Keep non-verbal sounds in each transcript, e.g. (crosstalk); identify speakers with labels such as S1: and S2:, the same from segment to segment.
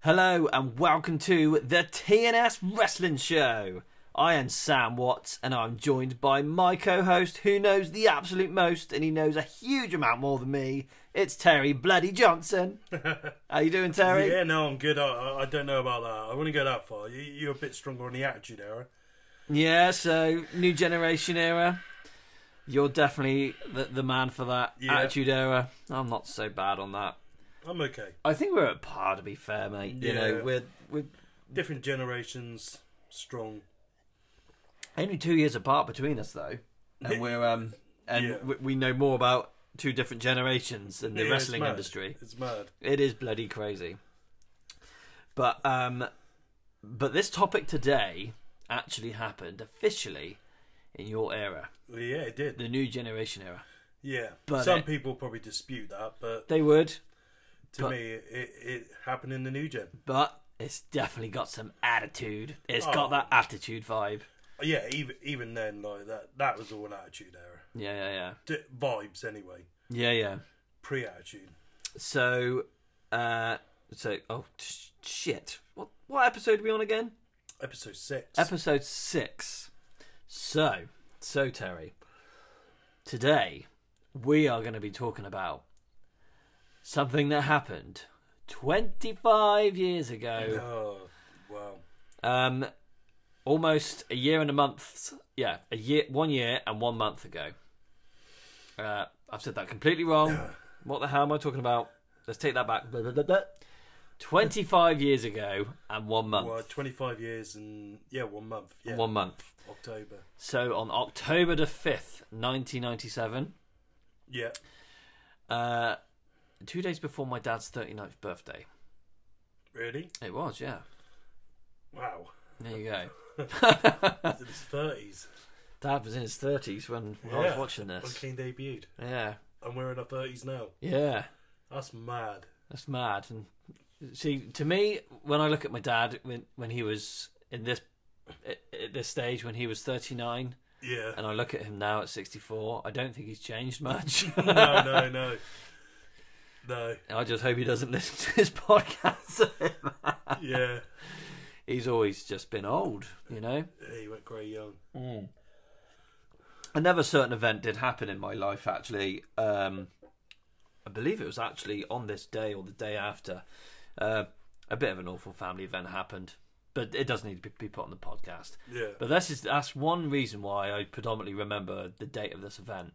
S1: Hello and welcome to the TNS Wrestling Show. I am Sam Watts and I'm joined by my co host who knows the absolute most and he knows a huge amount more than me. It's Terry Bloody
S2: (laughs)
S1: Johnson. How you doing, Terry?
S2: Yeah, no, I'm good. I- I, I don't know about that. I wouldn't go that far. You, you're a bit stronger on the attitude era.
S1: Yeah, so new generation era. You're definitely the, the man for that
S2: Yeah.
S1: attitude era. I'm not so bad on that.
S2: I'm okay.
S1: I think we're at par to be fair, mate. You know,
S2: Yeah.
S1: we're we're
S2: Different generations, strong.
S1: only two years apart between us though, and we're um and
S2: Yeah.
S1: we, we know more about two different generations in the
S2: Yeah, it's
S1: wrestling
S2: mad.
S1: industry.
S2: It's mad.
S1: It is bloody crazy. But um but this topic today actually happened officially in your era,
S2: Well, Yeah, it did.
S1: the new generation era.
S2: Yeah.
S1: But
S2: Some
S1: it-
S2: people probably dispute that, but
S1: They would,
S2: to
S1: but-
S2: me, it, it happened in the new gen.
S1: but it's definitely got some attitude. It's
S2: Oh.
S1: got that attitude vibe.
S2: Yeah, even even then, like that, that was all attitude era
S1: Yeah, yeah, yeah.
S2: D- vibes anyway.
S1: Yeah, yeah.
S2: Pre-attitude.
S1: So, uh, so oh sh- shit! What what episode are we on again?
S2: Episode six.
S1: Episode six. So, so Terry, today we are going to be talking about something that happened 25 years ago.
S2: oh, wow.
S1: Um, almost a year and a month. Yeah, a year, one year and one month ago. Uh, I've said that completely wrong. what the hell am I talking about? Let's take that back. Blah, blah, blah, blah. 25 years ago and one month.
S2: Well, 25 years and yeah, one month. Yeah,
S1: One month.
S2: October.
S1: So on October the 5th, 1997,
S2: Yeah.
S1: uh, two days before my dad's 39th birthday.
S2: Really?
S1: It was, yeah.
S2: Wow.
S1: There you go.
S2: It's in his 30s.
S1: (laughs) Dad was in his 30s when, when I was
S2: Yeah.
S1: watching this.
S2: Unclean debuted.
S1: Yeah.
S2: And we're in our thirties now.
S1: Yeah.
S2: That's mad.
S1: That's mad. And see, to me, when I look at my dad when when he was in this at at this stage when he was 39 (laughs)
S2: Yeah.
S1: and I look at him now at 64 I don't think he's changed much
S2: (laughs) No, no, no. No.
S1: (laughs) I just hope he doesn't listen to this (laughs) podcast
S2: Yeah.
S1: he's always just been old you know
S2: Yeah, He went grey young.
S1: another certain event did happen in my life actually um i believe it was actually on this day or the day after uh, a bit of an awful family event happened but it doesn't need to be, be put on the podcast
S2: Yeah.
S1: but this is that's one reason why i predominantly remember the date of this event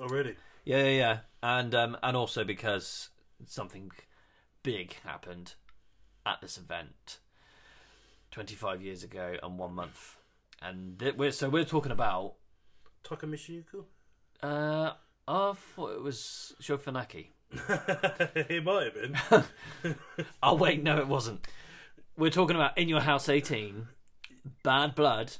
S2: Oh really?
S1: yeah yeah, yeah. and um and also because something big happened at this event 25 years ago and one month and th- we're, so we're talking about
S2: Takamishiyuku?
S1: Uh, I thought it was Shofunaki.
S2: (laughs) it might have been.
S1: Oh wait, no, it wasn't. We're talking about In Your House 18, Bad Blood,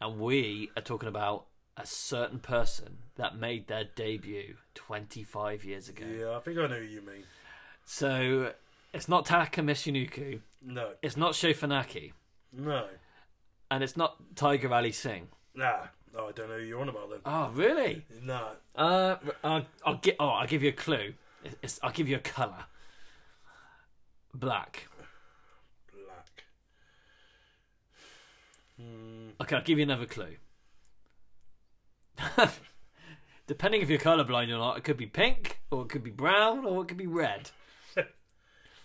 S1: and we are talking about a certain person that made their debut 25 years ago.
S2: Yeah, I think I know who you mean.
S1: So it's not Taka Michinuku,
S2: No.
S1: it's not Shofunaki,
S2: No.
S1: and it's not Tiger Ali Singh.
S2: Nah. No, I don't know who you're on about then.
S1: Oh, really?
S2: Nah.
S1: Uh, I'll, I'll get. Oh, I'll give you a clue. It's, I'll give you a color. Black.
S2: Black. Hmm.
S1: Okay, I'll give you another clue. (laughs) Depending if you're colourblind or not, it could be pink, or it could be brown, or it could be red.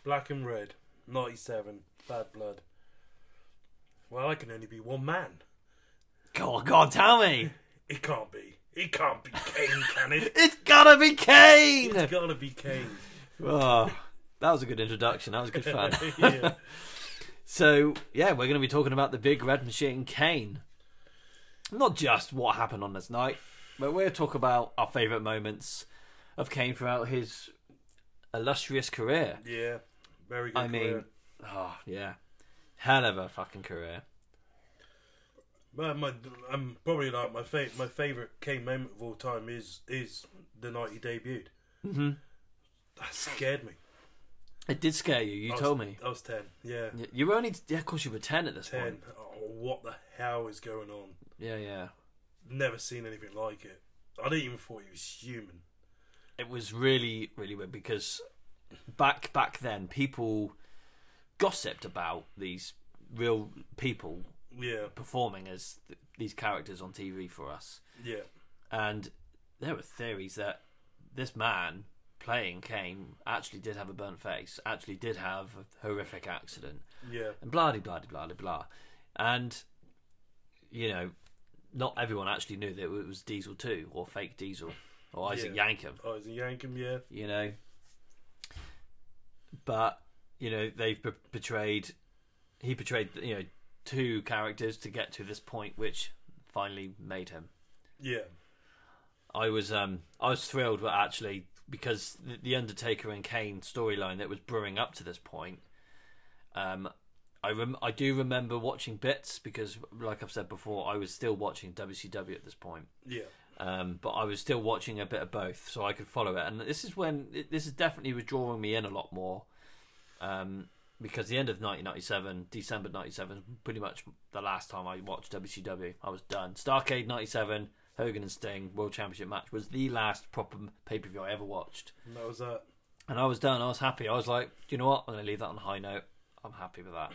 S2: Black and red. Ninety seven. Bad blood. Well, I can only be one man.
S1: Go on, go on, tell me.
S2: It can't be. It can't be Kane,
S1: (laughs)
S2: can it?
S1: It's gotta be Kane.
S2: It's gotta be Kane.
S1: (laughs) Oh, that was a good introduction. That was good fun.
S2: (laughs) yeah.
S1: so yeah, we're going to be talking about the big red machine, Kane. Not just what happened on this night, but we'll talk about our favourite moments of Kane throughout his illustrious career.
S2: Yeah. Very good.
S1: I mean,
S2: career. Ah,
S1: oh yeah, hell of a fucking career.
S2: my, my, I'm probably like my fa- my favorite Kane moment of all time is is the night he debuted. Mm-hmm. That scared me.
S1: It did scare you. You
S2: I was-
S1: told me.
S2: I was ten. Yeah,
S1: Y- You were only, yeah, of course, you were ten at this
S2: ten.
S1: point.
S2: Oh, what the hell is going on?
S1: Yeah, yeah.
S2: Never seen anything like it. I didn't even thought he was human.
S1: It was really, really weird because back back then, people gossiped about these real people
S2: Yeah,
S1: performing as th- these characters on TV for us.
S2: yeah,
S1: And there were theories that this man playing Kane actually did have a burnt face, actually did have a horrific accident,
S2: yeah,
S1: and blah de blah de blah de blah. And you know, not everyone actually knew that it was Diesel Two or fake Diesel or Isaac
S2: Yeah.
S1: Yankem
S2: oh, is it Yankum? Yeah,
S1: you know. But you know they've p- portrayed, he portrayed you know two characters to get to this point, which finally made him.
S2: yeah,
S1: I was um I was thrilled, but actually because the- the Undertaker and Kane storyline that was brewing up to this point, um. I, rem- I do remember watching bits because, like I've said before, I was still watching WCW at this point
S2: yeah,
S1: um, but I was still watching a bit of both, so I could follow it. And this is when it- this is definitely was drawing me in a lot more, um, because the end of 1997, December 97, was pretty much the last time I watched WCW. I was done. Starcade 97, Hogan and Sting World Championship match was the last proper pay per view I ever watched,
S2: and that was that.
S1: and I was done. I was happy. I was like, do you know what? I'm going to leave that on a high note. I'm happy with that.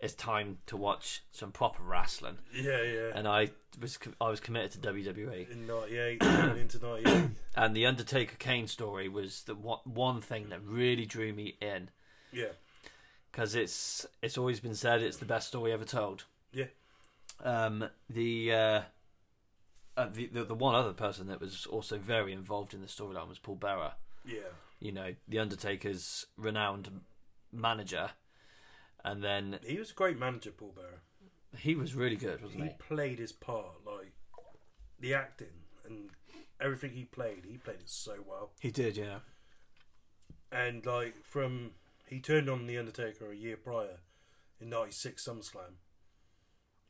S1: it's time to watch some proper wrestling,
S2: Yeah, yeah.
S1: and I was I was committed to E. WWE.
S2: In (coughs) '98, going into '98.
S1: And the Undertaker Kane story was the one, one thing that really drew me in
S2: Yeah,
S1: because it's it's always been said it's the best story ever told.
S2: Yeah.
S1: Um. The uh, uh the, the the one other person that was also very involved in the storyline was Paul Bearer.
S2: yeah,
S1: You know, the Undertaker's renowned manager, and then
S2: he was a great manager, Paul Bearer.
S1: he was really good, wasn't
S2: He
S1: he?
S2: played his part, like the acting and everything he played. He played it so well.
S1: He did, yeah.
S2: and like from he turned on the Undertaker a year prior in '96 SummerSlam,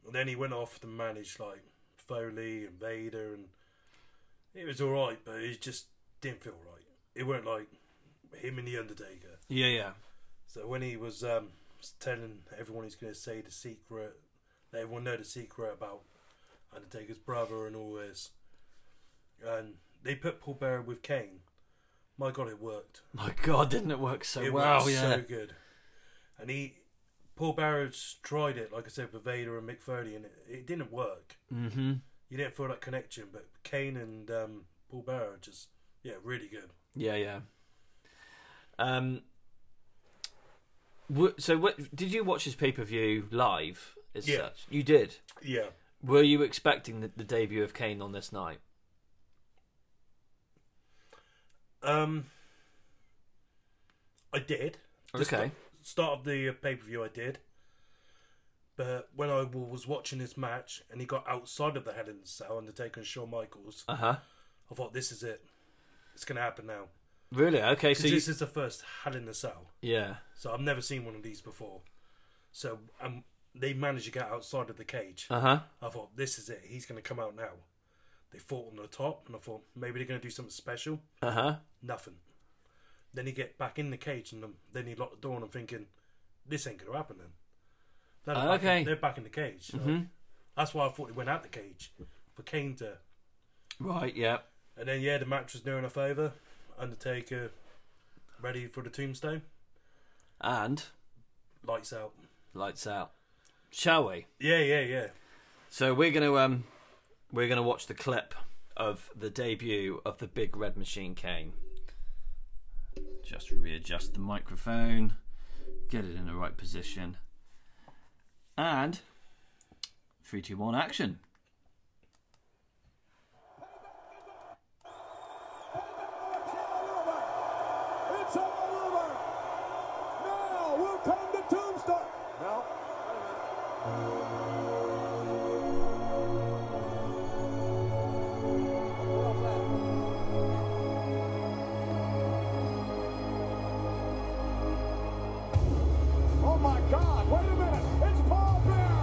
S2: and then he went off to manage like Foley and Vader, and it was all right, but it just didn't feel right. It weren't like him and the Undertaker.
S1: Yeah, yeah.
S2: So when he was um, telling everyone he's going to say the secret, let everyone know the secret about Undertaker's brother and all this, and they put Paul Bearer with Kane. My God, it worked
S1: My God, didn't it work so
S2: it
S1: well?
S2: was
S1: yeah.
S2: so good. And he, Paul Barrows tried it, like I said, with Vader and Mick Foley, and it, it didn't work.
S1: mm-hmm.
S2: You didn't feel that connection, but Kane and um, Paul Barrow just, yeah, really good.
S1: Yeah, yeah. Um. wh- So, what did you watch this pay per view live? As
S2: Yeah.
S1: such, you did.
S2: Yeah.
S1: Were you expecting the, the debut of Kane on this night?
S2: Um, I did. Just
S1: Okay.
S2: Start of the pay per view, I did. But when I w- was watching this match and he got outside of the Hell in a Cell, Undertaker and Shawn Michaels,
S1: Uh huh.
S2: I thought, this is it. It's going to happen now.
S1: Really? Okay.
S2: 'Cause
S1: So, you,
S2: this is the first Hell in a Cell.
S1: yeah.
S2: So I've never seen one of these before. So um, they managed to get outside of the cage.
S1: Uh huh.
S2: I thought, this is it. He's going to come out now. They fought on the top, and I thought maybe they're going to do something special.
S1: Uh huh.
S2: Nothing. Then he get back in the cage, and um, then he locked the door, and I'm thinking, this ain't going to happen. Then Then they're back in-
S1: Okay. Mm-hmm.
S2: they're back in the cage. So That's why I thought they went out the cage for Kane to.
S1: Right. Yeah.
S2: And then yeah, the match was near enough over. Undertaker ready for the tombstone.
S1: And
S2: Lights out.
S1: lights out. Shall we?
S2: Yeah, yeah, yeah.
S1: So we're gonna um, we're gonna watch the clip of the debut of the Big Red Machine Kane. Just readjust the microphone, get it in the right position, and three, two, one, action.
S3: It's all over. Now we'll come to Tombstone. No. Oh my God, wait a minute. It's Paul Bear.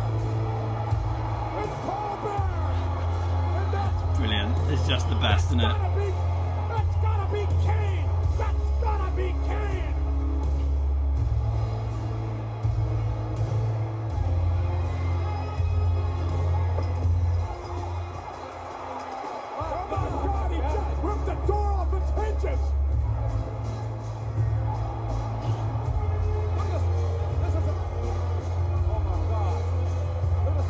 S3: It's Paul Bear. And that's
S1: Brilliant! It's just the best, isn't it?
S3: gotta be, that's gotta be Kane. That's gotta be Kane. Oh my God, he just ripped the door off its hinges. Look at this. oh This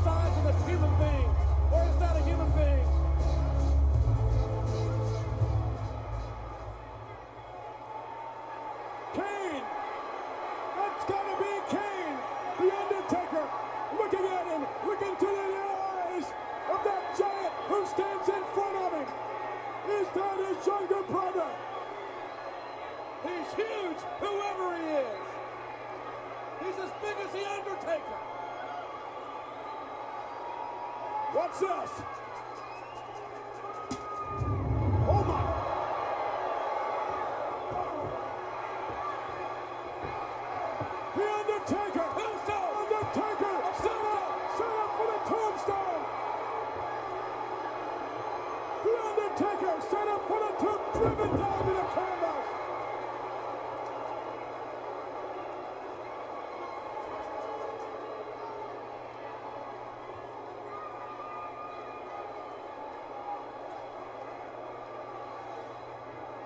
S3: understand his younger brother. He's huge, whoever he is. He's as big as The Undertaker. What's this? Oh my! The Undertaker! Tombstone! Undertaker! Set up! Set up for the tombstone! The Undertaker set up for the tomb, driven down to the canvas!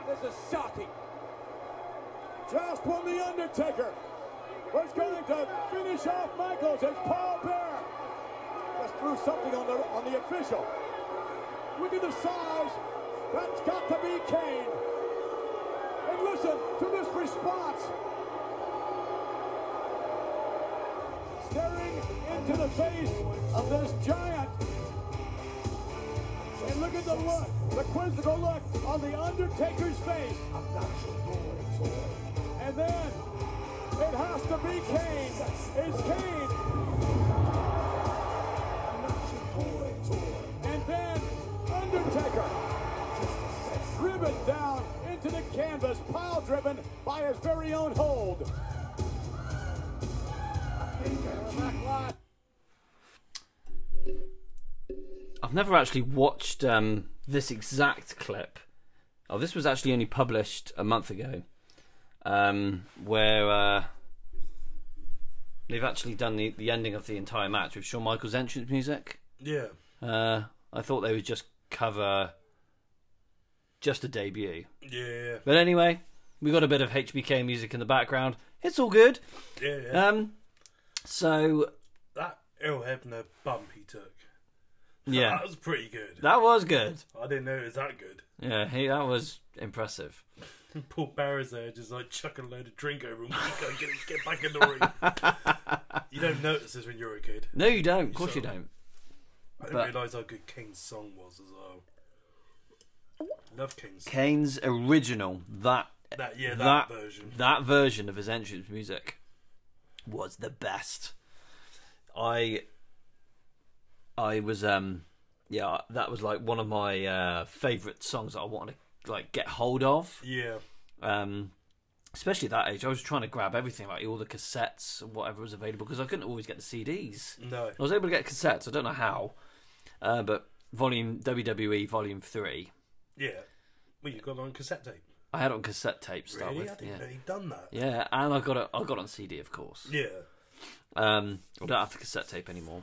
S3: This is shocking. Just from The Undertaker was going to finish off Michaels. It's Paul Bear. Just threw something on the on the official. Look at the size. That's got to be Kane. And listen to this response. Staring into the face of this giant. And look at the look, the quizzical look on the Undertaker's face. And then it has to be Kane. It's Kane. And then Undertaker. Driven down into the canvas, pile driven by his very own hold.
S1: I've never actually watched um, this exact clip. Oh, this was actually only published a month ago, um, where uh, they've actually done the, the ending of the entire match with Shawn Michaels' entrance music.
S2: Yeah.
S1: Uh, I thought they would just cover just a debut.
S2: Yeah.
S1: But anyway, we got a bit of HBK music in the background. It's all good.
S2: Yeah. yeah.
S1: Um, so,
S2: that El Hebner bump he took. (laughs)
S1: yeah,
S2: That was pretty good.
S1: that was good.
S2: I didn't know it was that good.
S1: Yeah, he, that was impressive.
S2: Paul Barra's there just like chucking a load of drink over him. Go get, get back in the ring. you don't notice this when you're a kid.
S1: No, you don't. Of course you
S2: So-
S1: don't.
S2: I didn't
S1: But-
S2: realise how good Kane's song was as well. Love Kane's song.
S1: Kane's original that
S2: That yeah,
S1: that-
S2: that, version.
S1: that version of his entrance music was the best. I I was um yeah, that was like one of my uh favorite songs that I wanted to like get hold of.
S2: Yeah,
S1: um, especially at that age, I was trying to grab everything, like all the cassettes and whatever was available, because I couldn't always get the CDs.
S2: no,
S1: I was able to get cassettes. I don't know how, uh, but volume WWE Volume Three,
S2: yeah. Well, you got it on cassette tape.
S1: I had it on cassette tape. to Start
S2: Really, I
S1: with,
S2: didn't
S1: yeah.
S2: know he'd done that.
S1: Yeah, and I got it. I got it on CD, of course.
S2: Yeah,
S1: Um, I don't have the cassette tape anymore.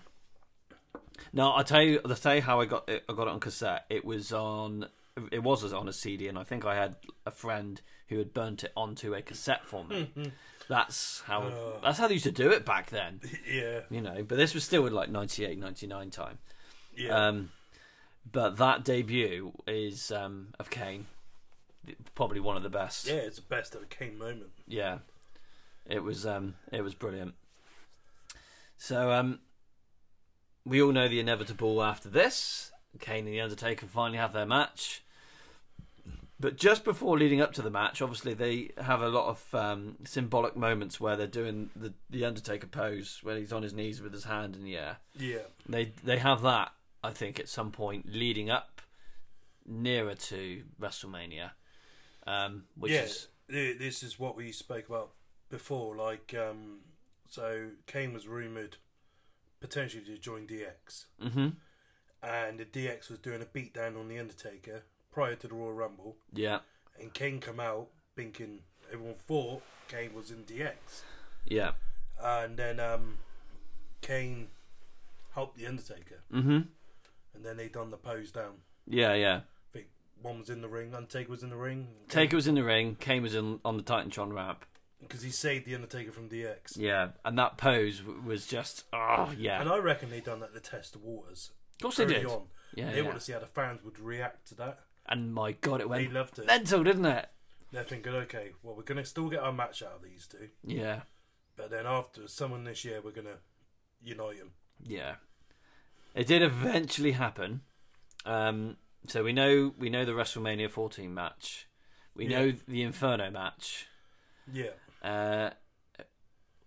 S1: No, I tell you, I will tell you how I got it. I got it on cassette. It was on. It was on a CD, and I think I had a friend who had burnt it onto a cassette for
S2: Hmm.
S1: me. that's how.
S2: Uh.
S1: that's how they used to do it back then,
S2: (laughs) yeah,
S1: you know. But this was still in like 98, 99 time.
S2: yeah.
S1: Um, but that debut is um, of Kane, probably one of the best.
S2: yeah, it's the best of a Kane moment.
S1: Yeah, it was um, it was brilliant. So um, we all know the inevitable after this. Kane and the Undertaker finally have their match, but just before leading up to the match, obviously they have a lot of um, symbolic moments where they're doing the the Undertaker pose, where he's on his knees with his hand in the air.
S2: Yeah,
S1: They they have that, I think, at some point leading up nearer to WrestleMania, um, which
S2: yeah.
S1: is
S2: Th- This is what we spoke about before. Like, um, so Kane was rumored potentially to join DX,
S1: hmm
S2: and the DX was doing a beatdown on the Undertaker prior to the Royal Rumble.
S1: yeah.
S2: and Kane come out thinking everyone thought Kane was in DX,
S1: Yeah.
S2: and then um, Kane helped the Undertaker,
S1: hmm
S2: and then they done the pose down.
S1: Yeah, yeah.
S2: I think one was in the ring, Undertaker was in the ring
S1: Taker was in the ring. Kane was in, on the Titantron ramp.
S2: because he saved the Undertaker from DX.
S1: Yeah, and that pose w- was just oh yeah.
S2: And I reckon they done that to test the waters.
S1: Of course they
S2: early
S1: did.
S2: on.
S1: Yeah,
S2: they
S1: yeah.
S2: want to see how the fans would react to that.
S1: And my god, it
S2: They
S1: went
S2: loved it.
S1: mental, didn't it?
S2: They're thinking, okay, well, we're gonna still get our match out of these two,
S1: Yeah,
S2: but then after someone this year, we're gonna unite them.
S1: yeah. It did eventually happen. Um, So we know we know the WrestleMania 14 match. We
S2: Yeah.
S1: know the Inferno match.
S2: Yeah.
S1: Uh,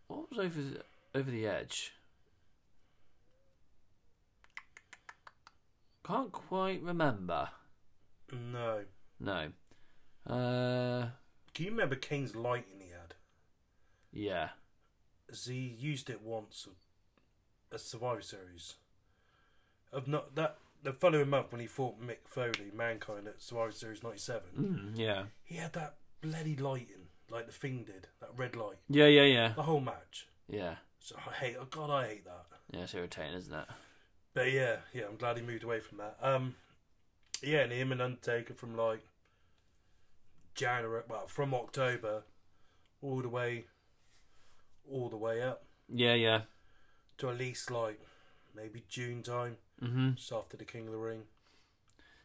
S1: what was over the, over the edge? Can't quite remember.
S2: No.
S1: No. Uh,
S2: Can you remember Kane's lightning he had?
S1: yeah.
S2: 'Cause he used it once at Survivor Series. Of not that the following month when he fought Mick Foley, Mankind at Survivor Series '97,
S1: Mm, yeah.
S2: he had that bloody lighting like the Thing did, that red light,
S1: Yeah, yeah, yeah.
S2: the whole match.
S1: Yeah.
S2: So I hate. Oh God, I hate that.
S1: Yeah, it's irritating, isn't it?
S2: But yeah, yeah, I'm glad he moved away from that. Um, yeah, and him and Undertaker from like January, well, from October, all the way, all the way up
S1: Yeah, yeah.
S2: to at least like maybe June time,
S1: hmm
S2: just after the King of the Ring.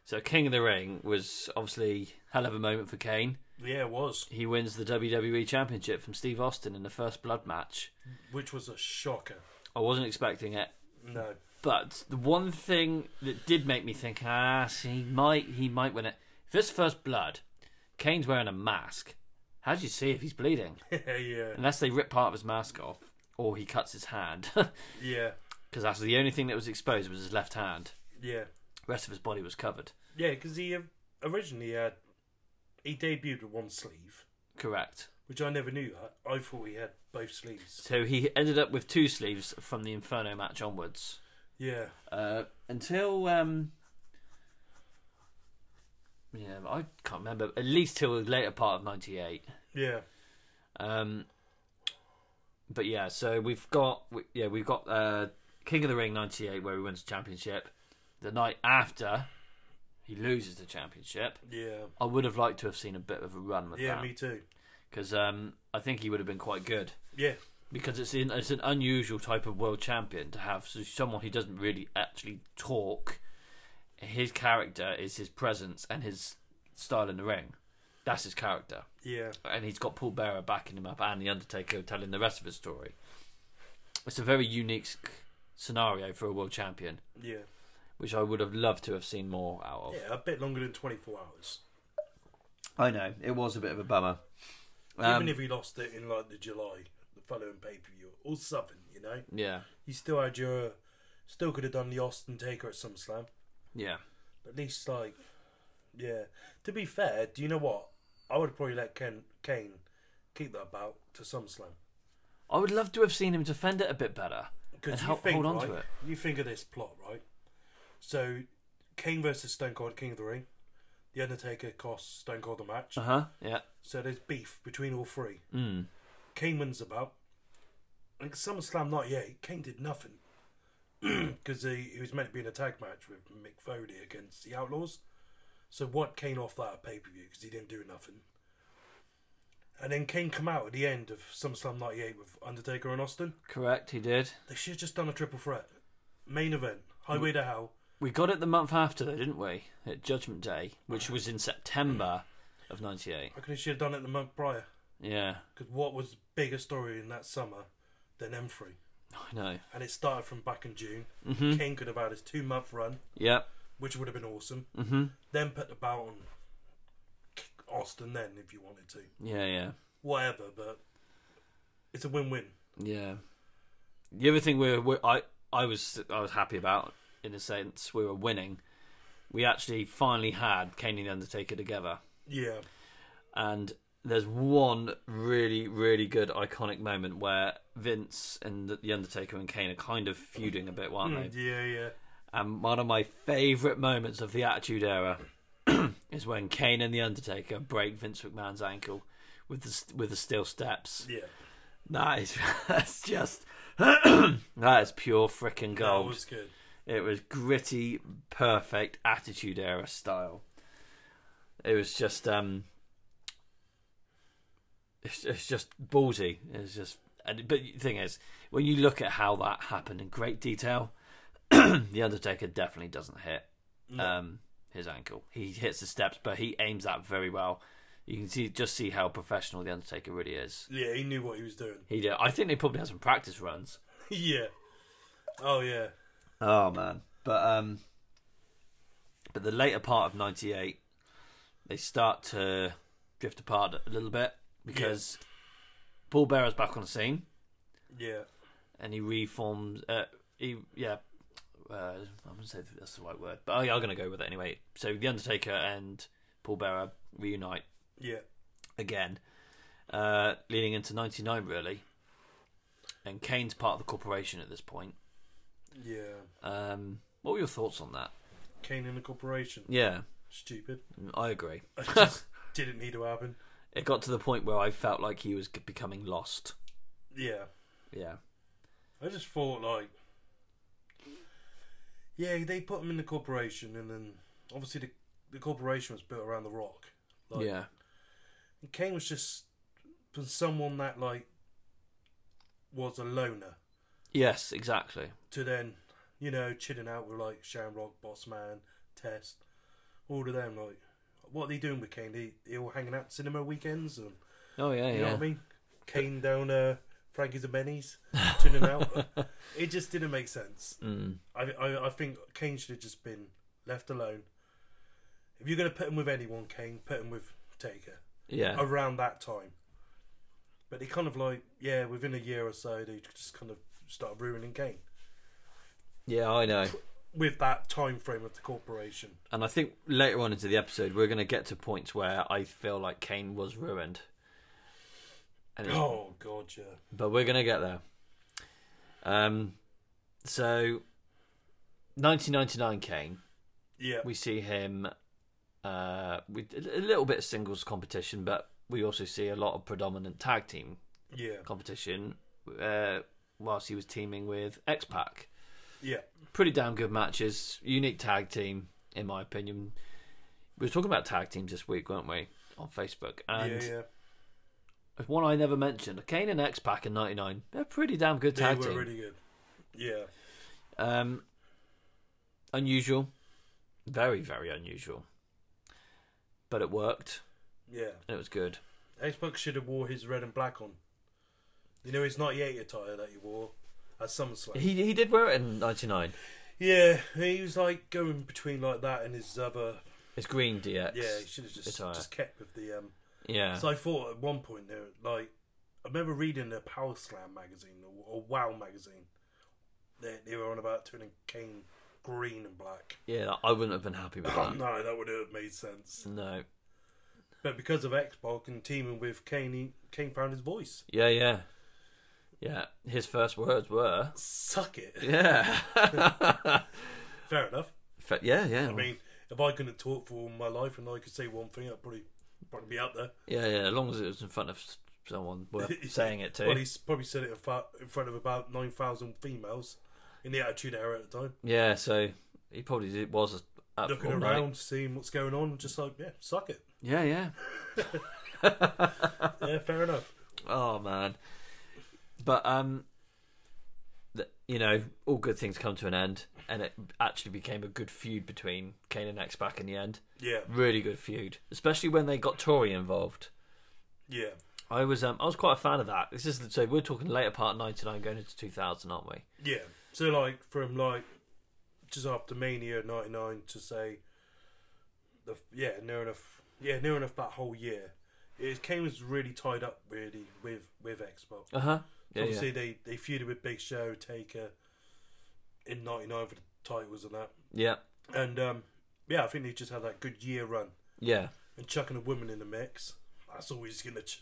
S1: So King of the Ring was obviously hell of a moment for Kane.
S2: Yeah, it was,
S1: He wins the WWE Championship from Steve Austin in the first blood match.
S2: which was a shocker.
S1: I wasn't expecting it.
S2: No, (laughs)
S1: But the one thing that did make me think, ah, see, he might, he might win it. If it's first blood, Kane's wearing a mask. How do you see if he's bleeding?
S2: yeah,
S1: Unless they rip part of his mask off, or he cuts his hand, (laughs)
S2: yeah,
S1: because that's the only thing that was exposed was his left hand.
S2: yeah,
S1: The rest of his body was covered.
S2: yeah. Because he uh, originally had he debuted with one sleeve,
S1: Correct.
S2: which I never knew. I, I thought he had both sleeves.
S1: So he ended up with two sleeves from the Inferno match onwards.
S2: Yeah,
S1: Uh, until um, yeah, I can't remember. At least till the later part of '98.
S2: yeah.
S1: Um, but yeah, so we've got we, yeah we've got uh, King of the Ring '98 where he wins the championship. The night after, he loses the championship.
S2: Yeah,
S1: I would have liked to have seen a bit of a run with
S2: yeah,
S1: that
S2: me too.
S1: because um, I think he would have been quite good.
S2: Yeah,
S1: because it's in, it's an unusual type of world champion to have so someone who doesn't really actually talk. His character is his presence and his style in the ring. That's his character,
S2: yeah,
S1: and he's got Paul Bearer backing him up and the Undertaker telling the rest of his story. It's a very unique s- scenario for a world champion,
S2: yeah,
S1: which I would have loved to have seen more out of.
S2: yeah. A bit longer than twenty four hours.
S1: I know it was a bit of a bummer. Um,
S2: Even if he lost it in like the July, the following pay per view or something, you know,
S1: yeah,
S2: you still had your, still could have done the Austin Taker at SummerSlam.
S1: yeah,
S2: At least like, yeah. To be fair, do you know what? I would probably let Ken Kane keep that belt to SummerSlam
S1: I would love to have seen him defend it a bit better and
S2: because you
S1: help
S2: think
S1: hold on
S2: right,
S1: to it.
S2: you think of this plot right. So, Kane versus Stone Cold King of the Ring. The Undertaker costs Stone Cold the match.
S1: Uh huh. Yeah.
S2: So there's beef between all three.
S1: Mm.
S2: Kane wins about. And SummerSlam 98, Kane did nothing. (clears throat) Because he, he was meant to be in a tag match with Mick Foley against the Outlaws. So what Kane off that pay per view because he didn't do nothing. And then Kane come out at the end of SummerSlam 98 with Undertaker and Austin.
S1: Correct, he did.
S2: They should have just done a triple threat. Main event, Highway to Hell.
S1: We got it the month after, though, didn't we? At Judgment Day, which was in September of '98.
S2: I could have should have done it the month prior.
S1: Yeah,
S2: Because what was the bigger story in that summer than M3?
S1: I know.
S2: and it started from back in June.
S1: Mm-hmm.
S2: Kane could have had his two month run,
S1: Yep.
S2: which would have been awesome.
S1: Mm-hmm.
S2: Then put the belt on Austin, then if you wanted to,
S1: Yeah, yeah,
S2: whatever. But it's a win-win.
S1: yeah. The other thing we we I I was I was happy about in a sense we were winning. We actually finally had Kane and the Undertaker together,
S2: Yeah,
S1: and there's one really really good iconic moment where Vince and the- the Undertaker and Kane are kind of feuding a bit, aren't they?
S2: Mm, yeah, yeah,
S1: And one of my favourite moments of the Attitude Era (clears throat) is when Kane and the Undertaker break Vince McMahon's ankle with the with the steel steps.
S2: yeah.
S1: That is (laughs) that's just (clears throat) that is pure freaking
S2: That
S1: gold.
S2: was good.
S1: It was gritty, perfect Attitude Era style. It was just um, it's, it's just ballsy. It's just and but the thing is, when you look at how that happened in great detail, (clears throat) the Undertaker definitely doesn't hit um his ankle. He hits the steps, but he aims that very well. You can see just see how professional the Undertaker really is.
S2: Yeah, he knew what he was doing. (laughs)
S1: He did. I think they probably had some practice runs.
S2: yeah. Oh yeah.
S1: Oh man, but um, But the later part of 98, they start to drift apart a little bit because Paul Bearer's back on the scene
S2: Yeah.
S1: and he reforms. Uh, he yeah, uh, I'm gonna say that's the right word, but oh, yeah, I'm gonna go with it anyway. So the Undertaker and Paul Bearer reunite
S2: Yeah.
S1: again, uh, leading into '99 really, and Kane's part of the corporation at this point.
S2: Yeah.
S1: Um, what were your thoughts on that?
S2: Kane and the corporation.
S1: Yeah,
S2: Stupid.
S1: I
S2: (laughs)
S1: agree. (laughs)
S2: It just didn't need to happen.
S1: It got to the point where I felt like he was g- becoming lost.
S2: Yeah.
S1: Yeah,
S2: I just thought like, yeah, they put him in the corporation, and then obviously the the corporation was built around the Rock. Like,
S1: yeah,
S2: and Kane was just was someone that like was a loner
S1: yes, exactly.
S2: to then, you know, chilling out with like Shamrock, Bossman, Test, all of them. Like, what are they doing with Kane? They they all hanging out at cinema weekends, and
S1: Oh yeah,
S2: you know
S1: yeah.
S2: what I mean? Kane down uh, Frankie's and Benny's,
S1: (laughs)
S2: chilling out. it just didn't make sense.
S1: Mm.
S2: I, I, I think Kane should have just been left alone. If you're going to put him with anyone, Kane, put him with Taker
S1: Yeah,
S2: around that time. But they kind of like, yeah, within a year or so, they just kind of start ruining Kane
S1: yeah, I know.
S2: with that time frame of the corporation.
S1: And I think later on into the episode, we're going to get to points where I feel like Kane was ruined. And it's-
S2: Oh, God, yeah.
S1: But we're going to get there. Um, so, 1999 Kane,
S2: Yeah,
S1: we see him uh, with a little bit of singles competition, but we also see a lot of predominant tag team
S2: yeah,
S1: competition uh, whilst he was teaming with X Pac
S2: yeah,
S1: pretty damn good matches. Unique tag team, in my opinion. We were talking about tag teams this week, weren't we, on Facebook? And
S2: yeah, yeah.
S1: there's one I never mentioned, Kane and X Pac in '99. They're a pretty damn good
S2: They
S1: tag
S2: were
S1: team.
S2: really good. Yeah,
S1: Um, unusual, very very unusual, but it worked
S2: yeah.
S1: and it was good.
S2: Xbox should have wore his red and black on. You know, his 98 attire that he wore at SummerSlam.
S1: He he did wear it in '99.
S2: Yeah, he was like going between like that and his other.
S1: It's green DX.
S2: Yeah, he should have just
S1: Attire.
S2: just kept with the. um
S1: yeah.
S2: So I thought at one point there, like, I remember reading a Power Slam magazine or, or Wow magazine. They they were on about turning Kane green
S1: (clears throat)
S2: and black.
S1: yeah. I wouldn't have been happy with that.
S2: (clears throat) no, that would have made sense.
S1: no.
S2: But because of X Pac and teaming with Kane, he, Kane found his voice.
S1: Yeah, yeah, yeah. His first words were. (laughs)
S2: Suck it.
S1: Yeah. (laughs)
S2: Fair enough.
S1: Fa- yeah, yeah.
S2: I mean, if I couldn't talk for all my life and I could say one thing, I'd probably probably be up there.
S1: yeah, yeah. As long as it was in front of s- someone
S2: (laughs)
S1: worth saying it to.
S2: Well, he's probably said it in fa- in front of about 9,000 females in the Attitude Era at the time.
S1: yeah, so he probably did, was up
S2: Looking
S1: all night.
S2: around, seeing what's going on, just like, yeah, suck it.
S1: Yeah, yeah.
S2: Yeah, fair enough.
S1: Oh man. But um, th- you know, all good things come to an end, and it actually became a good feud between Kane and X Pac in the end.
S2: Yeah,
S1: Really good feud, especially when they got Tori involved.
S2: yeah,
S1: I was um, I was quite a fan of that. This is so we're talking later part ninety nine going into two thousand, aren't we?
S2: yeah. So, like, from like just after Mania 99 to say, the, yeah, near enough, yeah, near enough that whole year. It, Kane was really tied up, really, with, with Xbox.
S1: Uh huh. Yeah, yeah.
S2: Obviously, they, they feuded with Big Show, Taker in 99 for the titles and that.
S1: Yeah.
S2: And um, yeah, I think they just had that good year run.
S1: Yeah.
S2: And chucking a woman in the mix, that's always going to ch-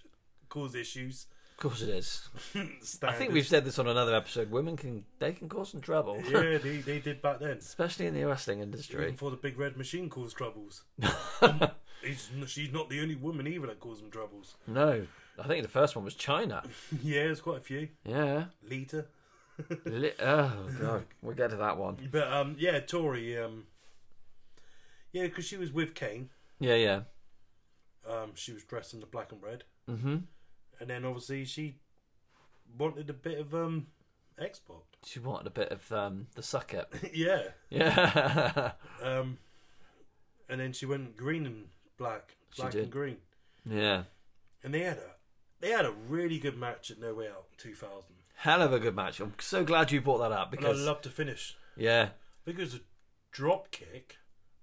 S2: cause issues.
S1: Of course it is. I
S2: Standard.
S1: think we've said this on another episode. Women can they can cause some trouble.
S2: (laughs) yeah, they, they did back then.
S1: Especially in the wrestling
S2: Even (laughs)
S1: industry. (laughs)
S2: before the big red machine caused troubles. He's, she's not the only woman either that caused them troubles. (laughs)
S1: No. I think the first one was China.
S2: yeah, there's quite a few.
S1: Yeah.
S2: Lita.
S1: Li- oh god. We'll get to that one.
S2: But um, yeah, Tori. Um, yeah, because she was with Kane.
S1: Yeah, yeah.
S2: Um, she was dressed in the black and red.
S1: Mm-hmm.
S2: And then obviously she wanted a bit of um,
S1: (laughs)
S2: Xbox.
S1: She wanted a bit of um the suck up.
S2: (laughs) yeah.
S1: (laughs) Yeah.
S2: Um, and then she went green and black,
S1: She
S2: black
S1: did.
S2: and green,
S1: (laughs) yeah.
S2: and they had a they had a really good match at No Way Out 2000,
S1: Hell of a good match. I'm so glad you brought that up
S2: and I
S1: because
S2: love to finish.
S1: Yeah.
S2: I think it was a drop kick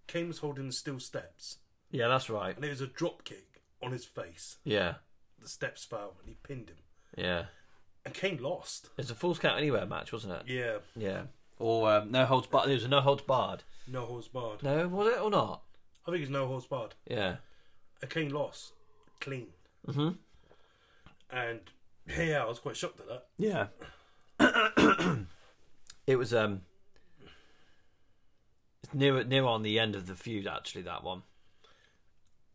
S2: Kane was holding the steel steps,
S1: Yeah, that's right.
S2: and it was a drop kick on his face.
S1: Yeah,
S2: The steps fell, and he pinned him.
S1: yeah.
S2: And Kane lost.
S1: It's a false count anywhere match, wasn't it?
S2: Yeah,
S1: Yeah. Or um, no holds barred. There was a no holds barred.
S2: no horse barred.
S1: No, was it or not?
S2: I think it's no horse barred.
S1: Yeah.
S2: And Kane lost clean. Mm-hmm. And yeah, I was quite shocked at that.
S1: Yeah. (coughs) it was um it's near near on the end of the feud actually that one.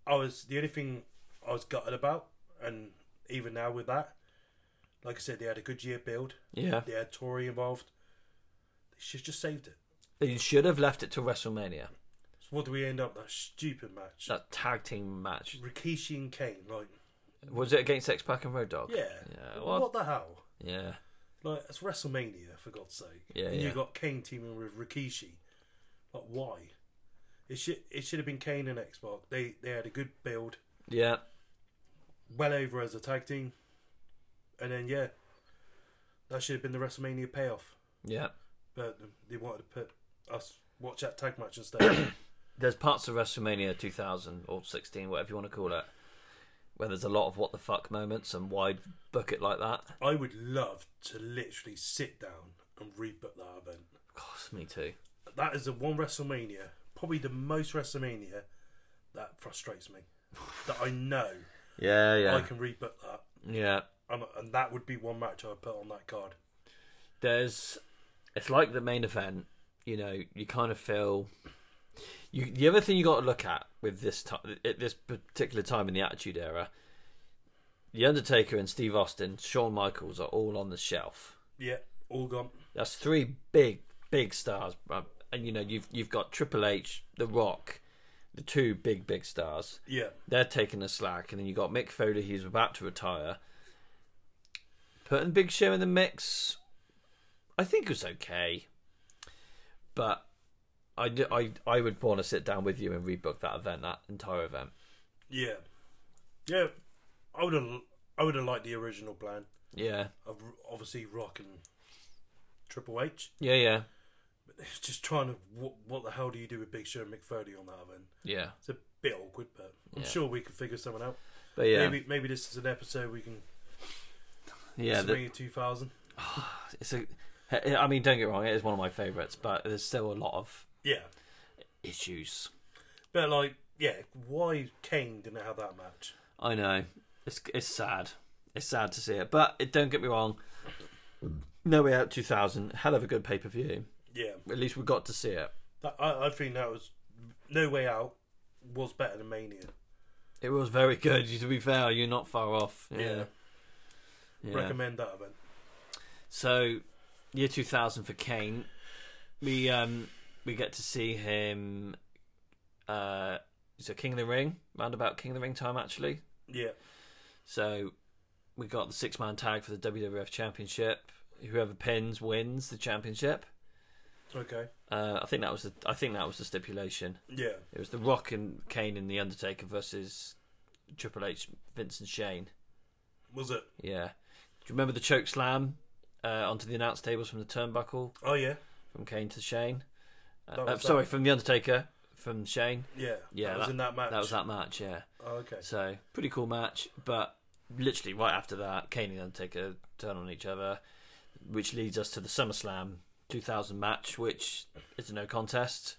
S2: I was the only thing I was gutted about, and even now with that, like I said, they had a good year build.
S1: Yeah.
S2: They had Tory involved. They should just saved it.
S1: They should have left it to WrestleMania.
S2: So what do we end up? That stupid match.
S1: That tag team match.
S2: Rikishi and Kane, like
S1: Was it against X Pac and Road Dog?
S2: yeah,
S1: Yeah.
S2: what?
S1: Well,
S2: the hell?
S1: yeah.
S2: Like it's WrestleMania for God's sake.
S1: Yeah,
S2: and
S1: yeah.
S2: you got Kane teaming with Rikishi. Like why? It should it should have been Kane and X Pac. They they had a good build,
S1: Yeah.
S2: well over as a tag team, and then yeah, that should have been the WrestleMania payoff.
S1: Yeah.
S2: But they wanted to put us watch that tag match instead.
S1: There's parts of WrestleMania 2000 or 16, whatever you want to call it, where there's a lot of what the fuck moments and why book it like that.
S2: (coughs) I would love to literally sit down and reboot that event.
S1: Gosh, me too.
S2: that is the one WrestleMania, probably the most WrestleMania that frustrates me. that I know
S1: Yeah, yeah.
S2: I can rebook that,
S1: yeah.
S2: and, and that would be one match I would put on that card.
S1: there's it's like the main event you know you kind of feel you the other thing you got to look at with this time at this particular time in the attitude era the undertaker and steve austin shawn michaels are all on the shelf
S2: Yeah, all gone.
S1: that's three big big stars bruv. and you know you've you've got triple h the rock the two big big stars
S2: Yeah,
S1: they're taking the slack, and then you got Mick Foley, who's about to retire. Putting Big Show in the mix, I think it was okay, but I, d- I, I would want to sit down with you and rebook that event, that entire event.
S2: yeah, yeah. I would have, I would have liked the original plan
S1: Yeah,
S2: of obviously Rock and Triple H. (laughs)
S1: yeah, yeah,
S2: But it's just trying to what, what the hell do you do with Big Show and McFoley on that event?
S1: yeah,
S2: It's a bit awkward, but I'm
S1: Yeah.
S2: sure we can figure someone out.
S1: but yeah,
S2: Maybe maybe this is an episode we can
S1: yeah. the-
S2: WrestleMania 2000.
S1: it's a, I mean, don't get me wrong, it is one of my favorites, but there's still a lot of
S2: Yeah.
S1: issues.
S2: But like, yeah, why Kane didn't have that match?
S1: I know. It's it's sad. It's sad to see it, but it, don't get me wrong. No Way Out 2000, hell of a good pay per view.
S2: Yeah,
S1: At least we got to see it.
S2: that, I, I think that was No Way Out was better than Mania.
S1: It was very good. (laughs) To be fair, you're not far off. Yeah. yeah.
S2: recommend that event.
S1: So, year 2000 for Kane. We um we get to see him. Uh, so King of the Ring, roundabout King of the Ring time actually.
S2: Yeah,
S1: So we got the six man tag for the WWF Championship. Whoever pins wins the championship.
S2: okay,
S1: Uh, I think that was the I think that was the stipulation.
S2: yeah,
S1: It was The Rock and Kane and The Undertaker versus Triple H, Vince and Shane.
S2: was it?
S1: Yeah. Do you remember the choke slam uh, onto the announce tables from the turnbuckle
S2: Oh yeah,
S1: from Kane to Shane? Uh,
S2: That
S1: uh,
S2: was that-
S1: sorry, from The Undertaker from Shane.
S2: yeah,
S1: Yeah,
S2: That, was
S1: that-
S2: in that match.
S1: That was that match. Yeah.
S2: Oh, okay,
S1: So pretty cool match, but literally right after that, Kane and Undertaker turn on each other, which leads us to the SummerSlam 2000 match, which is a no contest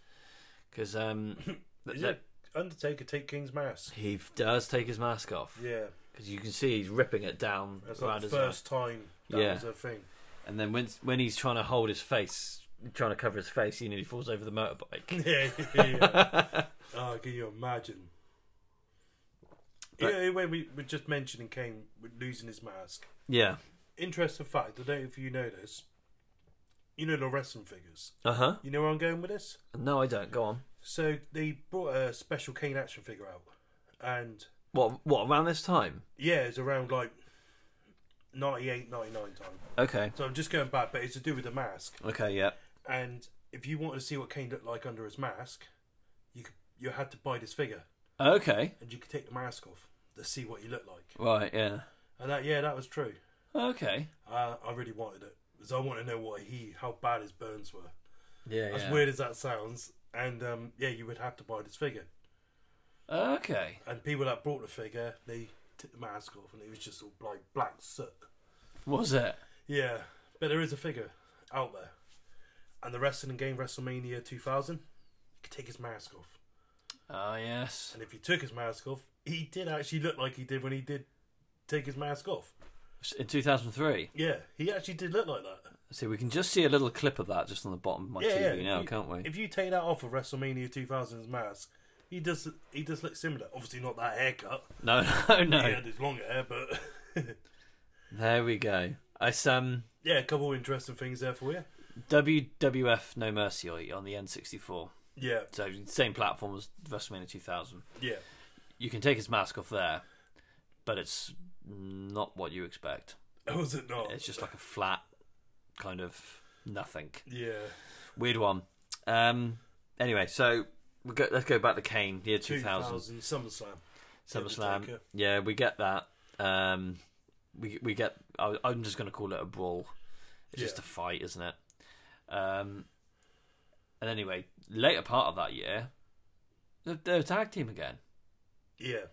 S1: because um, th-
S2: (coughs) Is
S1: th-
S2: it Undertaker take King's mask?
S1: he does take his mask off
S2: Yeah,
S1: because you can see he's ripping it down
S2: that's
S1: around
S2: like the
S1: his
S2: first time that
S1: Yeah.
S2: was a thing.
S1: (laughs) and then when when he's trying to hold his face, trying to cover his face, he nearly falls over the
S2: (laughs)
S1: motorbike.
S2: yeah, yeah.
S1: (laughs)
S2: oh, can you imagine?
S1: But-
S2: yeah, when we were just mentioning Kane losing his mask.
S1: yeah.
S2: interesting fact. I don't know if you know this. You know the wrestling figures.
S1: Uh huh.
S2: You know where I'm going with this.
S1: No, I don't. Go on.
S2: So they brought a special Kane action figure out, and
S1: What? What? Around this time?
S2: yeah, it's around like 98, 99 time.
S1: Okay.
S2: So I'm just going back, but it's to do with the mask.
S1: Okay. Yeah.
S2: And if you wanted to see what Kane looked like under his mask, you could, you had to buy this figure,
S1: Okay.
S2: and you could take the mask off to see what he looked like.
S1: Right. Yeah.
S2: And that yeah, that was true.
S1: Okay.
S2: Uh, I really wanted it because I want to know what he how bad his burns were.
S1: Yeah.
S2: As weird as that sounds, and um, yeah, you would have to buy this figure.
S1: Okay.
S2: And people that brought the figure, they took the mask off, and it was just all like black soot.
S1: Was it?
S2: Yeah, but there is a figure out there, and the wrestling game WrestleMania 2000, you could take his mask off,
S1: Oh, yes.
S2: and if you took his mask off, he did actually look like he did when he did take his mask off.
S1: In 2003.
S2: Yeah, he actually did look like that.
S1: See, we can just see a little clip of that just on the bottom of my
S2: yeah,
S1: TV
S2: yeah.
S1: now,
S2: if you,
S1: can't we?
S2: If you take that off of WrestleMania 2000's mask, he does he does look similar. Obviously not that haircut.
S1: No, (laughs) no, no.
S2: He had his long hair, but (laughs)
S1: There we go. It's um,
S2: yeah, a couple of interesting things there for you.
S1: WWF No Mercy on the N64.
S2: Yeah,
S1: So, same platform as WrestleMania 2000.
S2: yeah,
S1: You can take his mask off there, but it's not what you expect.
S2: was Oh, it not?
S1: It's just like a flat kind of nothing.
S2: yeah,
S1: Weird one. Um, anyway, so we go, let's go back to Kane, year 2000.
S2: 2000 SummerSlam.
S1: SummerSlam.
S2: Undertaker.
S1: Yeah, we get that. Um, we we get. I, I'm just going to call it a brawl. It's just a
S2: Yeah.
S1: fight, isn't it? Um, and anyway, later part of that year, they're, they're a tag team again,
S2: Yeah,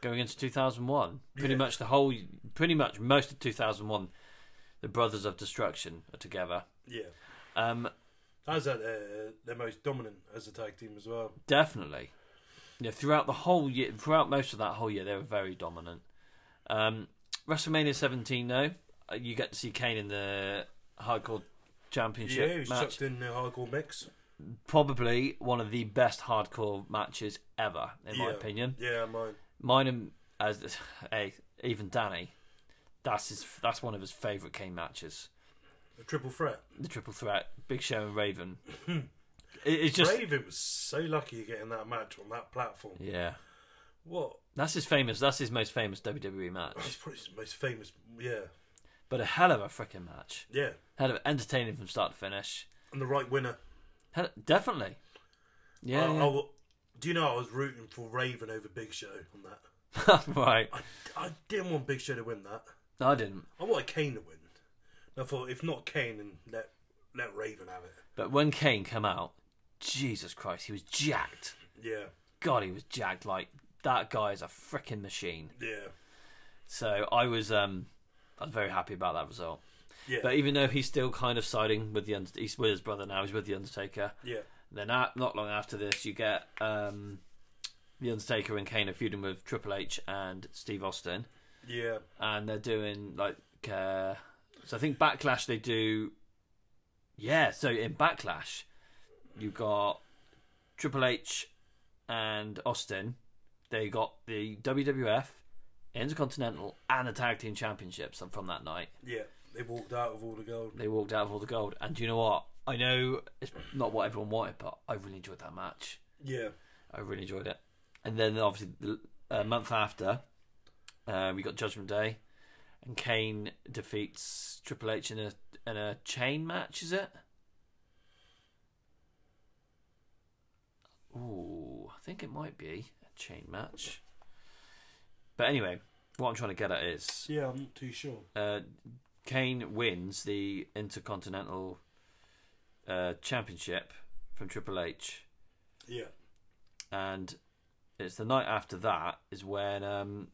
S1: going into 2001. Pretty
S2: Yeah.
S1: much the whole, pretty much most of 2001, the Brothers of Destruction are together.
S2: yeah.
S1: Um,
S2: As at their, their most dominant as a tag team as well.
S1: Definitely. Yeah, throughout the whole year, throughout most of that whole year, they were very dominant. Um, WrestleMania 17, though, uh, you get to see Kane in the Hardcore
S2: Yeah, he
S1: Championship
S2: was
S1: match.
S2: chucked in the hardcore mix.
S1: Probably one of the best Hardcore matches ever, in my
S2: Yeah.
S1: opinion.
S2: Yeah, mine.
S1: Mine and as (laughs) hey, even Danny, that's his. That's one of his favorite Kane matches.
S2: A triple threat.
S1: The Triple Threat, Big Show and
S2: (clears throat)
S1: Raven. It- it's just
S2: Raven was so lucky getting that match on that platform.
S1: yeah.
S2: What?
S1: That's his famous. That's his most famous WWE match.
S2: He's probably his most famous. Yeah,
S1: But a hell of a freaking match.
S2: yeah.
S1: Hell of entertaining from start to finish.
S2: And the right winner.
S1: Hell, definitely. Yeah.
S2: I- I
S1: yeah.
S2: wa- do you know I was rooting for Raven over Big Show on that?
S1: (laughs) right.
S2: I didn't want Big Show to win that.
S1: No, I didn't.
S2: I wanted Kane to win. And I thought if not Kane, then let let Raven have it.
S1: But when Kane came out, Jesus Christ, he was jacked.
S2: Yeah,
S1: God, he was jacked. Like that guy is a freaking machine.
S2: yeah,
S1: So I was, um, I was very happy about that result.
S2: yeah,
S1: But even though he's still kind of siding with the, Und- he's with his brother now. He's with the Undertaker.
S2: yeah,
S1: Then a not long after this, you get um, the Undertaker and Kane are feuding with Triple H and Steve Austin.
S2: yeah,
S1: and they're doing like uh, so I think Backlash they do yeah so in Backlash you got Triple H and Austin they got the WWF Intercontinental and the Tag Team Championships from that night
S2: yeah. They walked out with all the gold.
S1: they walked out with all the gold and do you know what I know it's not what everyone wanted but I really enjoyed that match
S2: Yeah,
S1: I really enjoyed it. And then obviously the- a month after, uh, we got Judgment Day, and Kane defeats Triple H in a in a chain match. Is it? Ooh, I think it might be a chain match. But anyway, what I'm trying to get at is
S2: yeah. I'm not too sure.
S1: uh, Kane wins the Intercontinental uh, Championship from Triple H
S2: Yeah,
S1: and it's the night after that is when um,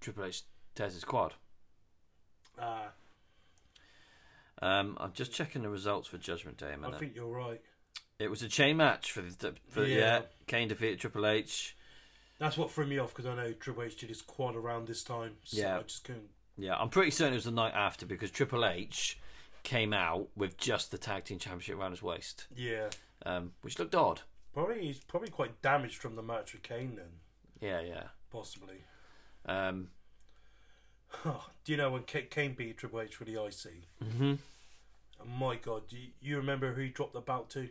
S1: Triple H tears his quad.
S2: uh,
S1: Um, I'm just checking the results for Judgment Day a
S2: I
S1: minute.
S2: think you're right.
S1: It was a chain match for the for, yeah.
S2: Yeah.
S1: Kane defeated Triple H.
S2: That's what threw me off because I know Triple H did his quad around this time. So
S1: Yeah.
S2: I just couldn't.
S1: Yeah, I'm pretty certain it was the night after because Triple H came out with just the tag team championship around his waist,
S2: Yeah,
S1: um, which looked odd.
S2: probably he's probably quite damaged from the match with Kane then,
S1: Yeah, yeah.
S2: possibly. (sighs)
S1: Um,
S2: Do you know when K- Kane beat Triple H for the IC?
S1: mhm.
S2: And my God, do you, you remember who he dropped the belt to?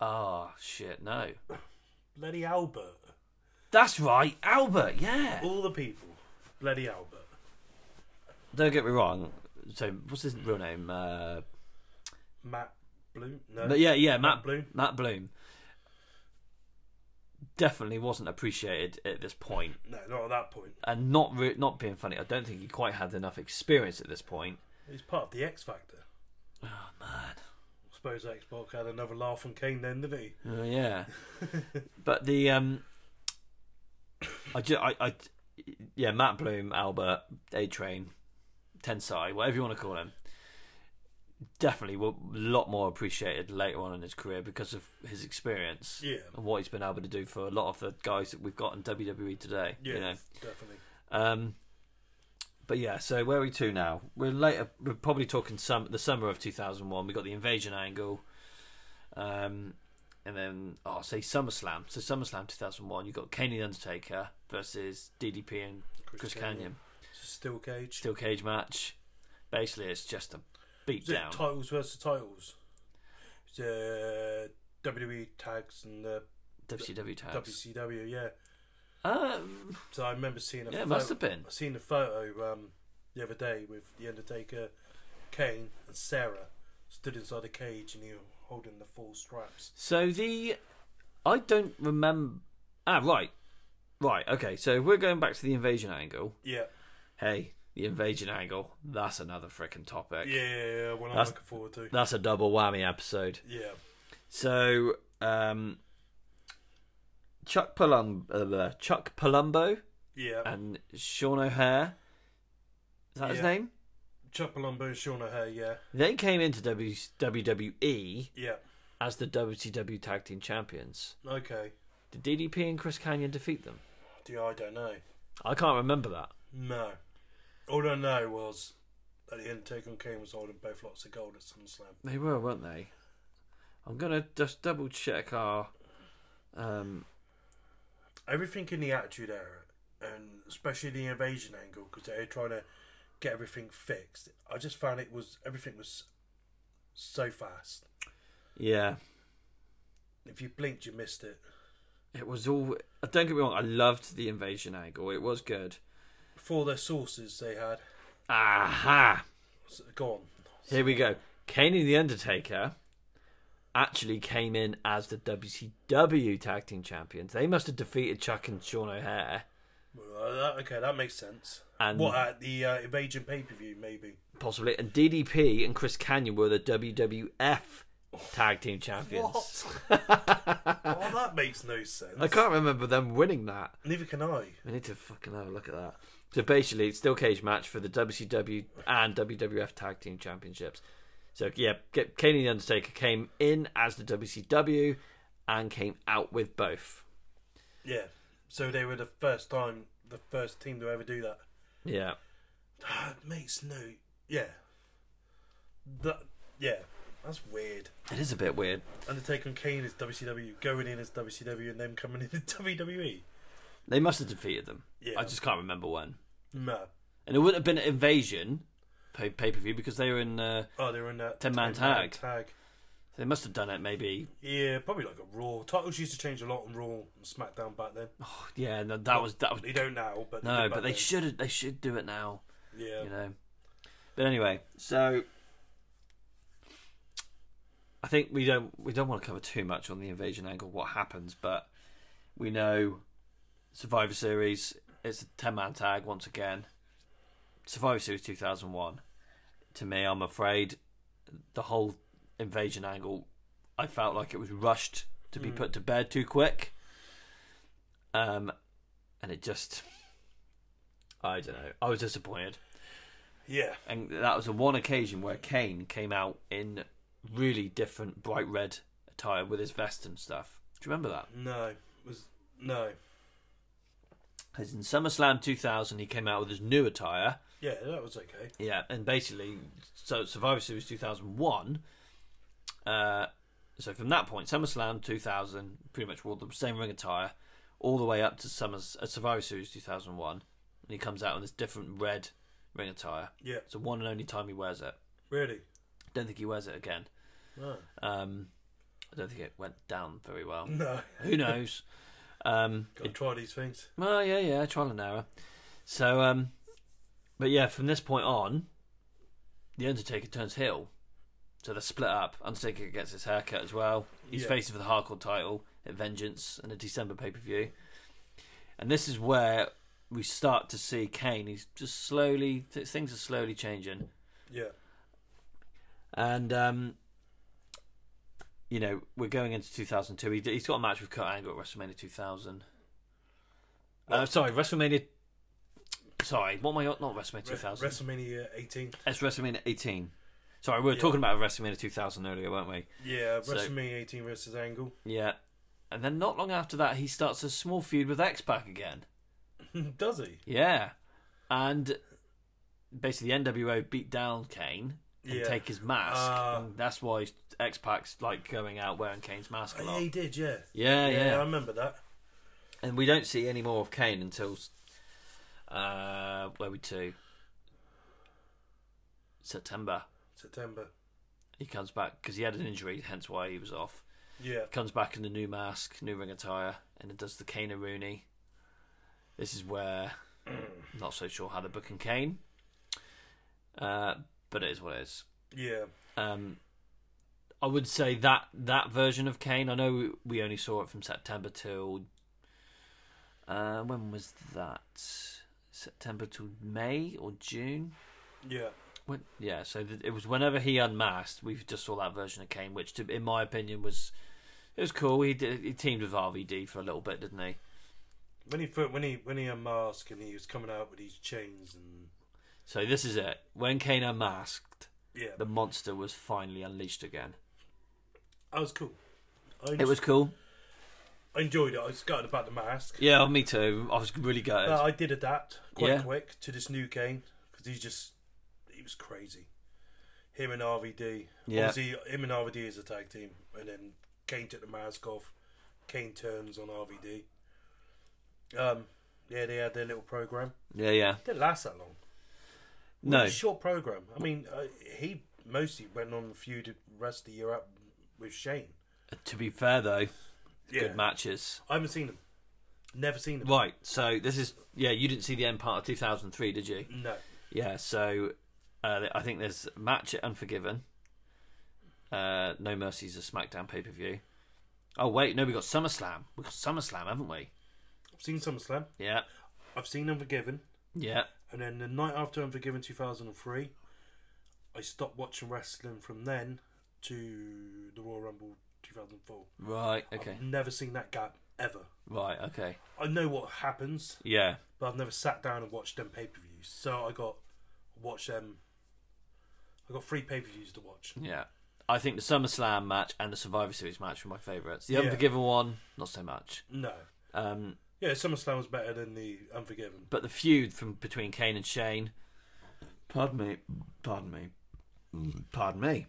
S1: Oh shit, no.
S2: Bloody Albert.
S1: That's right, Albert. Yeah.
S2: All the people. Bloody Albert.
S1: Don't get me wrong. So, what's his real name? Uh,
S2: Matt Bloom? No.
S1: But yeah, yeah, Matt,
S2: Matt Bloom.
S1: Matt Bloom definitely wasn't appreciated at this point,
S2: No, not at that point.
S1: and not re- not being funny. I don't think he quite had enough experience at this point.
S2: He's part of the X Factor.
S1: Oh man.
S2: I suppose Xbox had another laugh on Kane then, didn't he?
S1: Oh yeah. (laughs) but the um, I, ju- I, I yeah, Matt Bloom, Albert, A Train, Tensai, whatever you want to call him, definitely were a lot more appreciated later on in his career because of his experience
S2: Yeah.
S1: and what he's been able to do for a lot of the guys that we've got in WWE today.
S2: Yeah,
S1: You know?
S2: definitely.
S1: Um, but yeah, so where are we to now? We're later. We're probably talking some the summer of two thousand one. We got the invasion angle, um, and then oh, I'll say SummerSlam. So SummerSlam two thousand one. You got Kane and the Undertaker versus DDP and
S2: Chris
S1: Chris
S2: Canyon.
S1: Canyon.
S2: It's a steel cage.
S1: Steel cage match. Basically, it's just a beat
S2: Is it
S1: down.
S2: titles versus titles? It's, uh, WWE tags and uh, the
S1: WCW tags.
S2: WCW, yeah.
S1: E Um,
S2: So I remember seeing a
S1: yeah,
S2: photo,
S1: it must have been.
S2: I seen a photo um, the other day with the Undertaker, Kane, and Sarah stood inside a cage and he was holding the full straps.
S1: So the I don't remember. Ah, right, right. Okay, so if we're going back to the invasion angle.
S2: Yeah,
S1: Hey, the invasion angle. That's another freaking topic.
S2: yeah, one I'm
S1: That's-
S2: looking forward to.
S1: That's a double whammy episode.
S2: Yeah,
S1: So, um, Chuck Palum- uh, Chuck Palumbo
S2: yeah.
S1: and Sean O'Hare. Is that his
S2: Yeah.
S1: name?
S2: Chuck Palumbo and Sean O'Hare, yeah,
S1: They came into w- WWE
S2: yeah.
S1: as the WCW Tag Team Champions.
S2: Okay.
S1: Did DDP and Chris Canyon defeat them?
S2: Yeah, I don't know.
S1: I can't remember that.
S2: No. All I know was that the Undertaker and Kane was holding both lots of gold at SummerSlam.
S1: They were, weren't they? I'm gonna just double check our. Um,
S2: everything in the Attitude Era, and especially the invasion angle, because they were trying to get everything fixed. I just found it was everything was so fast.
S1: yeah.
S2: If you blinked, you missed it.
S1: It was all. Don't get me wrong. I loved the invasion angle. It was good.
S2: For their sources, they had
S1: Aha!
S2: s- gone.
S1: Here we go. Kane and the Undertaker actually came in as the WCW Tag Team Champions. They must have defeated Chuck and Sean O'Hare,
S2: Well, that- okay, that makes sense.
S1: And-
S2: what at the uh, invasion pay per view, maybe?
S1: possibly, and DDP and Chris Canyon were the WWF Tag Team Champions. (laughs)
S2: Oh, that makes no sense.
S1: Uh, I can't remember them winning that.
S2: Neither can I.
S1: We need to fucking have a look at that. So basically, it's still cage match for the WCW and WWF Tag Team Championships. So yeah, K- Kane and the Undertaker came in as the WCW and came out with both.
S2: Yeah. So they were the first time, the first team to ever do that.
S1: Yeah,
S2: That (gasps) makes no. Yeah. That. Yeah. That's weird.
S1: it is a bit weird.
S2: Undertaker and Kane is WCW, going in as WCW, and them coming in (laughs) as E. WWE.
S1: They must have defeated them.
S2: Yeah.
S1: I just can't remember when.
S2: No.
S1: And it wouldn't have been an invasion pay pay per view because they were in. Uh,
S2: Oh, they're in that
S1: 10-man
S2: tag.
S1: tag. they must have done it maybe.
S2: Yeah, probably like a Raw. Titles used to change a lot on Raw and SmackDown back then.
S1: Oh, yeah, no, that was that was
S2: They don't now, but they
S1: no,
S2: did back
S1: but they
S2: then.
S1: should they should do it now.
S2: Yeah.
S1: you know. But anyway, so I think we don't we don't want to cover too much on the invasion angle, what happens, but we know Survivor Series. It's a ten man tag once again. Survivor Series two thousand one. To me, I'm afraid the whole invasion angle. I felt like it was rushed to be put to bed too quick. Um, and it just. I don't know. I was disappointed.
S2: Yeah.
S1: And that was the one occasion where Kane came out in really different bright red attire with his vest and stuff. Do you remember that?
S2: No. Was no.
S1: Because in SummerSlam 2000, he came out with his new attire.
S2: Yeah, that was okay.
S1: Yeah, and basically, so Survivor Series 2001. Uh, so from that point, SummerSlam 2000 pretty much wore the same ring attire all the way up to Summers, uh, Survivor Series 2001. And he comes out in this different red ring attire.
S2: Yeah.
S1: It's the one and only time he wears it.
S2: Really.
S1: Don't think he wears it again.
S2: No. (laughs)
S1: Um, I don't think it went down very well.
S2: No.
S1: Who knows? Um,
S2: Gotta try these things.
S1: well, yeah, yeah, trial and error. So, um, but yeah, from this point on, the Undertaker turns heel. So they're split up. Undertaker gets his haircut as well. He's
S2: Yeah.
S1: facing for the hardcore title at Vengeance in a December pay per view. And this is where we start to see Kane. He's just slowly, th- things are slowly changing.
S2: Yeah.
S1: And um, you know, we're going into 2002. He, he's got a match with Kurt Angle at WrestleMania 2000. Uh, sorry, WrestleMania. Sorry, what am I? Not WrestleMania 2000.
S2: WrestleMania 18.
S1: it's WrestleMania 18. Sorry, we were talking about WrestleMania 2000 earlier, weren't we?
S2: Yeah,
S1: So-
S2: WrestleMania 18 versus Angle.
S1: Yeah. And then not long after that, he starts a small feud with X Pac again.
S2: (laughs) Does he?
S1: Yeah. And basically, the NWO beat down Kane and
S2: Yeah.
S1: take his mask.
S2: Ah.
S1: and that's why X Pac's like going out wearing Kane's mask a
S2: Oh, Yeah,
S1: lot.
S2: he did, yeah.
S1: Yeah, yeah.
S2: I remember that.
S1: And we don't see any more of Kane until uh, where we to September.
S2: September.
S1: He comes back because he had an injury, hence why he was off.
S2: Yeah.
S1: Comes back in the new mask, new ring attire, and it does the Kane Rooney. This is where not so sure how they're booking Kane, uh, but it is what it is.
S2: Yeah.
S1: Um, I would say that that version of Kane. I know we, we only saw it from September till uh, when was that? September till May or June?
S2: Yeah.
S1: When, yeah, so th- it was whenever he unmasked. We just saw that version of Kane, which, to, in my opinion, was it was cool. He did, he teamed with RVD for a little bit, didn't he?
S2: When he fir- when he when he unmasked and he was coming out with these chains and
S1: So this is it. When Kane unmasked,
S2: yeah,
S1: the monster was finally unleashed again.
S2: that was cool. I,
S1: It was cool.
S2: I enjoyed it. I was gutted about the mask.
S1: Yeah, me too. I was really gutted.
S2: But I did adapt quite
S1: Yeah.
S2: quick to this new game because he just he was crazy. Him and RVD,
S1: Yeah.
S2: obviously him and RVD is a tag team, and then Kane took the mask off. Kane turns on RVD. Um, yeah, they had their little program.
S1: yeah, yeah.
S2: Didn't last that long.
S1: No,
S2: It's a short program. I mean, uh, he mostly went on and feuded the rest of the year up with Shane.
S1: To be fair, though,
S2: Yeah.
S1: good matches.
S2: I haven't seen them. Never seen them.
S1: Right, so this is yeah. You didn't see the end part of 2003, did you?
S2: No.
S1: Yeah. So uh, I think there's a match at Unforgiven. Uh, no Mercy's a SmackDown pay per view. Oh wait, no, we got SummerSlam. We got SummerSlam, haven't we?
S2: I've seen SummerSlam.
S1: Yeah,
S2: I've seen Unforgiven.
S1: yeah.
S2: And then the night after Unforgiven 2003, I stopped watching wrestling from then to the Royal Rumble 2004.
S1: Right. Okay.
S2: I've never seen that gap ever.
S1: Right. Okay.
S2: I know what happens,
S1: Yeah.
S2: but I've never sat down and watched them pay per views. So I got watch them. I got three pay per views to watch.
S1: Yeah. I think the SummerSlam match and the Survivor Series match were my favourites. The
S2: Yeah.
S1: Unforgiven one, not so much.
S2: No.
S1: Um,
S2: Yeah, SummerSlam was better than the Unforgiven.
S1: but the feud from between Kane and Shane. Pardon me. Pardon me. Pardon me.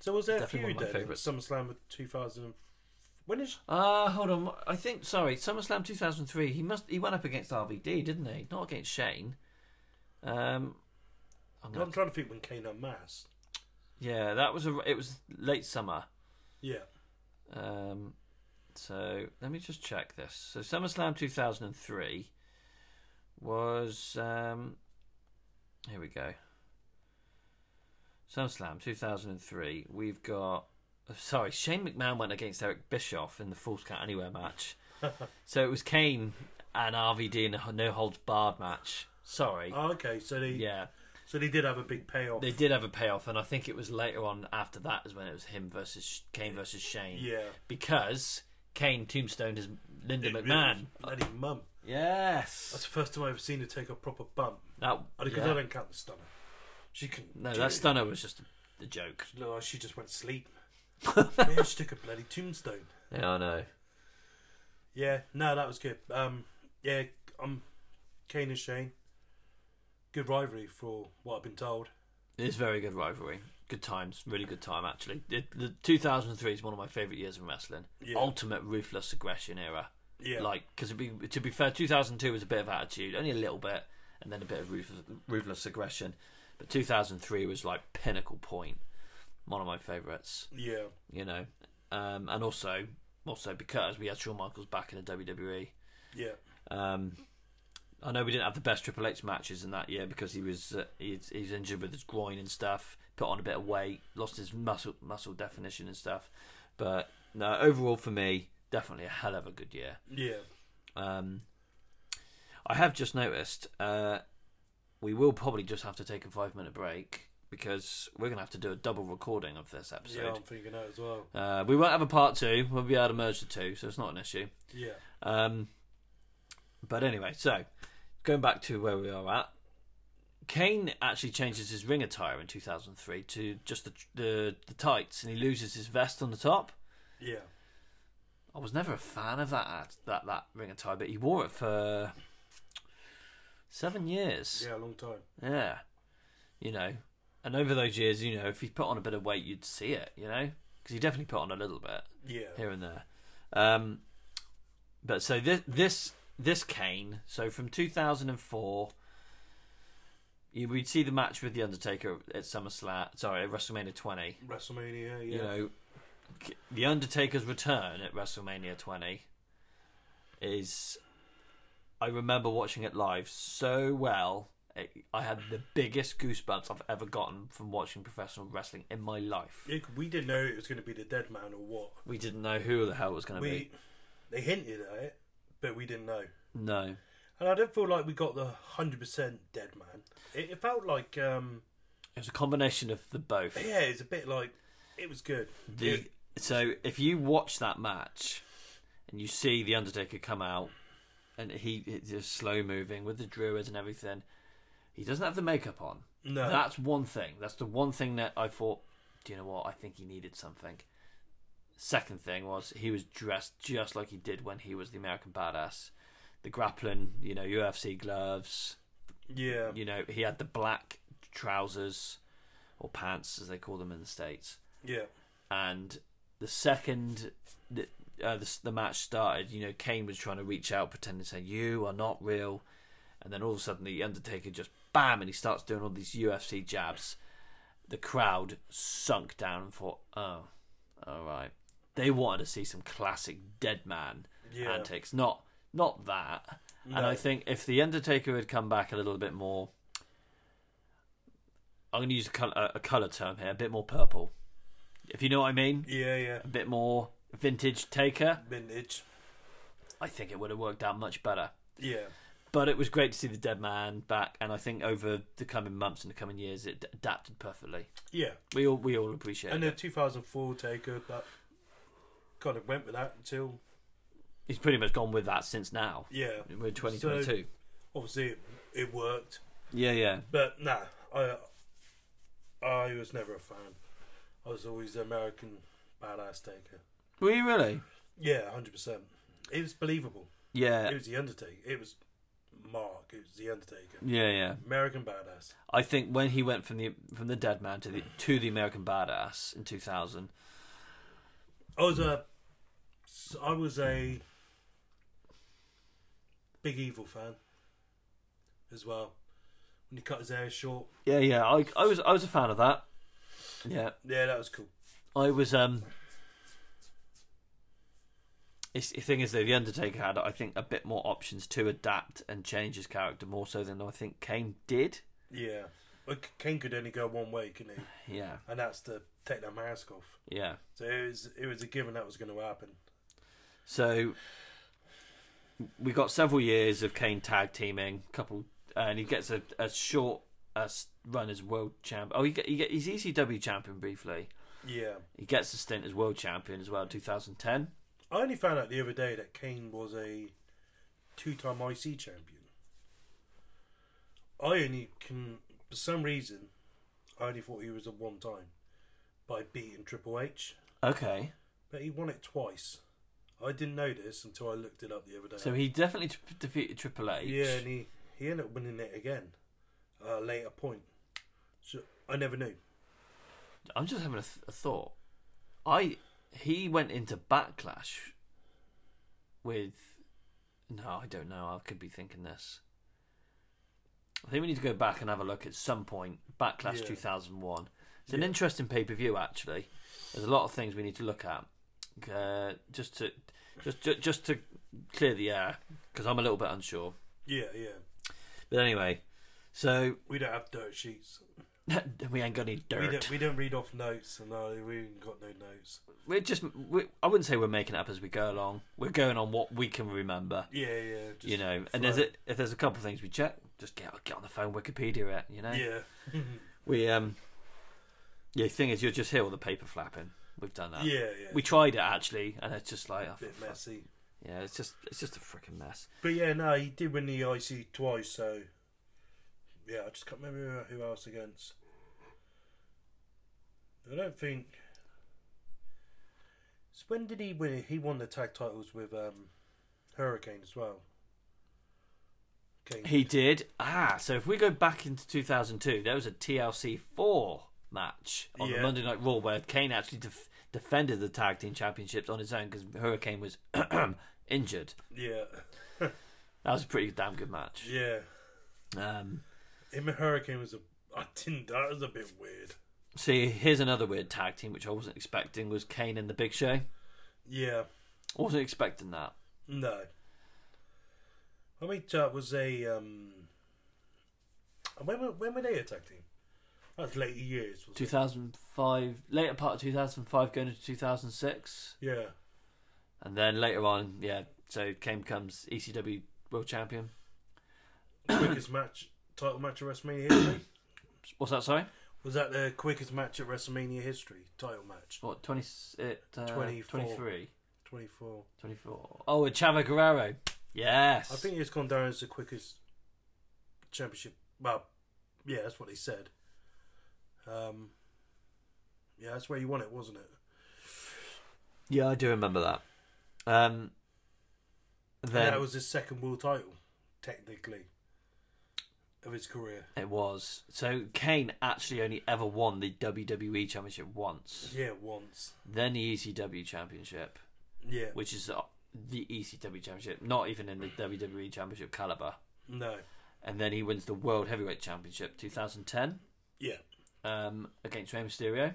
S2: So was there
S1: Definitely one
S2: a feud
S1: of my
S2: then? in
S1: favourites.
S2: SummerSlam of 2000. When is
S1: Uh hold on. I think sorry, SummerSlam 2003. He must he went up against RVD, didn't he? Not against Shane. Um, I'm
S2: I'm
S1: not,
S2: trying to think when Kane unmasked.
S1: yeah, that was a it was late summer.
S2: Yeah,
S1: Um, so let me just check this. So SummerSlam 2003 was um, here we go. SummerSlam 2003. We've got oh, sorry Shane McMahon went against Eric Bischoff in the Falls Count Anywhere match. so it was Kane and RVD in a no holds barred match. Sorry.
S2: Oh, okay, so they
S1: Yeah,
S2: so they did have a big payoff.
S1: they did have a payoff, and I think it was later on after that is when it was him versus Kane versus Shane
S2: yeah,
S1: because Kane tombstoned his Linda
S2: It really
S1: McMahon.
S2: was bloody mum. That's
S1: Yes.
S2: the first time I've ever seen her take a proper bump.
S1: That,
S2: Oh, Because I
S1: yeah.
S2: don't count the stunner. She can.
S1: No, that stunner was just a, a joke.
S2: No, she just went
S1: (laughs)
S2: to sleep. yeah, she took a bloody tombstone.
S1: Yeah, I know.
S2: Yeah, no, that was good. Um, yeah, um, Kane and Shane. Good rivalry for what I've been told.
S1: It's very good rivalry. Good times, really good time actually. It, the 2003 is one of my favorite years in wrestling.
S2: Yeah.
S1: Ultimate ruthless aggression era.
S2: Yeah,
S1: Like, because be, to be fair, 2002 was a bit of attitude, only a little bit, and then a bit of ruthless, ruthless aggression. But 2003 was like pinnacle point. One of my favorites.
S2: yeah,
S1: you know, um, and also also because we had Shawn Michaels back in the WWE.
S2: yeah.
S1: Um, I know we didn't have the best Triple H matches in that year because he was uh, he's, he's injured with his groin and stuff, put on a bit of weight, lost his muscle muscle definition and stuff. But no, overall for me, definitely a hell of a good year.
S2: Yeah.
S1: Um, I have just noticed uh, we will probably just have to take a five minute break because we're gonna have to do a double recording of this
S2: Yeah,
S1: episode.
S2: I'm thinking that as well.
S1: Uh, we won't have a part two. We'll be able to merge the two, so it's not an issue.
S2: Yeah.
S1: Um, but anyway, so going back to where we are at, Kane actually changes his ring attire in 2003 to just the, the the tights, and he loses his vest on the top.
S2: Yeah.
S1: I was never a fan of that ad, that that ring attire, but he wore it for seven years.
S2: Yeah, a long time.
S1: Yeah. you know, and over those years, you know, if he put on a bit of weight, you'd see it. You know, because he definitely put on a little bit
S2: Yeah.
S1: here and there. Um, but so this this this Kane. So from 2004, you, we'd see the match with the Undertaker at SummerSlam. Sorry, at WrestleMania 20.
S2: WrestleMania, yeah.
S1: You know, K- the Undertaker's return at WrestleMania 20 is. I remember watching it live so well. It, I had the biggest goosebumps I've ever gotten from watching professional wrestling in my life.
S2: Yeah, 'cause we didn't know it was going to be the dead man or what.
S1: We didn't know who the hell it was going to be.
S2: We they hinted at it, but we didn't know.
S1: No.
S2: And I don't feel like we got the hundred percent dead man. It, it felt like um
S1: It was a combination of the both.
S2: yeah, it's a bit like it was good.
S1: The
S2: It-
S1: so if you watch that match and you see the Undertaker come out and he it's just slow moving with the Druids and everything, he doesn't have the makeup on.
S2: no,
S1: That's one thing. That's the one thing that I thought. Do you know what? I think he needed something. Second thing was he was dressed just like he did when he was the American Badass. The grappling, you know, UFC gloves.
S2: yeah,
S1: You know, he had the black trousers or pants, as they call them in the states
S2: yeah,
S1: and the second the, uh, the, the match started, you know, Kane was trying to reach out, pretending to say, You are not real. And then all of a sudden, the Undertaker just bam, and he starts doing all these UFC jabs. The crowd sunk down and thought, Oh, all right. They wanted to see some classic dead man
S2: Yeah.
S1: antics, not not that. And I think if the Undertaker had come back a little bit more, I'm going to use a color, a color term here, a bit more purple. If you know what I mean,
S2: yeah, yeah.
S1: a bit more vintage taker,
S2: Vintage,
S1: I think it would have worked out much better.
S2: yeah,
S1: But it was great to see the dead man back, and I think over the coming months and the coming years, it d- adapted perfectly.
S2: yeah.
S1: We all we all appreciate
S2: And
S1: it.
S2: the 2004 taker that kind of went with that until
S1: He's pretty much gone with that since now.
S2: yeah,
S1: We're 2022.
S2: obviously it, it worked.
S1: yeah, yeah.
S2: But nah, I I was never a fan. I was always the American badass taker.
S1: Were you really?
S2: Yeah, hundred percent. It was believable.
S1: Yeah,
S2: It was the Undertaker. It was Mark. It was the Undertaker.
S1: yeah, yeah.
S2: American badass.
S1: I think when he went from the from the dead man to the to the American badass in 2000,
S2: I was a I was a big evil fan as well. When he cut his hair short,
S1: yeah, yeah. I I was I was a fan of that. Yeah.
S2: yeah, that was cool.
S1: I was um. It's, the thing is, though, the Undertaker had, I think, a bit more options to adapt and change his character more so than I think Kane did.
S2: Yeah, but Kane could only go one way, couldn't he?
S1: Yeah,
S2: And that's to take that mask off.
S1: yeah.
S2: So it was it was a given that was going to happen.
S1: So we got several years of Kane tag teaming, couple, and he gets a, a short uh, run as world champ. Oh, he get, he get, he's ECW champion briefly.
S2: Yeah,
S1: He gets a stint as world champion as well in 2010.
S2: I only found out the other day that Kane was a two-time IC champion. I only can, for some reason, I only thought he was a one-time by beating Triple H,
S1: Okay.
S2: but he won it twice. I didn't know this until I looked it up the other day.
S1: So he definitely t- defeated Triple H.
S2: yeah, and he he ended up winning it again at a later point. So I never knew.
S1: I'm just having a, th- a thought. I he went into backlash with no, I don't know. I could be thinking this. I think we need to go back and have a look at some point. Backlash
S2: Yeah.
S1: 2001. It's an interesting pay per view actually. There's a lot of things we need to look at. Uh, just to just ju- just to clear the air because I'm a little bit unsure.
S2: Yeah, yeah.
S1: But anyway, so (laughs)
S2: We don't have dirt sheets.
S1: we ain't got any
S2: We
S1: dirt.
S2: don't we don't read off notes, and no, we ain't got no notes.
S1: we're just we, i wouldn't say we're making it up as we go along we're going on what we can remember
S2: Yeah, yeah. Just
S1: you know and
S2: flow.
S1: there's a, if (laughs) there's a couple of things we check just get get on the phone wikipedia it you know
S2: Yeah.
S1: we um Yeah, the thing is, you're just here with the paper flapping. We've done that.
S2: Yeah, yeah.
S1: We tried it actually, and it's just like, oh,
S2: bit
S1: for fuck-
S2: messy.
S1: yeah, it's just it's just a freaking mess.
S2: But yeah, no, he did win the IC twice, so yeah, I just can't remember who else against. I don't think. So when did he win? it? He won the tag titles with um, Hurricane as well. Kane.
S1: He did. Ah, so if we go back into 2002, there was a TLC four match on the
S2: Yeah.
S1: Monday Night Raw where Kane actually def- defended the tag team championships on his own because Hurricane was (clears throat) injured.
S2: Yeah,
S1: That was a pretty damn good match.
S2: yeah.
S1: Um,
S2: Him and Hurricane was a. I didn't. That was a bit weird.
S1: see, here's another weird tag team which I wasn't expecting was Kane and the Big Show.
S2: Yeah.
S1: Wasn't expecting that.
S2: No. I mean, that was a. Um, and when were, when were they a tag team? That was later years. Wasn't it?
S1: 2005, later part of 2005, going into 2006,
S2: Yeah,
S1: and then later on, yeah. So Kane becomes ECW World Champion.
S2: quickest match title match at WrestleMania history. (coughs)
S1: What's that? Sorry,
S2: Was that the quickest match at WrestleMania history? Title match.
S1: what 20, it, uh,
S2: 24.
S1: 23,
S2: Twenty four.
S1: 24. Oh, with Chavo Guerrero. Yes,
S2: I think it's gone down as the quickest championship. Well, yeah, that's what they said. Um, yeah, that's where you won it, wasn't it?
S1: Yeah, I do remember that. Um,
S2: And
S1: then
S2: that was his second world title, technically, of his career.
S1: it was. So Kane actually only ever won the WWE Championship once,
S2: Yeah, once.
S1: then the ECW Championship,
S2: Yeah.
S1: which is uh, the ECW Championship, not even in the WWE Championship caliber.
S2: No.
S1: and then he wins the World Heavyweight Championship 2010
S2: Yeah.
S1: um, against Rey Mysterio.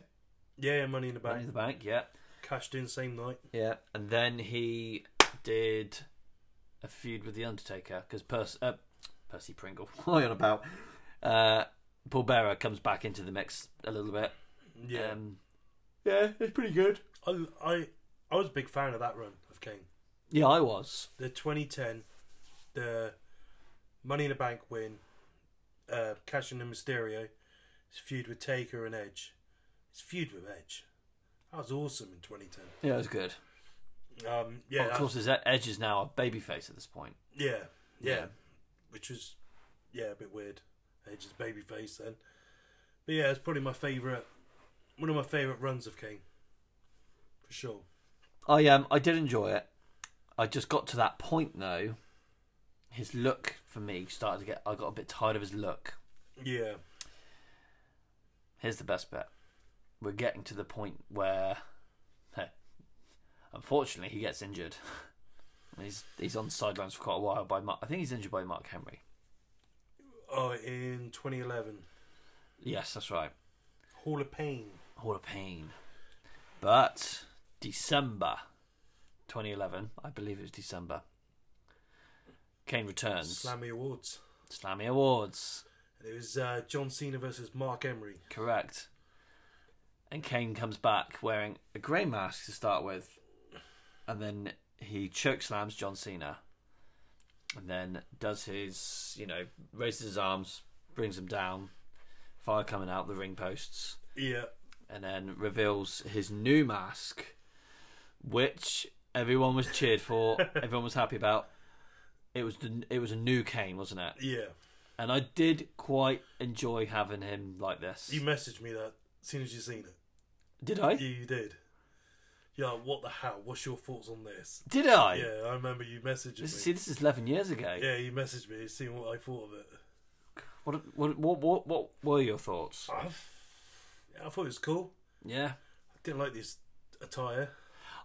S2: Yeah, Money in the
S1: Money
S2: Bank.
S1: in the Bank, yeah,
S2: Cashed in same night.
S1: yeah. And then he did a feud with the Undertaker because Percy, uh, Percy Pringle. (laughs) What are you on about? Uh, Paul Bearer comes back into the mix a little bit.
S2: Yeah.
S1: um, yeah, it's pretty good.
S2: I, I I was a big fan of that run of Kane.
S1: Yeah, I was.
S2: The 2010, the Money in the Bank win, uh, Cash in the Mysterio, his feud with Taker and Edge. His feud with Edge. That was awesome in 2010.
S1: Yeah, it was good.
S2: Um, yeah,
S1: Oh, of
S2: that-
S1: course, his e-, Edge is now a babyface at this point.
S2: yeah, yeah,
S1: Yeah.
S2: Which was, yeah, a bit weird. Edge's baby face then. But yeah, it's probably my favourite, one of my favourite runs of Kane. For sure.
S1: I um I did enjoy it. I just got to that point though. His look for me started to get. I got a bit tired of his look.
S2: Yeah.
S1: Here's the best bet. We're getting to the point where, (laughs) unfortunately, he gets injured. (laughs) And He's he's on the sidelines for quite a while by Mark. I think he's injured by Mark Henry.
S2: Oh, in 2011,
S1: Yes, that's right.
S2: Hall of Pain.
S1: Hall of Pain. But December 2011, I believe it was December. Kane returns.
S2: Slammy Awards.
S1: Slammy Awards.
S2: And it was uh, John Cena versus Mark Emery.
S1: Correct. And Kane comes back wearing a grey mask to start with, and then he choke slams John Cena, and then does his, you know, raises his arms, brings him down, fire coming out the ring posts,
S2: Yeah.
S1: and then reveals his new mask, which everyone was cheered for, everyone was happy about. It was the, it was a new Kane, wasn't it?
S2: Yeah.
S1: And I did quite enjoy having him like this.
S2: You messaged me that as soon as you seen it.
S1: Did I?
S2: Yeah, you did. You're like, what the hell? What's your thoughts on this?
S1: Did I?
S2: Yeah, I remember you messaging
S1: This, see,
S2: me.
S1: this is eleven years ago.
S2: Yeah, you messaged me seeing what I thought of it.
S1: What, what, what, what, what were your thoughts?
S2: I, yeah, I thought it was cool.
S1: Yeah,
S2: I didn't like this attire.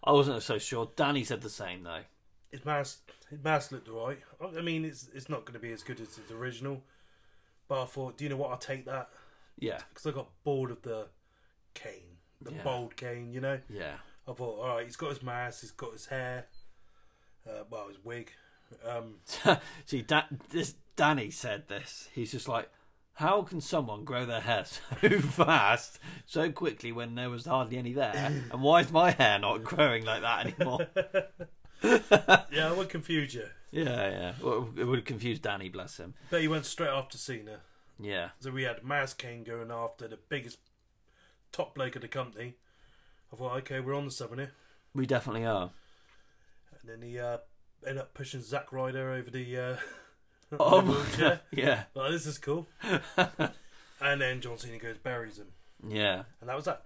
S1: I wasn't so sure. Danny said the same though.
S2: His mask, his mask looked alright. I- I mean, it's it's not going to be as good as his original, but I thought, do you know what? I'll take that
S1: Yeah,
S2: because I got bored of the cane, the
S1: Yeah.
S2: bold cane. You know,
S1: yeah, (laughs)
S2: I thought, all right, he's got his mask, he's got his hair, uh, well, his wig. Um,
S1: See, da- this Danny said this. He's just like, how can someone grow their hair (laughs) so fast, so quickly when there was hardly any there? And why is my hair not growing like that anymore? (laughs)
S2: yeah, I would confuse you.
S1: yeah, yeah. Well, It would have confused Danny, bless him.
S2: But he went straight after Cena,
S1: Yeah,
S2: so we had Mask Kane going after the biggest top bloke of the company. I thought, okay, we're on to something here.
S1: We definitely are.
S2: And then he uh, ended up pushing Zack Ryder over the. Uh, (laughs)
S1: Oh
S2: the
S1: my
S2: wheelchair.
S1: god. (laughs) Yeah.
S2: Like, this is
S1: (laughs)
S2: cool. and then John Cena goes buries him,
S1: Yeah.
S2: and that was that.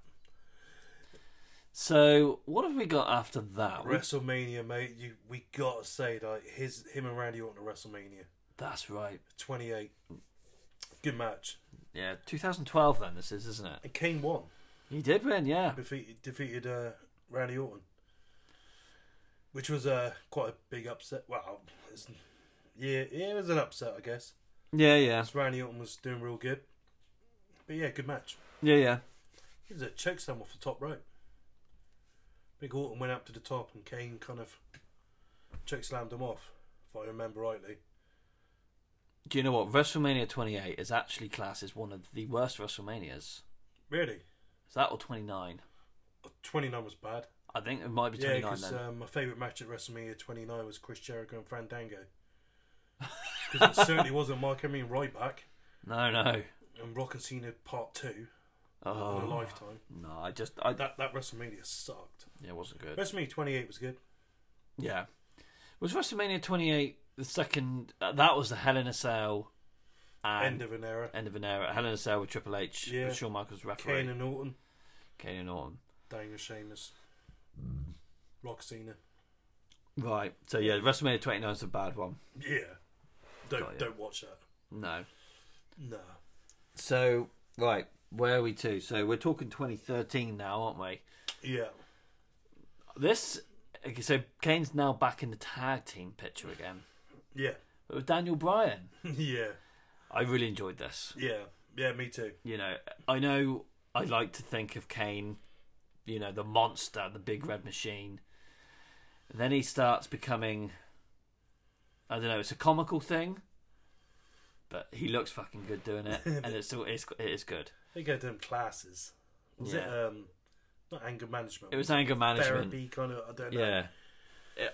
S1: So what have we got after that? We-
S2: WrestleMania, mate. You we gotta say like his him and Randy Orton at WrestleMania
S1: That's right.
S2: 28. Good match.
S1: Yeah, 2012 then this is, isn't it?
S2: And Kane won.
S1: He did win, yeah.
S2: Defeated defeated uh, Randy Orton, which was uh, quite a big upset. Well, it's, yeah, yeah, it was an upset, I guess.
S1: Yeah, yeah.
S2: 'Cause Randy Orton was doing real good. But yeah, good match.
S1: Yeah, yeah.
S2: He was a choke slam off the top rope. Big Orton went up to the top and Kane kind of choke slammed him off, if I remember rightly.
S1: Do you know what? WrestleMania 28 is actually classed as one of the worst WrestleManias.
S2: Really,
S1: Is that or 29?
S2: 29 was bad.
S1: I think it might be
S2: Yeah,
S1: 29
S2: because
S1: then.
S2: um, my favourite match at WrestleMania 29 was Chris Jericho and Fandango. Because it certainly wasn't Mark Henry and Ryback
S1: no, no.
S2: and Rock and Cena Part 2 in a
S1: Oh,
S2: lifetime.
S1: no, I just. I,
S2: That, that WrestleMania sucked.
S1: yeah, it wasn't good.
S2: WrestleMania 28 was good.
S1: Yeah. Was WrestleMania 28 the second. Uh, that was the Hell in a Cell. And
S2: End of an era.
S1: end of an era. Hell in a Cell with Triple H,
S2: Yeah.
S1: with Shawn Michaels referee,
S2: Kane
S1: Kane and,
S2: and Orton.
S1: Orton.
S2: Daniel Sheamus. Rock Cena.
S1: Right. So yeah, WrestleMania 29 is a bad one.
S2: Yeah. Don't
S1: Got ya.
S2: don't watch that.
S1: No.
S2: No.
S1: So right, where are we to? So we're talking 2013 now, aren't we?
S2: Yeah.
S1: This. Okay, so Kane's now back in the tag team picture again,
S2: Yeah. (laughs)
S1: but with Daniel Bryan.
S2: yeah.
S1: I really enjoyed this.
S2: Yeah. Yeah, me too.
S1: You know, I know I like to think of Kane, you know, the monster, the big red machine. And then he starts becoming. I don't know. It's a comical thing, but he looks fucking good doing it, and it's still it's it is good.
S2: They go to them classes. Was it
S1: Yeah.
S2: um not anger management?
S1: It was anger management.
S2: therapy kind of I don't know.
S1: Yeah. I-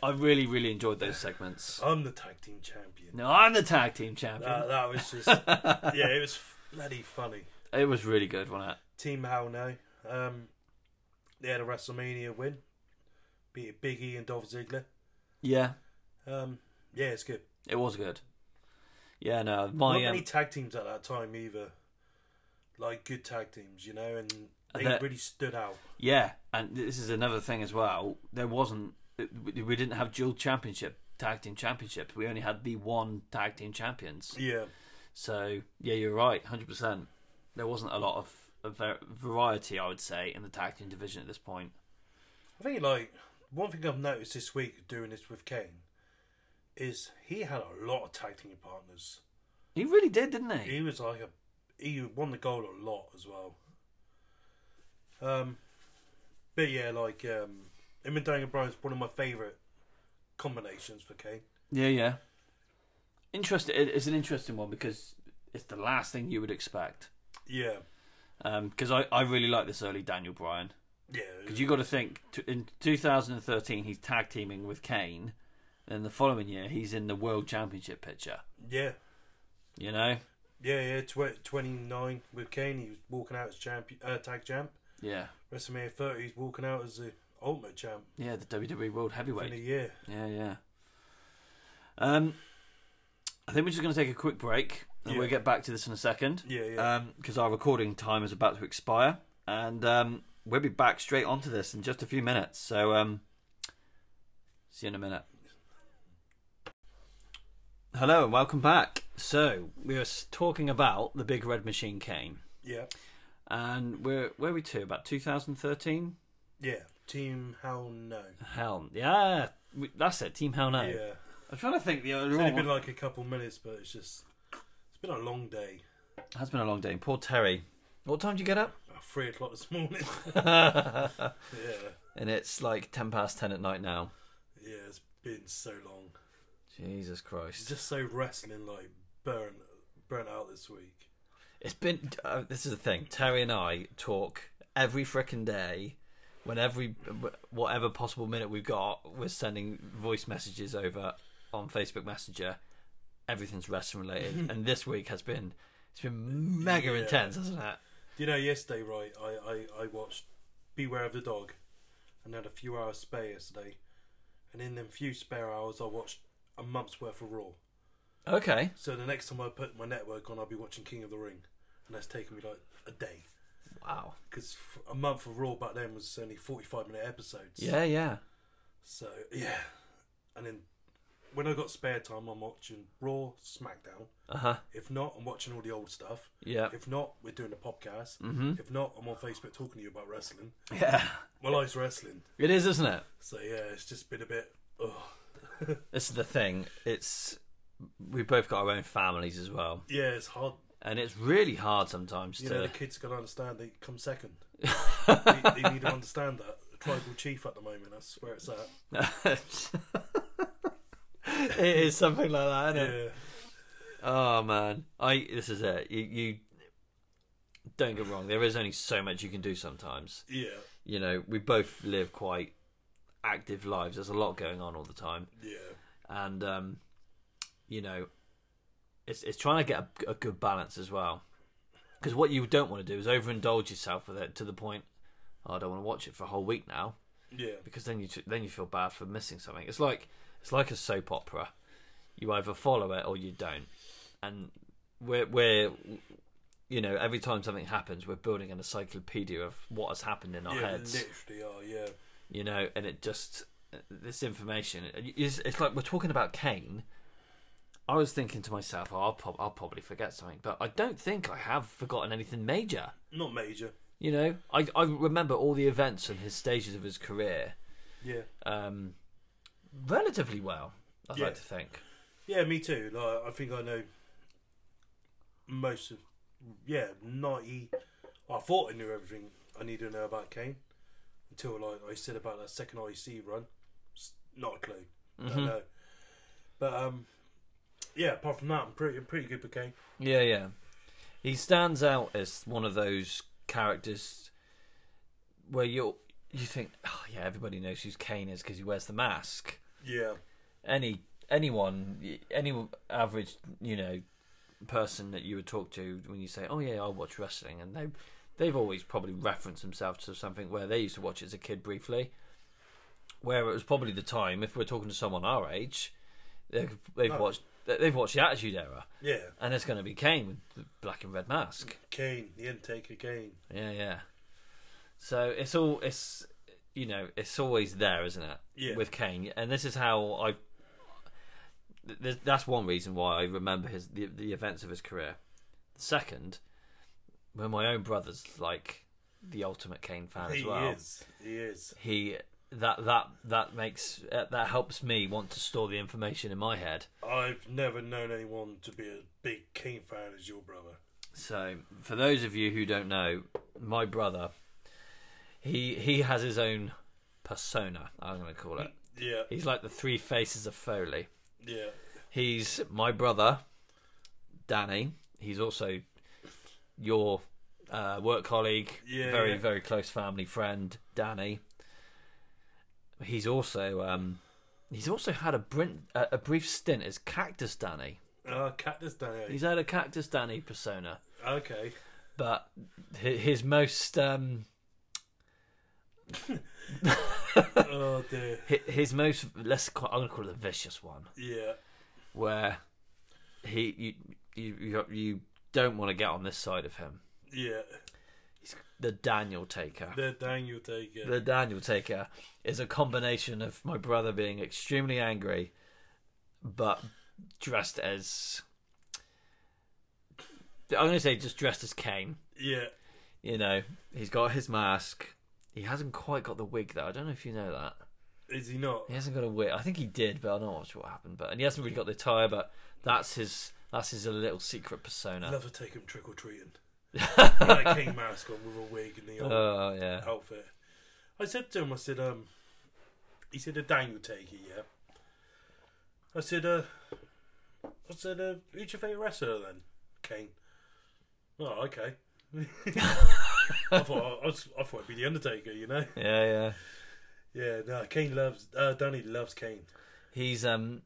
S1: I really, really enjoyed those segments.
S2: I'm the tag team champion.
S1: No, I'm the tag team champion.
S2: That, that
S1: (laughs)
S2: was just Yeah, it was bloody funny.
S1: it was really good, wasn't
S2: Team Hell No. Um they had a WrestleMania win. Beat it Big E and Dolph Ziggler.
S1: it? Yeah,
S2: Um yeah, it's good.
S1: it was good. Yeah, no, my
S2: Not many
S1: um,
S2: tag teams at that time either. Like good tag teams, you know, and they
S1: that-
S2: really stood out.
S1: yeah, and this is another thing as well. There wasn't we we didn't have dual championship tag team championships. We only had the one tag team champions.
S2: Yeah,
S1: So yeah, you're right, hundred percent. There wasn't a lot of, of var- variety, I would say, in the tag team division at this point.
S2: I think like one thing I've noticed this week doing this with Kane is he had a lot of tag team partners.
S1: He really did, didn't he?
S2: He was like a he won the gold a lot as well. Um, but yeah, like um, him and Daniel Bryan is one of my favorite combinations for Kane.
S1: Yeah, yeah. Interesting. it- It's an interesting one because it's the last thing you would expect.
S2: Yeah,
S1: Because I, I really like this early Daniel Bryan.
S2: yeah,
S1: Because you got to think t- in 2013 he's tag teaming with Kane, and the following year he's in the World Championship picture.
S2: yeah.
S1: You know.
S2: Yeah, yeah, tw- 29 with Kane, he was walking out as champion, uh, tag champ.
S1: Yeah.
S2: WrestleMania 30, he's walking out as the ultimate champ
S1: Yeah, the WWE World
S2: for the
S1: Heavyweight.
S2: year.
S1: Yeah, yeah. Um, I think we're just going to take a quick break, and
S2: Yeah.
S1: we'll get back to this in a second.
S2: Yeah, yeah.
S1: because Um, our recording time is about to expire, and um, we'll be back straight onto this in just a few minutes. So, um, see you in a minute. Hello and welcome back. So we were s- talking about the Big Red Machine Kane,
S2: yeah,
S1: and we're where are we to about 2013?
S2: yeah. Team Hell No.
S1: Hell, yeah, we, that's it. Team Hell No.
S2: Yeah.
S1: I'm trying to think the other
S2: It's only
S1: one.
S2: been like a couple minutes, but it's just, it's been a long day.
S1: has been a long day. Poor Terry. What time did you get
S2: (laughs)
S1: up?
S2: About three o'clock
S1: (laughs)
S2: this morning. yeah,
S1: And it's like ten past ten at night now.
S2: yeah, it's been so long.
S1: Jesus Christ.
S2: It's just so wrestling, like, burnt, burnt out this week.
S1: It's been. Uh, this is the thing. Terry and I talk every frickin' day. Whenever, we, whatever possible minute we've got, we're sending voice messages over on Facebook Messenger. Everything's wrestling related, and this week has been. It's been mega
S2: Yeah.
S1: intense, hasn't it?
S2: Do you know, yesterday, right, I, I I, I watched Beware of the Dog and had a few hours spare yesterday. And in them few spare hours, I watched a month's worth of Raw.
S1: Okay.
S2: So the next time I put my network on, I'll be watching King of the Ring. And that's taken me like a day.
S1: Wow.
S2: Because a month of Raw back then was only 45 minute episodes.
S1: Yeah, yeah.
S2: So, yeah. And then when I got spare time, I'm watching Raw, SmackDown.
S1: Uh huh.
S2: If not, I'm watching all the old stuff.
S1: Yeah. Mm-hmm.
S2: If not, we're doing a podcast. If not, I'm on Facebook talking to you about wrestling.
S1: Yeah.
S2: My life's wrestling.
S1: It is, isn't it?
S2: So yeah, it's just been a bit. Oh,
S1: This is the thing. It's we both got our own families as well,
S2: yeah, it's hard.
S1: and it's really hard sometimes
S2: You
S1: to.
S2: know, the kids gonna understand. They
S1: (laughs)
S2: come second. they, they need to understand that tribal chief at the moment. That's where it's at.
S1: (laughs) it is something like that, isn't it?
S2: Yeah,
S1: Oh man, I this is it. You, you don't get wrong. There is only so much you can do sometimes.
S2: yeah,
S1: You know, we both live quite active lives. There's a lot going on all the time,
S2: yeah,
S1: and um, you know, it's it's trying to get a, a good balance as well. Because what you don't want to do is overindulge yourself with it to the point. "Oh, I don't want to watch it for a whole week now
S2: yeah,
S1: because then you then you feel bad for missing something. It's like it's like a soap opera. You either follow it or you don't. And we're we're you know every time something happens, we're building an encyclopedia of what has happened in our
S2: yeah.
S1: heads.
S2: Literally, are yeah,
S1: You know, and it just this information is it's like we're talking about Kane. I was thinking to myself, oh, I'll, prob- I'll probably forget something, but I don't think I have forgotten anything major.
S2: not major.
S1: You know, I I remember all the events and his stages of his career
S2: Yeah,
S1: um, relatively well. I'd
S2: Yeah.
S1: like to think.
S2: yeah, me too. Like, I think I know most of. Yeah, ninety. I thought I knew everything I needed to know about Kane until like I said about that second IEC run. It's not a clue.
S1: Mm-hmm.
S2: Don't know. But um, yeah. Apart from that, I'm pretty I'm pretty good with Kane.
S1: Yeah, yeah. He stands out as one of those characters where you you think, oh yeah, everybody knows who's Kane is because he wears the mask.
S2: Yeah,
S1: Any anyone, any average, you know, person that you would talk to when you say, oh yeah, I watch wrestling, and they they've always probably referenced themselves to something where they used to watch it as a kid briefly. Where it was probably the time, if we're talking to someone our age, they've, they've watched they've watched the Attitude Era.
S2: yeah.
S1: And it's going to be Kane with the black and red mask.
S2: Kane, the intake Kane.
S1: Yeah, yeah. So it's all it's you know it's always there, isn't it?
S2: Yeah.
S1: With Kane, and this is how I. th- th- That's one reason why I remember his the, the events of his career. Second, when my own brother's like the ultimate Kane fan as
S2: He
S1: well.
S2: is. He is.
S1: He that that that makes uh, that helps me want to store the information in my head.
S2: I've never known anyone to be a big Kane fan as your brother.
S1: So, for those of you who don't know, my brother, he he has his own persona. I'm going to call it.
S2: Yeah,
S1: He's like the three faces of Foley.
S2: yeah,
S1: He's my brother, Danny. He's also your uh, work colleague,
S2: Yeah,
S1: very
S2: yeah.
S1: very close family friend, Danny. He's also um, he's also had a, brin- a a brief stint as Cactus Danny.
S2: Ah, Cactus Danny.
S1: He's had a Cactus Danny persona
S2: Okay.
S1: but hi- his most um
S2: Oh dear.
S1: hi- his most let's call, I'm gonna call it the vicious one
S2: Yeah.
S1: where he you you you, you don't want to get on this side of him
S2: Yeah,
S1: he's the Daniel taker
S2: the Daniel Taker.
S1: the Daniel taker is a combination of my brother being extremely angry but dressed as I'm gonna say just dressed as Kane
S2: yeah,
S1: you know he's got his mask he hasn't quite got the wig though I don't know if you know that
S2: is he not?
S1: He hasn't got a wig. I think he did, but I don't know what happened. But and he hasn't really got the attire. But that's his. That's his little secret persona.
S2: Love to take him trick or treating. that king mask on with a wig and the old
S1: Oh yeah.
S2: outfit. I said to him, I said, um, he said, uh, a Daniel Taker, yeah. I said, uh, I said, uh, who's your favourite wrestler then? Kane. Oh, okay. (laughs) I thought I, was, I thought it'd be the Undertaker, you know.
S1: Yeah, yeah.
S2: Yeah, no, Kane loves uh, Danny loves Kane.
S1: He's um.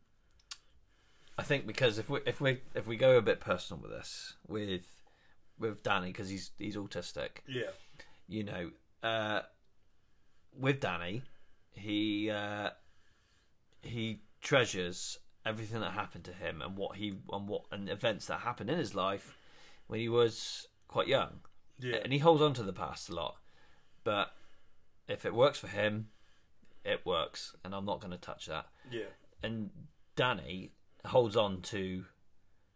S1: I think because if we if we if we go a bit personal with this with with Danny because he's he's autistic.
S2: Yeah,
S1: you know, uh, with Danny, he uh, he treasures everything that happened to him and what he and what and events that happened in his life when he was quite young.
S2: Yeah.
S1: And he holds on to the past a lot, but if it works for him, it works, and I'm not going to touch that.
S2: yeah.
S1: And Danny holds on to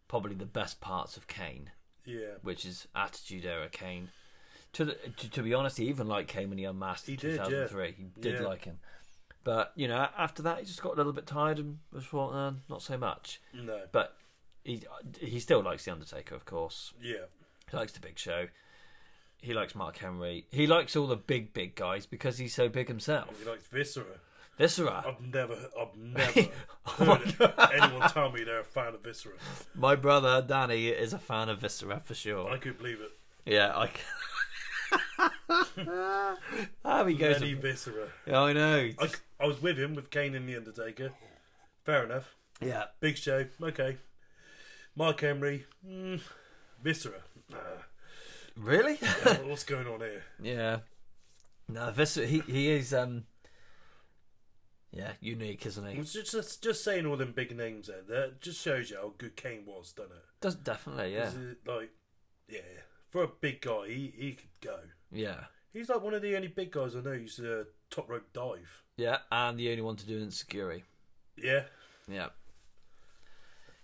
S1: probably the best parts of Kane
S2: Yeah.
S1: which is Attitude Era Kane. To, the, to to be honest, he even liked Kane when he unmasked in
S2: He did, yeah.
S1: 2003. He did
S2: Yeah.
S1: like him, but you know, after that, he just got a little bit tired and was well, uh, not so much.
S2: No.
S1: But he he still likes the Undertaker, of course.
S2: Yeah.
S1: He likes the Big Show. He likes Mark Henry. He likes all the big big guys because he's so big himself.
S2: He likes Viscera.
S1: Viscera.
S2: I've never,
S1: (laughs)
S2: I've never
S1: Oh
S2: heard anyone tell me they're a fan of Viscera.
S1: My brother Danny is a fan of Viscera for sure.
S2: I could believe it.
S1: yeah, I. (laughs) There he goes.
S2: Any Viscera.
S1: Yeah, I know.
S2: I, c- I was with him with Kane and the Undertaker. Fair enough.
S1: Yeah.
S2: Big Show. Okay. Mark Henry. Mm, Viscera. Nah.
S1: Really?
S2: What- what's going
S1: (laughs)
S2: on here?
S1: yeah. No, this he he is um yeah, unique, isn't he?
S2: It's just, just just saying all them big names there. That just shows you how good Kane was, doesn't it?
S1: Does definitely, yeah.
S2: This is Like, yeah, for a big guy, he, he could go.
S1: Yeah.
S2: He's like one of the only big guys I know who's a top rope dive.
S1: Yeah, and the only one to do insecurity.
S2: Yeah,
S1: Yeah.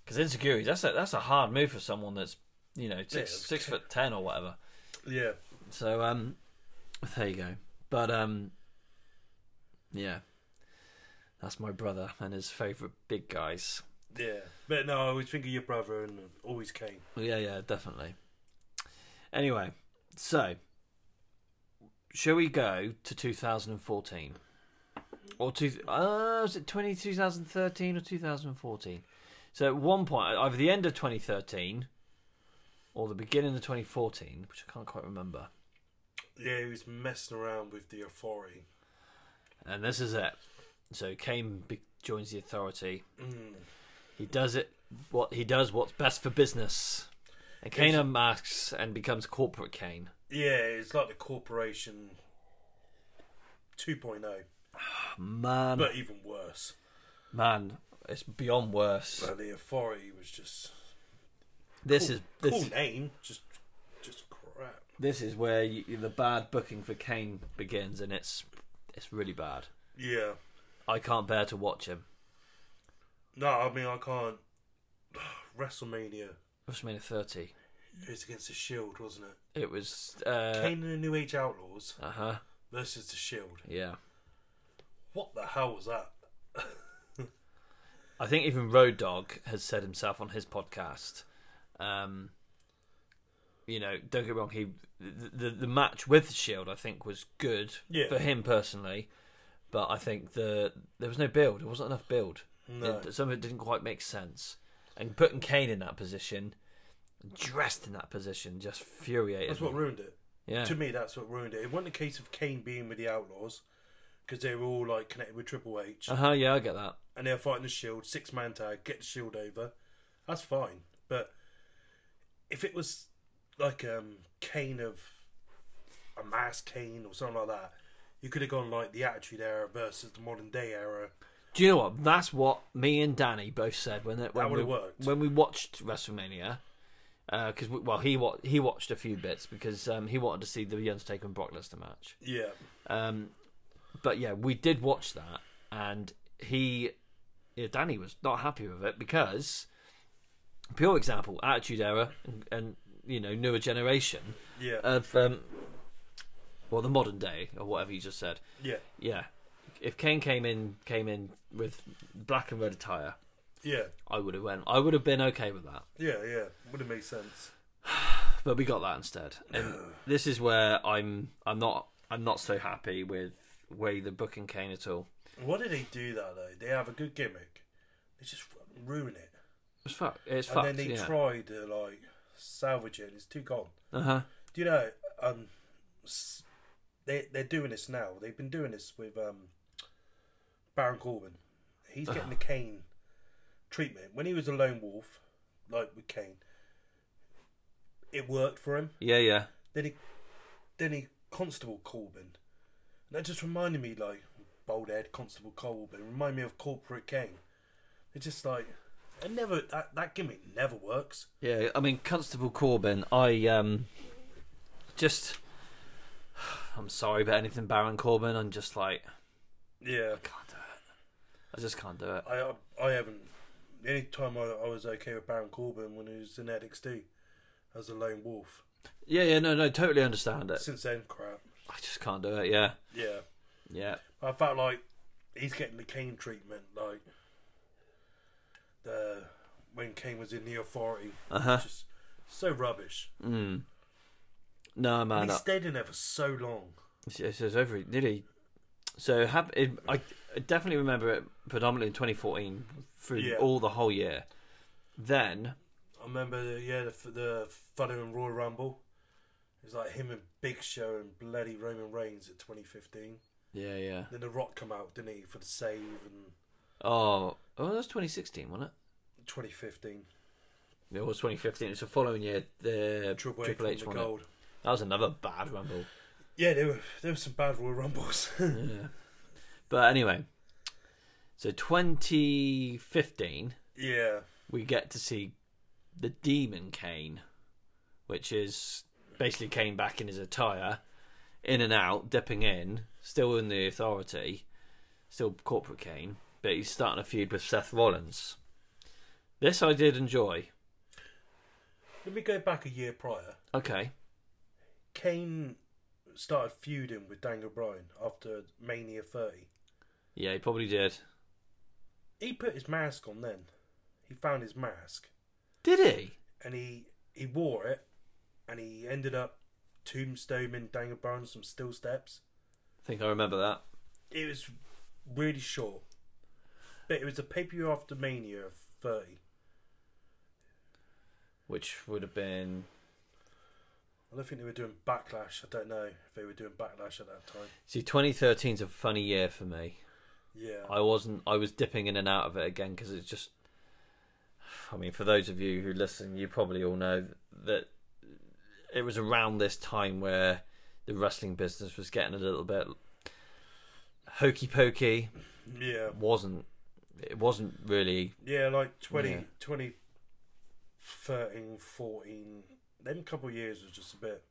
S1: Cuz insecurity, that's a that's a hard move for someone that's, you know, 6
S2: it's-
S1: 6 foot 10 or whatever.
S2: yeah.
S1: So um there you go. But um yeah. That's my brother and his favorite big guys.
S2: Yeah, but no, I always think of your brother and always Kane.
S1: Yeah, yeah, definitely. Anyway, so shall we go to 2014 or two? Uh, was it 20, 2013 or 2014? So at one point, either the end of 2013 or the beginning of 2014, which I can't quite remember.
S2: Yeah, he was messing around with the authority.
S1: And this is it. So Kane be- joins the Authority.
S2: Mm.
S1: He does it. What he does, what's best for business. And Kane
S2: It's-
S1: unmasks and becomes corporate Kane.
S2: Yeah, it's like the corporation 2.0,
S1: Man,
S2: but even worse.
S1: Man, it's beyond worse.
S2: But the authority was just
S1: This is this
S2: cool name, just just crap.
S1: this is where you, the bad booking for Kane begins, and it's it's really bad.
S2: Yeah.
S1: I can't bear to watch him.
S2: No, I mean I can't. (sighs) WrestleMania.
S1: WrestleMania 30.
S2: It was against the Shield, wasn't it?
S1: It was uh
S2: Kane and the New Age Outlaws
S1: uh huh
S2: versus the Shield.
S1: yeah.
S2: What the hell was that?
S1: I think even Road Dog has said himself on his podcast. Um, you know, don't get me wrong. He the the, the match with Shield I think was good
S2: Yeah.
S1: for him personally, but I think the there was no build. There wasn't enough build.
S2: No.
S1: It- some of it didn't quite make sense. And putting Kane in that position, dressed in that position, just infuriated.
S2: That's what
S1: me.
S2: ruined it.
S1: yeah,
S2: To me, that's what ruined it. It wasn't a case of Kane being with the Outlaws because they were all like connected with Triple H,
S1: uh huh. Yeah, I get that.
S2: and they're fighting the Shield, six man tag, get the Shield over. That's fine, but if it was like um Kane of a mass Kane or something like that, you could have gone like the Attitude Era versus the Modern Day Era.
S1: Do you know what? That's what me and Danny both said when that when we
S2: would've worked.
S1: when we watched WrestleMania. Because we well, he wa- he watched a few bits because um, he wanted to see the Undertaker and Brock Lesnar match.
S2: Yeah,
S1: Um, but yeah, we did watch that, and he, yeah, Danny was not happy with it because, pure example, Attitude Era and, and you know newer generation
S2: yeah,
S1: of um, well the modern day or whatever you just said
S2: yeah,
S1: yeah. If Kane came in came in with black and red attire,
S2: yeah,
S1: I would have went. I would have been okay with that.
S2: yeah, yeah. Would have made sense.
S1: But we got that instead.
S2: (sighs)
S1: And this is where I'm I'm not I'm not so happy with way the booking Kane at all.
S2: Why did they do that though? They have a good gimmick, they just fucking ruin it.
S1: It's fuck it's
S2: and
S1: fucked.
S2: then they
S1: yeah.
S2: tried to like salvage it. and It's too gone.
S1: uh-huh.
S2: Do you know? Um, s- they they're doing this now. They've been doing this with um, Baron Corbin. He's getting the Kane treatment. When he was a lone wolf, like with Kane, it worked for him.
S1: Yeah, yeah.
S2: Then he then he Constable Corbin. And that just reminded me, like, bald head Constable Corbin, remind me of Corporate Kane. It's just like, it never, that, that gimmick never works.
S1: Yeah, I mean Constable Corbin. I um, just (sighs) I'm sorry about anything Baron Corbin. I'm just like
S2: Yeah.
S1: can't do it. I just can't do it.
S2: I, I, I haven't, the only time I, I was okay with Baron Corbin when he was in NXT as a lone wolf.
S1: Yeah, yeah, no, no, totally understand it.
S2: Since then, crap.
S1: I just can't do it. Yeah,
S2: Yeah.
S1: yeah,
S2: I felt like he's getting the Kane treatment, like the when Kane was in the Authority,
S1: Uh-huh.
S2: just so rubbish.
S1: Mm. no, man.
S2: he
S1: I-
S2: stayed in there for so long.
S1: It's, it's, it's over nearly. So have it, I I definitely remember it predominantly in 2014 through
S2: Yeah.
S1: all the whole year. Then
S2: I remember, the, yeah, the, the Thunder and Royal Rumble. It was like him and Big Show and bloody Roman Reigns at 2015.
S1: yeah, yeah.
S2: Then The Rock come out, didn't he, for the save and
S1: Oh, oh, that was 2016, wasn't
S2: 2015.
S1: it? It was 2015. It's the following year. The
S2: Triple,
S1: Triple, H,
S2: H won
S1: won
S2: the
S1: it.
S2: gold.
S1: That was another bad rumble.
S2: Yeah, there were there were some bad Royal Rumbles. (laughs)
S1: yeah. But anyway, so 2015.
S2: yeah,
S1: we get to see the demon Kane, which is basically Kane back in his attire, in and out, dipping in, still in the authority, still corporate Kane, but he's starting a feud with Seth Rollins. This I did enjoy.
S2: let me go back a year prior.
S1: Okay.
S2: Kane started feuding with Daniel Bryan after Mania 30.
S1: Yeah, he probably did.
S2: He put his mask on then. He found his mask
S1: Did he?
S2: and he he wore it and he ended up tombstoning Daniel Bryan with some still steps.
S1: I think I remember that.
S2: It was really short. But it was a pay per view after Mania of 30.
S1: Which would have been.
S2: I don't think they were doing Backlash. I don't know if they were doing Backlash at that time.
S1: See, 2013's a funny year for me.
S2: Yeah.
S1: I wasn't. I was dipping in and out of it again because it's just. I mean, for those of you who listen, you probably all know that it was around this time where the wrestling business was getting a little bit hokey pokey.
S2: yeah.
S1: wasn't It wasn't really.
S2: Yeah, like 20,
S1: Yeah.
S2: 20 13, 14. Them couple years was just a bit.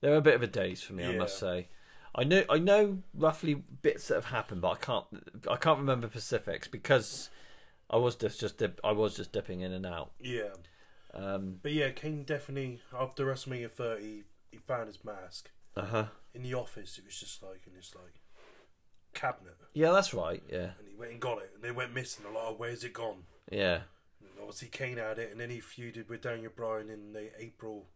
S1: They were a bit of a daze for me, I
S2: Yeah.
S1: must say. I know, I know roughly bits that have happened, but I can't, I can't remember specifics because I was just, just dip, I was just dipping in and out.
S2: Yeah.
S1: Um,
S2: But yeah, Kane definitely, after WrestleMania 30, he found his mask.
S1: uh huh.
S2: In the office, it was just like in his like cabinet.
S1: Yeah, that's right. Yeah,
S2: And he went and got it. And they went missing. I'm like, oh, where's it gone?
S1: yeah.
S2: And obviously, Kane had it. And then he feuded with Daniel Bryan in the April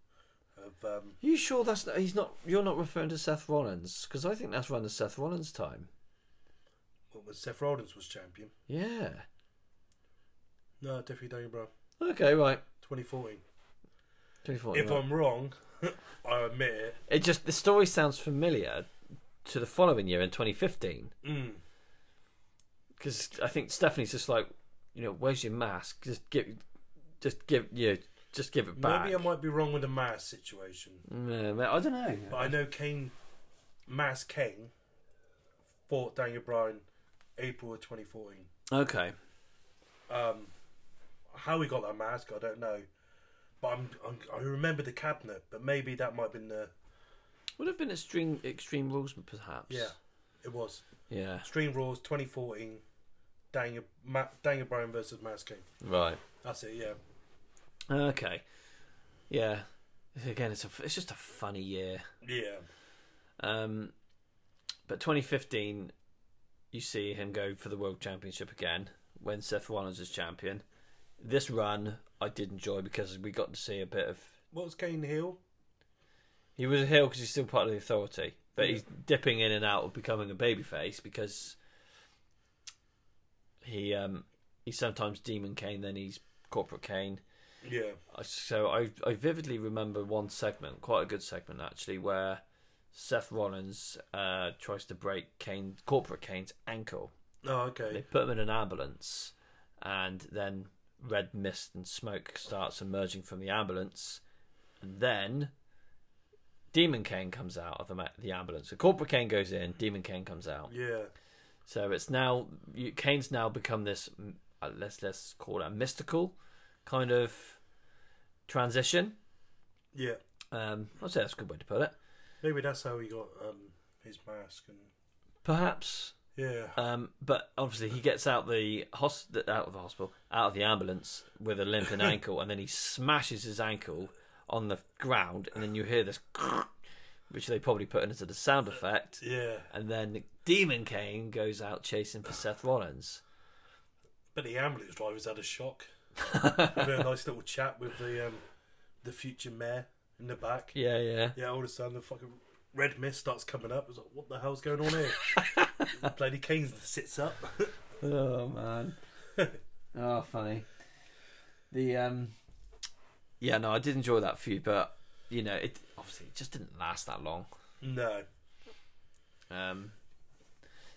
S2: of. um
S1: You sure that's not, he's not? You're not referring to Seth Rollins because I think that's around the Seth Rollins time.
S2: What was Seth Rollins was champion?
S1: Yeah.
S2: No, definitely Daniel Bryan.
S1: Okay, right.
S2: 2014.
S1: 24.
S2: If I'm wrong, (laughs) I admit it.
S1: It just the story sounds familiar to the following year in 2015
S2: Mm.
S1: because I think Stephanie's just like, you know, where's your mask? Just give, just give you, know, just give it back.
S2: Maybe I might be wrong with the mask situation,
S1: Mm, I don't know.
S2: but I know Kane, Mass Kane, fought Daniel Bryan, April of 2014.
S1: Okay.
S2: Um, how he got that mask, I don't know, but I'm, I'm I remember the cabinet, but maybe that might have been the
S1: Would have been extreme extreme rules perhaps.
S2: yeah, it was
S1: Yeah.
S2: Stream Rules 2014, Daniel Ma, Daniel Bryan versus Mass Kane.
S1: Right.
S2: That's it, yeah.
S1: Okay. Yeah. Again, it's a f- it's just a funny year.
S2: Yeah,
S1: Um, but 2015, you see him go for the world championship again when Seth Rollins is champion. This run I did enjoy because we got to see a bit of.
S2: what was Kane Hill?
S1: He was a heel because he's still part of the authority, but he's dipping in and out of becoming a babyface because he um he's sometimes Demon Kane, then he's Corporate Kane.
S2: Yeah,
S1: I- So I I vividly remember one segment, quite a good segment actually, where Seth Rollins uh, tries to break Kane, corporate Kane's ankle.
S2: oh
S1: They
S2: okay,
S1: put him in an ambulance, and then red mist and smoke starts emerging from the ambulance, and then Demon Kane comes out of the, ma- the ambulance. So Corporate Kane goes in, Demon Kane comes out.
S2: Yeah.
S1: So it's now you, Kane's now become this mm, uh, let's let's call it a mystical kind of transition.
S2: Yeah.
S1: Um, I'd say that's a good way to put it.
S2: Maybe that's how he got um, his mask and
S1: Perhaps
S2: yeah.
S1: Um, but obviously, he gets out the hos- out of the hospital, out of the ambulance with a (laughs) limping ankle, and then he smashes his ankle on the ground, and then you hear this, (laughs) which they probably put in as a sound effect,
S2: yeah.
S1: and then Demon Kane goes out chasing for Seth Rollins.
S2: But the ambulance driver's had a (laughs) shock. Having a nice little chat with the um, the future mayor in the back.
S1: Yeah, yeah.
S2: Yeah, all of a sudden the fucking red mist starts coming up. It's like, what the hell's going on here? Bloody Kane sits up.
S1: Oh (laughs) man. oh, funny. The um. Yeah, no, I did enjoy that feud, but you know, it obviously it just didn't last that long.
S2: no.
S1: Um,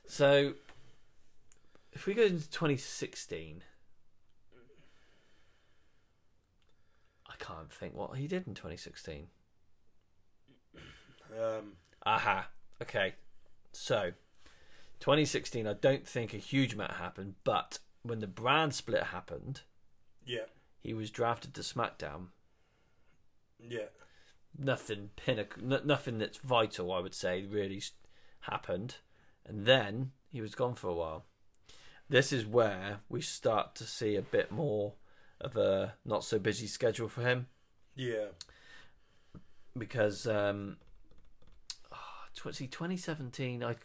S1: so, if we go into 2016, I can't think what he did in 2016.
S2: Um,
S1: Aha. Okay. So, 2016, I don't think a huge amount happened, but when the brand split happened,
S2: yeah.
S1: he was drafted to SmackDown.
S2: Yeah.
S1: Nothing pinnacle, n- nothing that's vital, I would say, really s- happened. And then he was gone for a while. This is where we start to see a bit more of a not so busy schedule for him
S2: Yeah.
S1: because um, oh, tw- see, 2017, I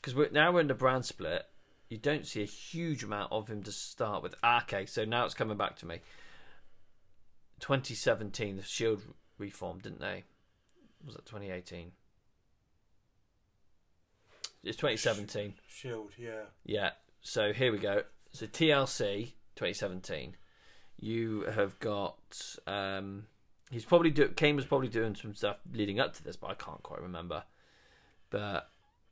S1: because we're now we're in the brand split. You don't see a huge amount of him to start with. Ah, okay, so now it's coming back to me. 2017, the Shield reformed, didn't they? Was that 2018? It's 2017.
S2: Shield, yeah.
S1: Yeah. So here we go. So TLC 2017. You have got. Um, he's probably do. Kane was probably doing some stuff leading up to this, but I can't quite remember. But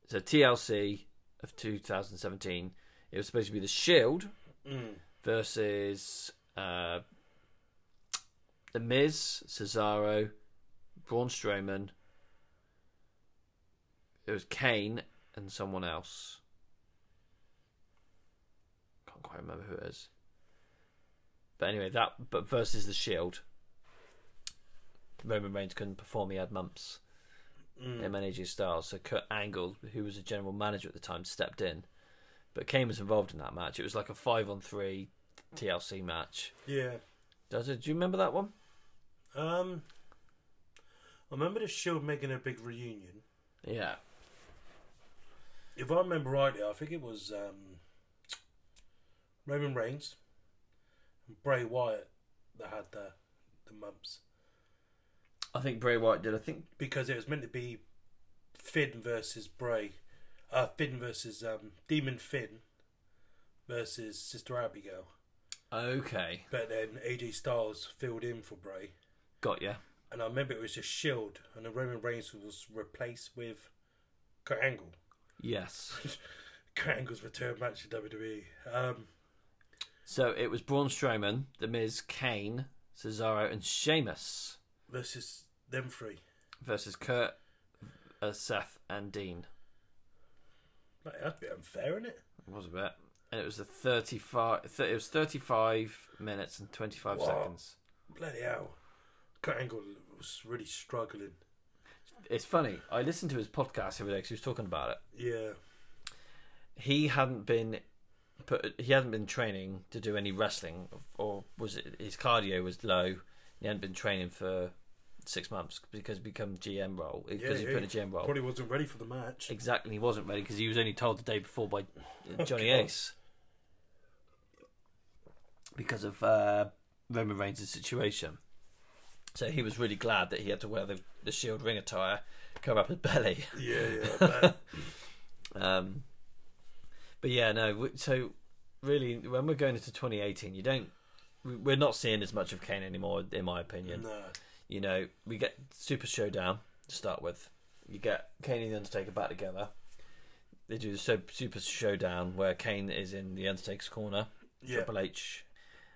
S1: so TLC of 2017. It was supposed to be the Shield
S2: Mm.
S1: versus uh, the Miz, Cesaro, Braun Strowman. It was Kane and someone else. Can't quite remember who it is. But anyway, that but versus the Shield. Roman Reigns couldn't perform; he had mumps.
S2: Mm.
S1: They managed his styles. So Kurt Angle, who was a general manager at the time, stepped in. But Kane was involved in that match. It was like a five on three TLC match.
S2: Yeah.
S1: Does it? Do you remember that one?
S2: Um, I remember the Shield making a big reunion.
S1: Yeah.
S2: If I remember rightly, I think it was um, Roman Reigns and Bray Wyatt that had the the mumps
S1: I think Bray Wyatt did. I think.
S2: because it was meant to be Finn versus Bray, uh, Finn versus um, Demon Finn versus Sister Abigail.
S1: Okay.
S2: But then AJ Styles filled in for Bray,
S1: Got you.
S2: and I remember it was just Shield, and the Roman Reigns was replaced with Kurt Angle.
S1: Yes.
S2: Kurt Angle's return match in WWE. Um,
S1: So it was Braun Strowman, The Miz, Kane, Cesaro, and Sheamus
S2: versus them three.
S1: versus Kurt, uh, Seth, and Dean.
S2: Like, that's a bit unfair, isn't it?
S1: It was a bit. And it was the 35. Th- it was 35 minutes and 25
S2: Wow.
S1: seconds.
S2: Bloody hell. Kurt Angle was really struggling.
S1: It's funny. I listened to his podcast the other day 'cause he was talking about it.
S2: Yeah.
S1: He hadn't been put. He hadn't been training to do any wrestling, or was it his cardio was low? He hadn't been training for six months because he become GM role because
S2: yeah
S1: he put in a GM role.
S2: Probably wasn't ready for the match.
S1: Exactly, he wasn't ready because he was only told the day before
S2: (laughs)
S1: by uh, Johnny
S2: God.
S1: Ace because of uh, Roman Reigns' situation. So he was really glad that he had to wear the, the shield ring attire, cover up his belly.
S2: Yeah,
S1: (laughs)
S2: yeah. I bet.
S1: Um, but yeah, no. w- So really, when we're going into 2018, you don't. we- We're not seeing as much of Kane anymore, in my opinion.
S2: no.
S1: You know, we get Super Showdown to start with. You get Kane and the Undertaker back together. They do the so- Super Showdown where Kane is in the Undertaker's corner,
S2: Yeah.
S1: Triple H,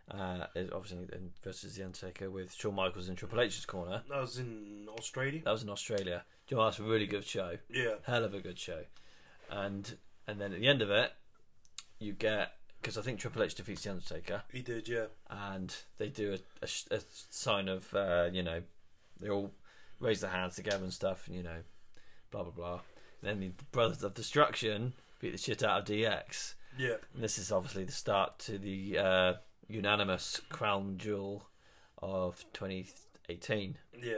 S1: Uh, is obviously in- versus the Undertaker with Shawn Michaels in Triple H's corner.
S2: That was in Australia.
S1: That was in Australia. Do you know, that's a really good show.
S2: Yeah.
S1: Hell of a good show. And and then at the end of it, you get because I think Triple H defeats the Undertaker,
S2: He did, yeah.
S1: and they do a, a, sh- a sign of uh, you know they all raise their hands together and stuff, and you know, blah blah blah. Then the Brothers of Destruction beat the shit out of DX.
S2: Yeah.
S1: And this is obviously the start to the uh, unanimous crown jewel of 2018,
S2: Yeah.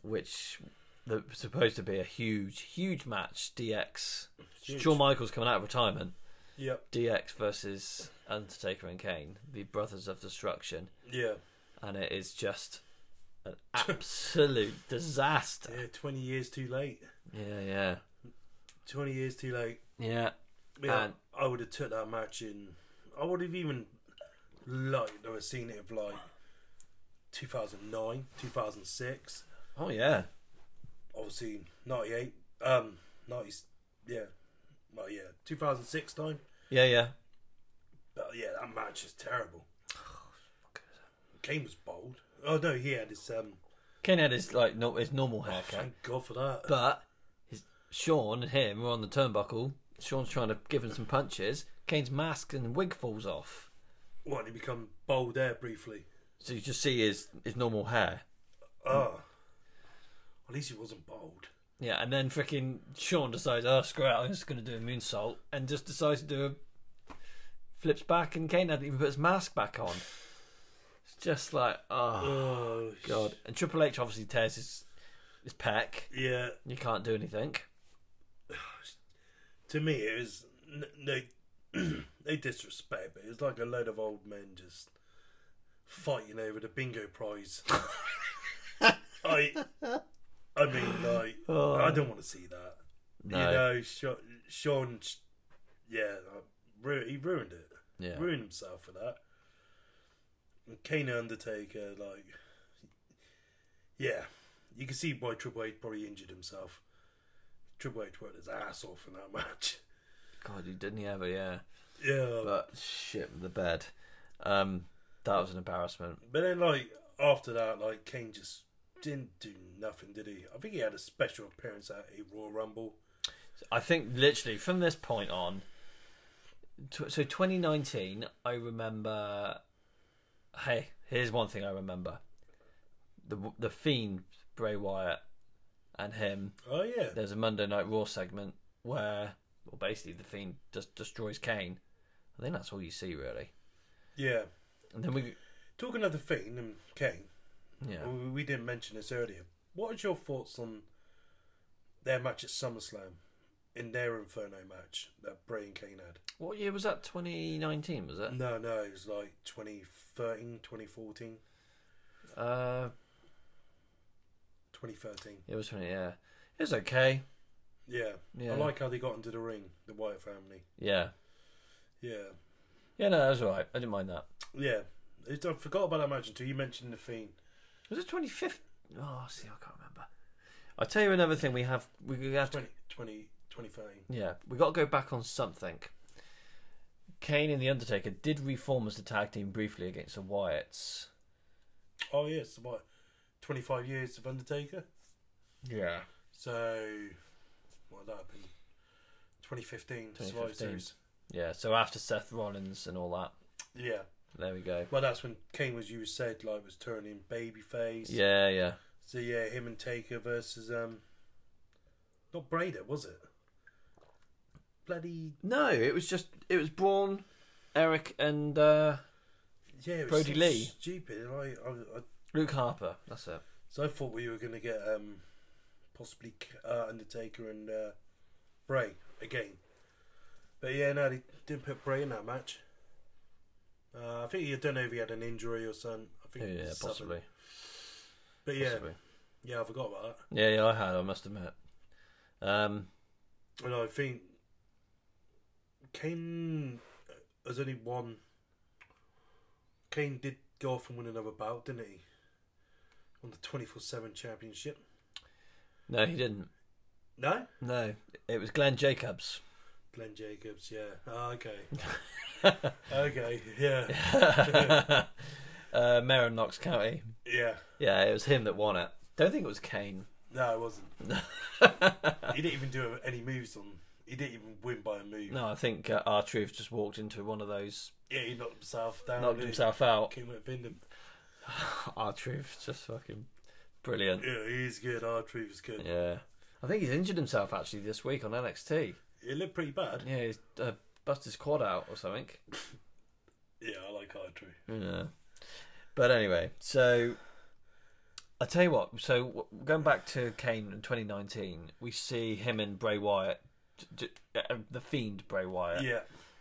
S1: which the, supposed to be a huge, huge match. DX,
S2: Huge.
S1: Shawn Michaels coming out of retirement.
S2: Yep.
S1: DX versus Undertaker and Kane, the Brothers of Destruction,
S2: Yeah.
S1: and it is just (laughs) an absolute disaster.
S2: Yeah. Twenty years too late.
S1: Yeah, yeah,
S2: Twenty years too late.
S1: yeah.
S2: Yeah.
S1: And-
S2: I would have took that match in. I would have even liked to have seen it of like 2009, 2006.
S1: Oh yeah,
S2: Obviously, 98. Um, 90. Yeah. Well, yeah. 2006 time.
S1: yeah, yeah.
S2: But yeah, that match is terrible. Kane was bold. Oh no, he had his um.
S1: Kane had his like no, his normal haircut.
S2: Thank God for that.
S1: But his, Sean and him were on the turnbuckle. Sean's trying to give him some punches. Kane's mask and wig falls off.
S2: What he become bold there briefly?
S1: So you just see his, his normal hair. Mm.
S2: Oh, at least he wasn't bold.
S1: Yeah, and then freaking Sean decides, oh, screw it, I'm just going to do a moonsault. And just decides to do a. flips back, and Kane hadn't even put his mask back on. It's just like, oh,
S2: Oh
S1: God. And Triple H obviously tears his, his pec.
S2: Yeah,
S1: You can't do anything.
S2: to me it was n- they (clears throat) they disrespect it. It's like a load of old men just fighting over the bingo
S1: (laughs)
S2: prize. I I mean like I don't want to see that.
S1: Oh. No.
S2: You know, Sha- Sean, sh- yeah, uh, ru- he ruined it.
S1: Yeah.
S2: Ruined himself for that. And Kane and Undertaker, like, yeah, you can see why Triple H probably injured himself. Triple H worked his ass off in that (laughs) match.
S1: God, you didn't he ever, yeah.
S2: Yeah, but,
S1: But shit, the bed. Um, that was an embarrassment.
S2: then like after that, like Kane just didn't do nothing, did he? I think he had a special appearance at a Royal Rumble.
S1: I think literally from this point on, tw- so 2019, I remember. Hey, here's one thing I remember: the the Fiend Bray Wyatt and him.
S2: Oh yeah,
S1: There's a Monday Night Raw segment where, well, basically the Fiend just destroys Kane. I think that's all you see really.
S2: yeah.
S1: And then we,
S2: Talking of the Fiend and Kane,
S1: yeah,
S2: We- We didn't mention this earlier. What is your thoughts on their match at SummerSlam in their Inferno match that Bray and Kane had?
S1: what year was that? 2019 was it?
S2: No, no, it was like 2013, 2014,
S1: Uh,
S2: 2013.
S1: it was 20. Yeah, it was okay.
S2: Yeah.
S1: Yeah.
S2: I like how they got into the ring, the Wyatt family.
S1: Yeah,
S2: Yeah.
S1: yeah, no, that was alright. I didn't mind that.
S2: Yeah. It, I forgot about that match until you mentioned The Fiend.
S1: Was it 25th? Oh, see, I can't remember. I'll tell you another thing. We have we we have to,
S2: 20, 20, 2013.
S1: yeah we got to go back on something. Kane and the Undertaker did reform as a tag team briefly against the Wyatts.
S2: Oh, yes. What? 25 years of Undertaker?
S1: Yeah,
S2: So, what that happened? 2015, Survivor
S1: 2015.
S2: Series.
S1: yeah. So after Seth Rollins and all that,
S2: Yeah.
S1: there we go.
S2: Well, that's when Kane was you said like was turning babyface.
S1: Yeah, yeah.
S2: So yeah, him and Taker versus um, not Breda was it? Bloody
S1: No, it was just it was Braun, Eric, and uh,
S2: yeah, it was
S1: Brody
S2: so
S1: Lee.
S2: Stupid. I, I, I
S1: Luke Harper. That's it.
S2: so I thought we were gonna get um, possibly uh, Undertaker and uh, Bray again. But yeah, no, they didn't put Bray in that match. Uh, I think he, I don't know if he had an injury or something. I think it
S1: Yeah,
S2: was something.
S1: possibly.
S2: But yeah,
S1: possibly.
S2: yeah, I forgot about that.
S1: Yeah, yeah. I had. I must admit. Um,
S2: And I think Kane uh, has only won. Kane did go off and win another bout, didn't he? On the 24 7 championship.
S1: no, he didn't.
S2: No?
S1: No, it was Glenn Jacobs. (laughs)
S2: Glenn Jacobs, yeah. Ah, okay. okay, yeah.
S1: (laughs) uh, Mayor of Knox County.
S2: Yeah.
S1: Yeah, it was him that won it. Don't think it was Kane.
S2: No,
S1: (laughs)
S2: it wasn't. he didn't even do any moves on. He didn't even win by a move.
S1: No, I think uh, R Truth just walked into one of those,
S2: Yeah, he knocked himself down.
S1: knocked
S2: didn't he?
S1: himself out.
S2: Came up in him.
S1: R Truth, just fucking brilliant.
S2: Yeah, he's good. Our truth is good.
S1: Yeah. I think he's injured himself actually this week on NXT.
S2: It looked pretty bad.
S1: Yeah, he's uh, busted his quad out or something.
S2: Yeah, I like our truth.
S1: Yeah. But anyway, so I tell you what. So w- going back to Kane in 2019, we see him and Bray Wyatt, d- d- uh, the Fiend Bray Wyatt,
S2: Yeah,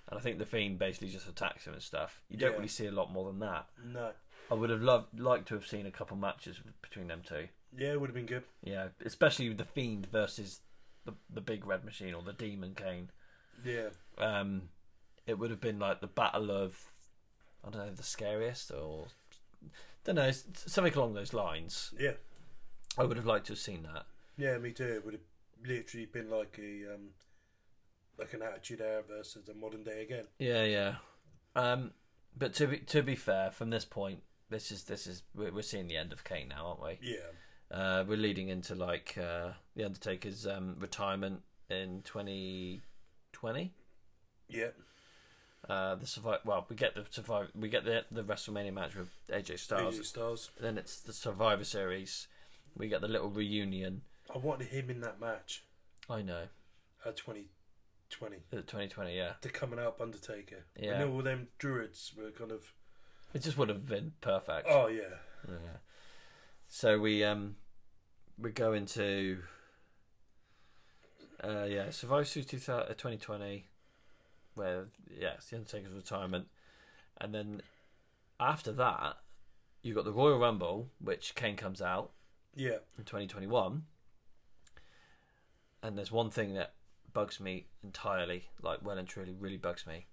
S1: and I think the Fiend basically just attacks him and stuff. You don't
S2: Yeah.
S1: really see a lot more than that.
S2: no.
S1: I would have loved liked to have seen a couple matches between them two.
S2: Yeah, it would have been good.
S1: Yeah, especially with the Fiend versus the the Big Red Machine or the Demon Kane.
S2: Yeah.
S1: um, it would have been like the battle of I don't know the scariest or don't know s- something along those lines.
S2: Yeah.
S1: I would have liked to have seen that.
S2: Yeah, me too. It would have literally been like a um, like an attitude era versus the modern day again.
S1: Yeah, yeah. Um, but to be to be fair, from this point, this is this is we're, we're seeing the end of Kane now, aren't we?
S2: Yeah.
S1: Uh, we're leading into like uh, the Undertaker's um, retirement in twenty twenty.
S2: Yeah.
S1: Uh, the survive well, we get the survive we get the the WrestleMania match with AJ Styles.
S2: AJ Styles.
S1: Then it's the Survivor Series. We get the little reunion.
S2: I wanted him in that match
S1: I know.
S2: at 2020.
S1: uh, 2020, yeah.
S2: The coming up Undertaker.
S1: Yeah.
S2: I know all them druids were kind of.
S1: It just would have been perfect.
S2: Oh yeah.
S1: Yeah. So we um we go into uh yeah, Survivor Series 2000 uh, 2020 where yeah, it's the Undertaker's retirement. And then after that, you've got the Royal Rumble, which Kane comes out
S2: Yeah.
S1: in 2021 and there's one thing that bugs me entirely like well and truly really bugs me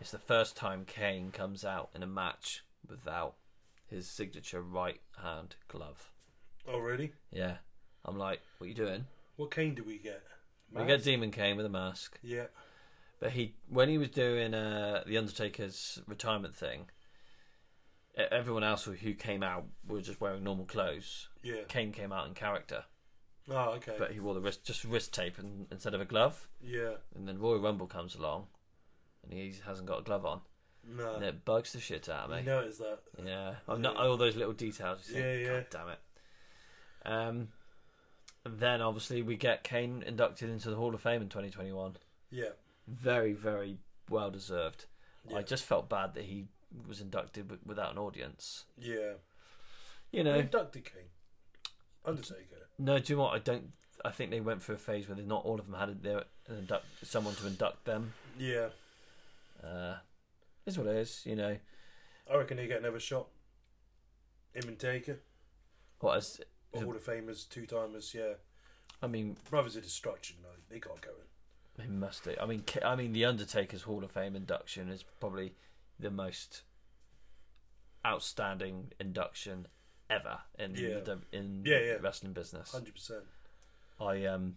S1: it's the first time kane comes out in a match without his signature right hand glove
S2: Oh really?
S1: yeah i'm like what are you doing
S2: What cane do we get?
S1: we
S2: Mask?
S1: get demon kane with a mask
S2: Yeah.
S1: but he when he was doing uh, the undertaker's retirement thing e- everyone else who- who came out were just wearing normal clothes
S2: Yeah.
S1: kane came out in character
S2: Oh okay.
S1: but he wore the wrist just wrist tape and, instead of a glove
S2: Yeah.
S1: And then Royal Rumble comes along, and he hasn't got a glove on,
S2: No.
S1: and it bugs the shit out of
S2: You
S1: me.
S2: notice that? (laughs)
S1: Yeah, I've not all those little details. You think,
S2: Yeah, yeah.
S1: God damn it. Um, and then obviously we get Kane inducted into the Hall of Fame in 2021.
S2: Yeah.
S1: Very, very well deserved.
S2: Yeah.
S1: I just felt bad that he was inducted wi- without an audience.
S2: Yeah.
S1: You
S2: No.
S1: know,
S2: Inducted King. Undertaker.
S1: no, do you know what? I don't. I think they went through a phase where they, not all of them had their, an induct, someone to induct them.
S2: Yeah.
S1: Uh, is what it is. You know,
S2: I reckon he get another shot. Him and Taker.
S1: what is?
S2: But Hall of Famers, two timers, yeah.
S1: I mean,
S2: Brothers of Destruction, though. They got going.
S1: It must do. I mean, K- I mean, the Undertaker's Hall of Fame induction is probably the most outstanding induction ever in
S2: Yeah.
S1: the dub- in
S2: Yeah, yeah.
S1: the wrestling business.
S2: 100%.
S1: I um,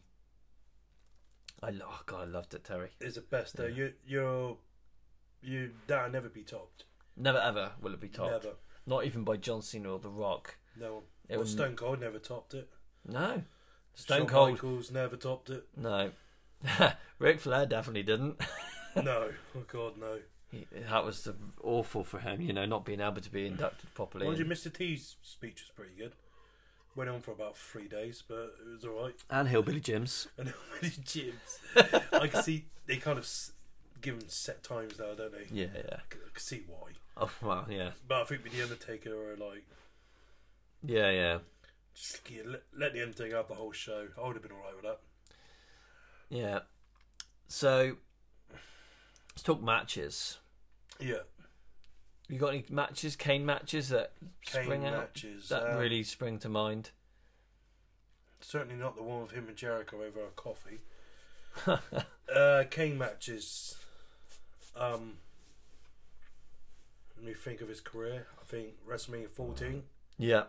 S1: I lo- oh god, I loved it, Terry.
S2: It's the best, though. You, you're. You, that'll never be topped.
S1: Never ever will it be topped.
S2: Never.
S1: Not even by John Cena or The Rock.
S2: No.
S1: It
S2: Well,
S1: wouldn't-
S2: Stone Cold never topped it.
S1: No, Stone
S2: Shawn
S1: Cold.
S2: Michaels never topped it. (laughs)
S1: No, (laughs) Ric Flair definitely didn't.
S2: No. Oh, God, no.
S1: He- that was the, awful for him, you know, not being able to be inducted properly.
S2: Mind you, Mr. T's speech was pretty good. Went on for about three days, but it was (laughs) alright.
S1: and Hillbilly Jim's.
S2: And many gyms. (laughs) I can see they kind of s- give them set times now, don't they?
S1: Yeah, yeah. (laughs)
S2: I can see why.
S1: Oh well, yeah,
S2: But I think with the Undertaker, or like
S1: yeah, yeah.
S2: just get, let, let the Undertaker have the whole show. I would have been alright with that.
S1: Yeah. So let's talk matches.
S2: Yeah,
S1: You got any matches, Kane matches that
S2: Kane
S1: spring out
S2: matches
S1: that
S2: um,
S1: really spring to mind?
S2: certainly not the one with him and Jericho over a
S1: (laughs)
S2: coffee. uh, Kane matches. Um, let me think of his career. I think WrestleMania 14.
S1: Yeah,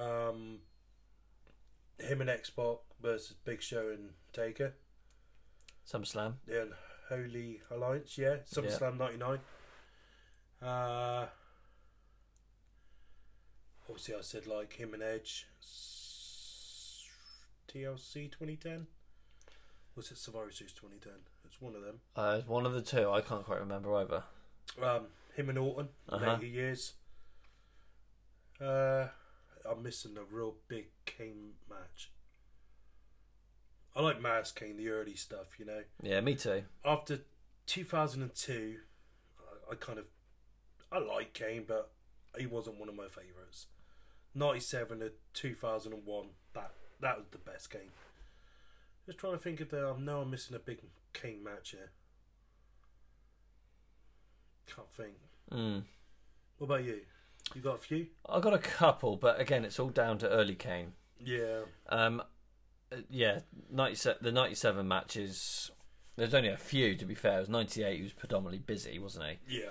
S2: Um, him and Xbox versus Big Show and Taker.
S1: SummerSlam.
S2: the Holy Alliance, yeah, SummerSlam '99. Uh, obviously, I said like him and Edge, s- TLC 2010. Was it Survivor Series 2010? It's one of them.
S1: Uh, it's one of the two. I can't quite remember either.
S2: Um, him and Orton,
S1: Uh-huh.
S2: later years. Uh, I'm missing a real big Kane match. I like Mass Kane, the early stuff, you know.
S1: Yeah, me too.
S2: after 2002, I, I kind of I like Kane, but he wasn't one of my favorites. 97 to 2001, that that was the best game. Just trying to think of the. I know I'm missing a big Kane match here. Can't think.
S1: Mm.
S2: What about you? You got a few?
S1: I got a couple, but again, it's all down to early Kane.
S2: Yeah.
S1: Um, uh, yeah, 97, the 97 matches, there's only a few, to be fair. It was 98, he was predominantly busy, wasn't he?
S2: Yeah.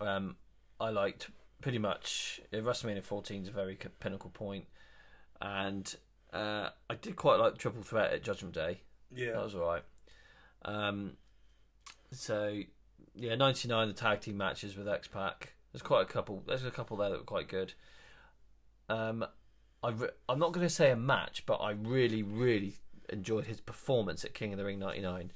S1: Um, I liked pretty much, uh, WrestleMania 14 is a very c- pinnacle point, and uh, I did quite like Triple Threat at Judgment Day.
S2: Yeah.
S1: That was alright. Um, so, yeah, 99, the tag team matches with X Pac. There's quite a couple, there's a couple there that were quite good. Um, I re- I'm not going to say a match, but I really, really enjoyed his performance at King of the Ring 99.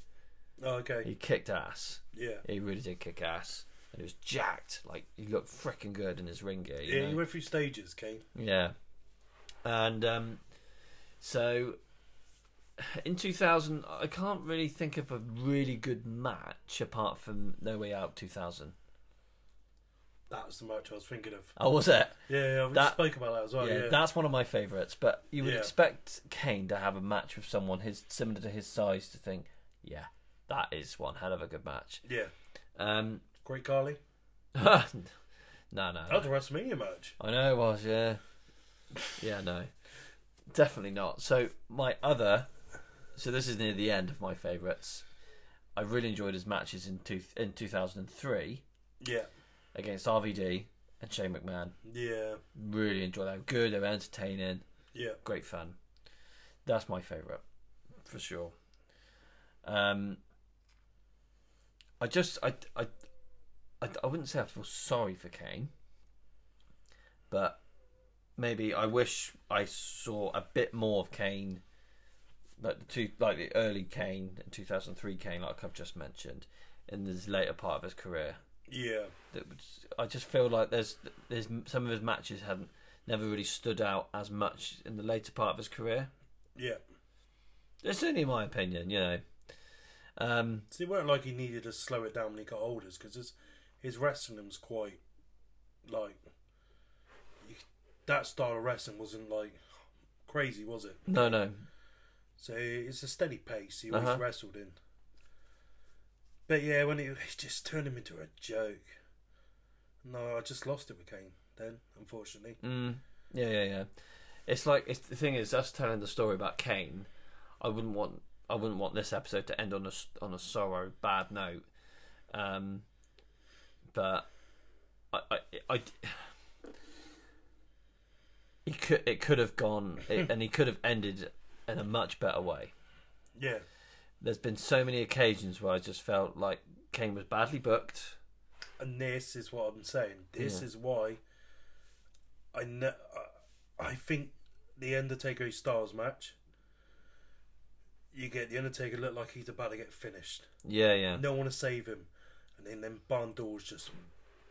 S2: oh, okay.
S1: He kicked ass.
S2: Yeah.
S1: He really did kick ass. And he was jacked. Like, he looked freaking good in his ring gear. you
S2: Yeah,
S1: know?
S2: he went through stages, Kane.
S1: Yeah. And um, so in 2000, I can't really think of a really good match apart from No Way Out 2000.
S2: That was the match I was thinking of.
S1: Oh, was it?
S2: Yeah, yeah we
S1: That-
S2: spoke about that as well.
S1: yeah,
S2: Oh, Yeah.
S1: that's one of my favourites. But you would
S2: Yeah.
S1: expect Kane to have a match with someone his similar to his size to think, yeah, that is one hell of a good match.
S2: yeah.
S1: Um, (laughs)
S2: Great Carly.
S1: no, no, no.
S2: That was a WrestleMania match.
S1: I know it was, yeah. Yeah, no. Definitely not. So, my other. So, this is near the end of my favourites. I really enjoyed his matches in, two, in 2003
S2: Yeah,
S1: against RVD and Shane McMahon.
S2: yeah,
S1: Really enjoyed that. Good, they were entertaining,
S2: yeah.
S1: great fun. That's my favourite, for sure. Um, I just. I, I, I, I wouldn't say I feel sorry for Kane, but maybe I wish I saw a bit more of Kane, like the two, like the early Kane, two thousand three Kane, like I've just mentioned, in this later part of his career.
S2: Yeah,
S1: That was, I just feel like there's there's some of his matches haven't never really stood out as much in the later part of his career.
S2: yeah.
S1: It's only my opinion, you know. Um,
S2: So it weren't like he needed to slow it down when he got older, because his his wrestling was quite like you- that style of wrestling wasn't like crazy, was it?
S1: no, no,
S2: So it's a steady pace he always
S1: Uh-huh.
S2: wrestled in. But yeah, when it, (laughs) it just turned him into a joke. No, I just lost it with Kane then, unfortunately.
S1: Mm, yeah, yeah, yeah. It's like it's the thing is us telling the story about Kane. I wouldn't want I wouldn't want this episode to end on a s- on a sorrow bad note. Um, but I I, I it could it could have gone (laughs) it, and he could have ended in a much better way.
S2: Yeah,
S1: There's been so many occasions where I just felt like Kane was badly booked.
S2: and this is what I'm saying. This
S1: Yeah.
S2: is why I know. I think the Undertaker Styles match. You get the Undertaker look like he's about to get finished.
S1: Yeah, yeah.
S2: No one to save him, and then them barn doors just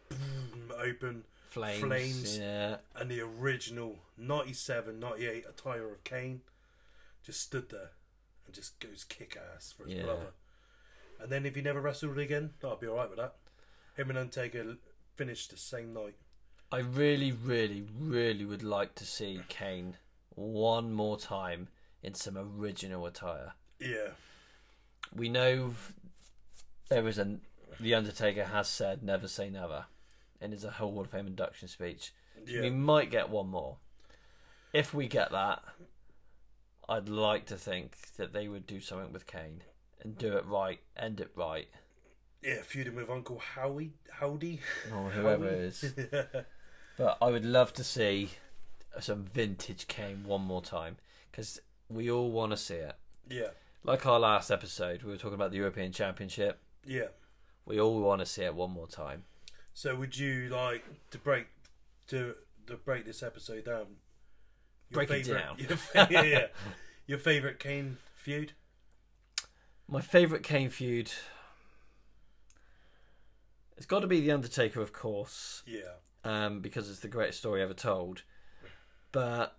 S2: boom, open,
S1: Flames.
S2: flames.
S1: Yeah.
S2: and the original 97, 98 attire of Kane just stood there and just goes kick ass for his
S1: Yeah.
S2: brother. And then if he never wrestled again, I'd be alright with that. Him and Undertaker finished the same night.
S1: I really, really, really would like to see Kane one more time in some original attire.
S2: Yeah,
S1: We know there is an the Undertaker has said never say never in his whole Hall of Fame induction speech.
S2: yeah.
S1: We might get one more. If we get that, I'd like to think that they would do something with Kane and do it right, end it right,
S2: Yeah, feuding with Uncle Howie, Howdy.
S1: or whoever it is. But I would love to see some vintage Kane one more time because we all want to see it.
S2: yeah,
S1: like our last episode, we were talking about the European Championship.
S2: Yeah.
S1: We all want to see it one more time.
S2: So would you like to break to to break this episode down?
S1: Break it down.
S2: Your, fa- (laughs)
S1: (laughs)
S2: yeah, yeah. Your favorite Kane feud?
S1: My favourite Kane feud. It's got to be The Undertaker, of course.
S2: Yeah.
S1: um, because it's the greatest story ever told. But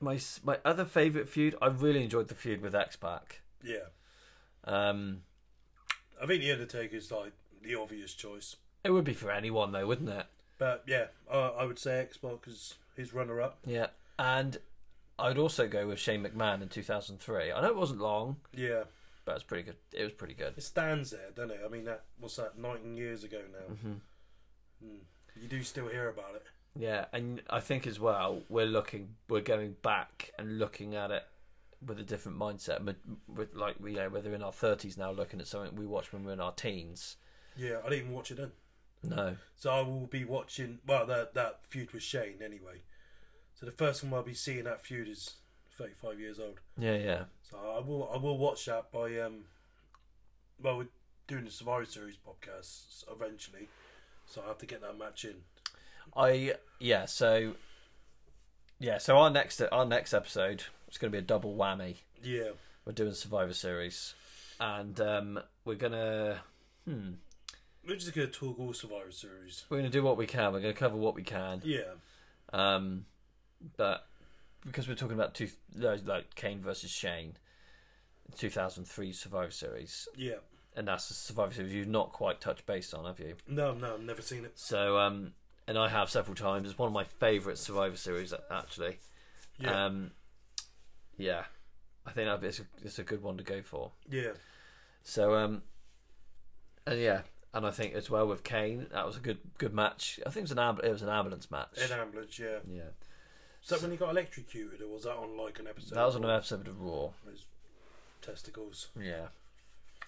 S1: my s- my other favorite feud, I really enjoyed the feud with X Pac.
S2: Yeah.
S1: Um,
S2: I think the Undertaker's like the obvious choice,
S1: it would be for anyone though, wouldn't it?
S2: but yeah, I, I would say Xbox is his runner-up.
S1: Yeah, and I'd also go with Shane McMahon in two thousand three. I know it wasn't long,
S2: Yeah.
S1: but it's pretty good. It was pretty good.
S2: It stands there, doesn't it? I mean, that what's that? Nineteen years ago now. Mm. You do still hear about it.
S1: Yeah, and I think as well we're looking, we're going back and looking at it with a different mindset. m- With like you know, whether in our thirties now, looking at something we watched when we were in our teens.
S2: Yeah, I didn't even watch it then.
S1: No,
S2: So I will be watching. Well, that that feud with Shane anyway. So the first time I'll be seeing that feud is thirty-five years old.
S1: yeah, yeah.
S2: So I will I will watch that by um. Well, we're doing the Survivor Series podcasts eventually, so I have to get that match in.
S1: I yeah, so yeah, so our next our next episode is going to be a double whammy.
S2: Yeah,
S1: We're doing Survivor Series, and um, we're gonna hmm,
S2: we're just gonna talk all Survivor Series.
S1: we're gonna do what we can. We're gonna cover what we can.
S2: Yeah,
S1: Um, but because we're talking about two those, like Kane versus Shane, two thousand three Survivor Series,
S2: yeah.
S1: and that's the Survivor Series you've not quite touched base on, have you?
S2: No, no, I've never seen it.
S1: So um, and I have several times. It's one of my favourite Survivor Series actually.
S2: Yeah,
S1: Um, yeah, I think that'd be, it's, a, it's a good one to go for.
S2: yeah,
S1: So, um, and yeah, and I think as well with Kane, that was a good good match. I think it was an amb- it was an ambulance match.
S2: Ed Ambulance. Yeah.
S1: yeah,
S2: Is that when he got electrocuted, or was that on like an episode?
S1: that was on an
S2: of
S1: episode of Raw.
S2: his testicles.
S1: Yeah.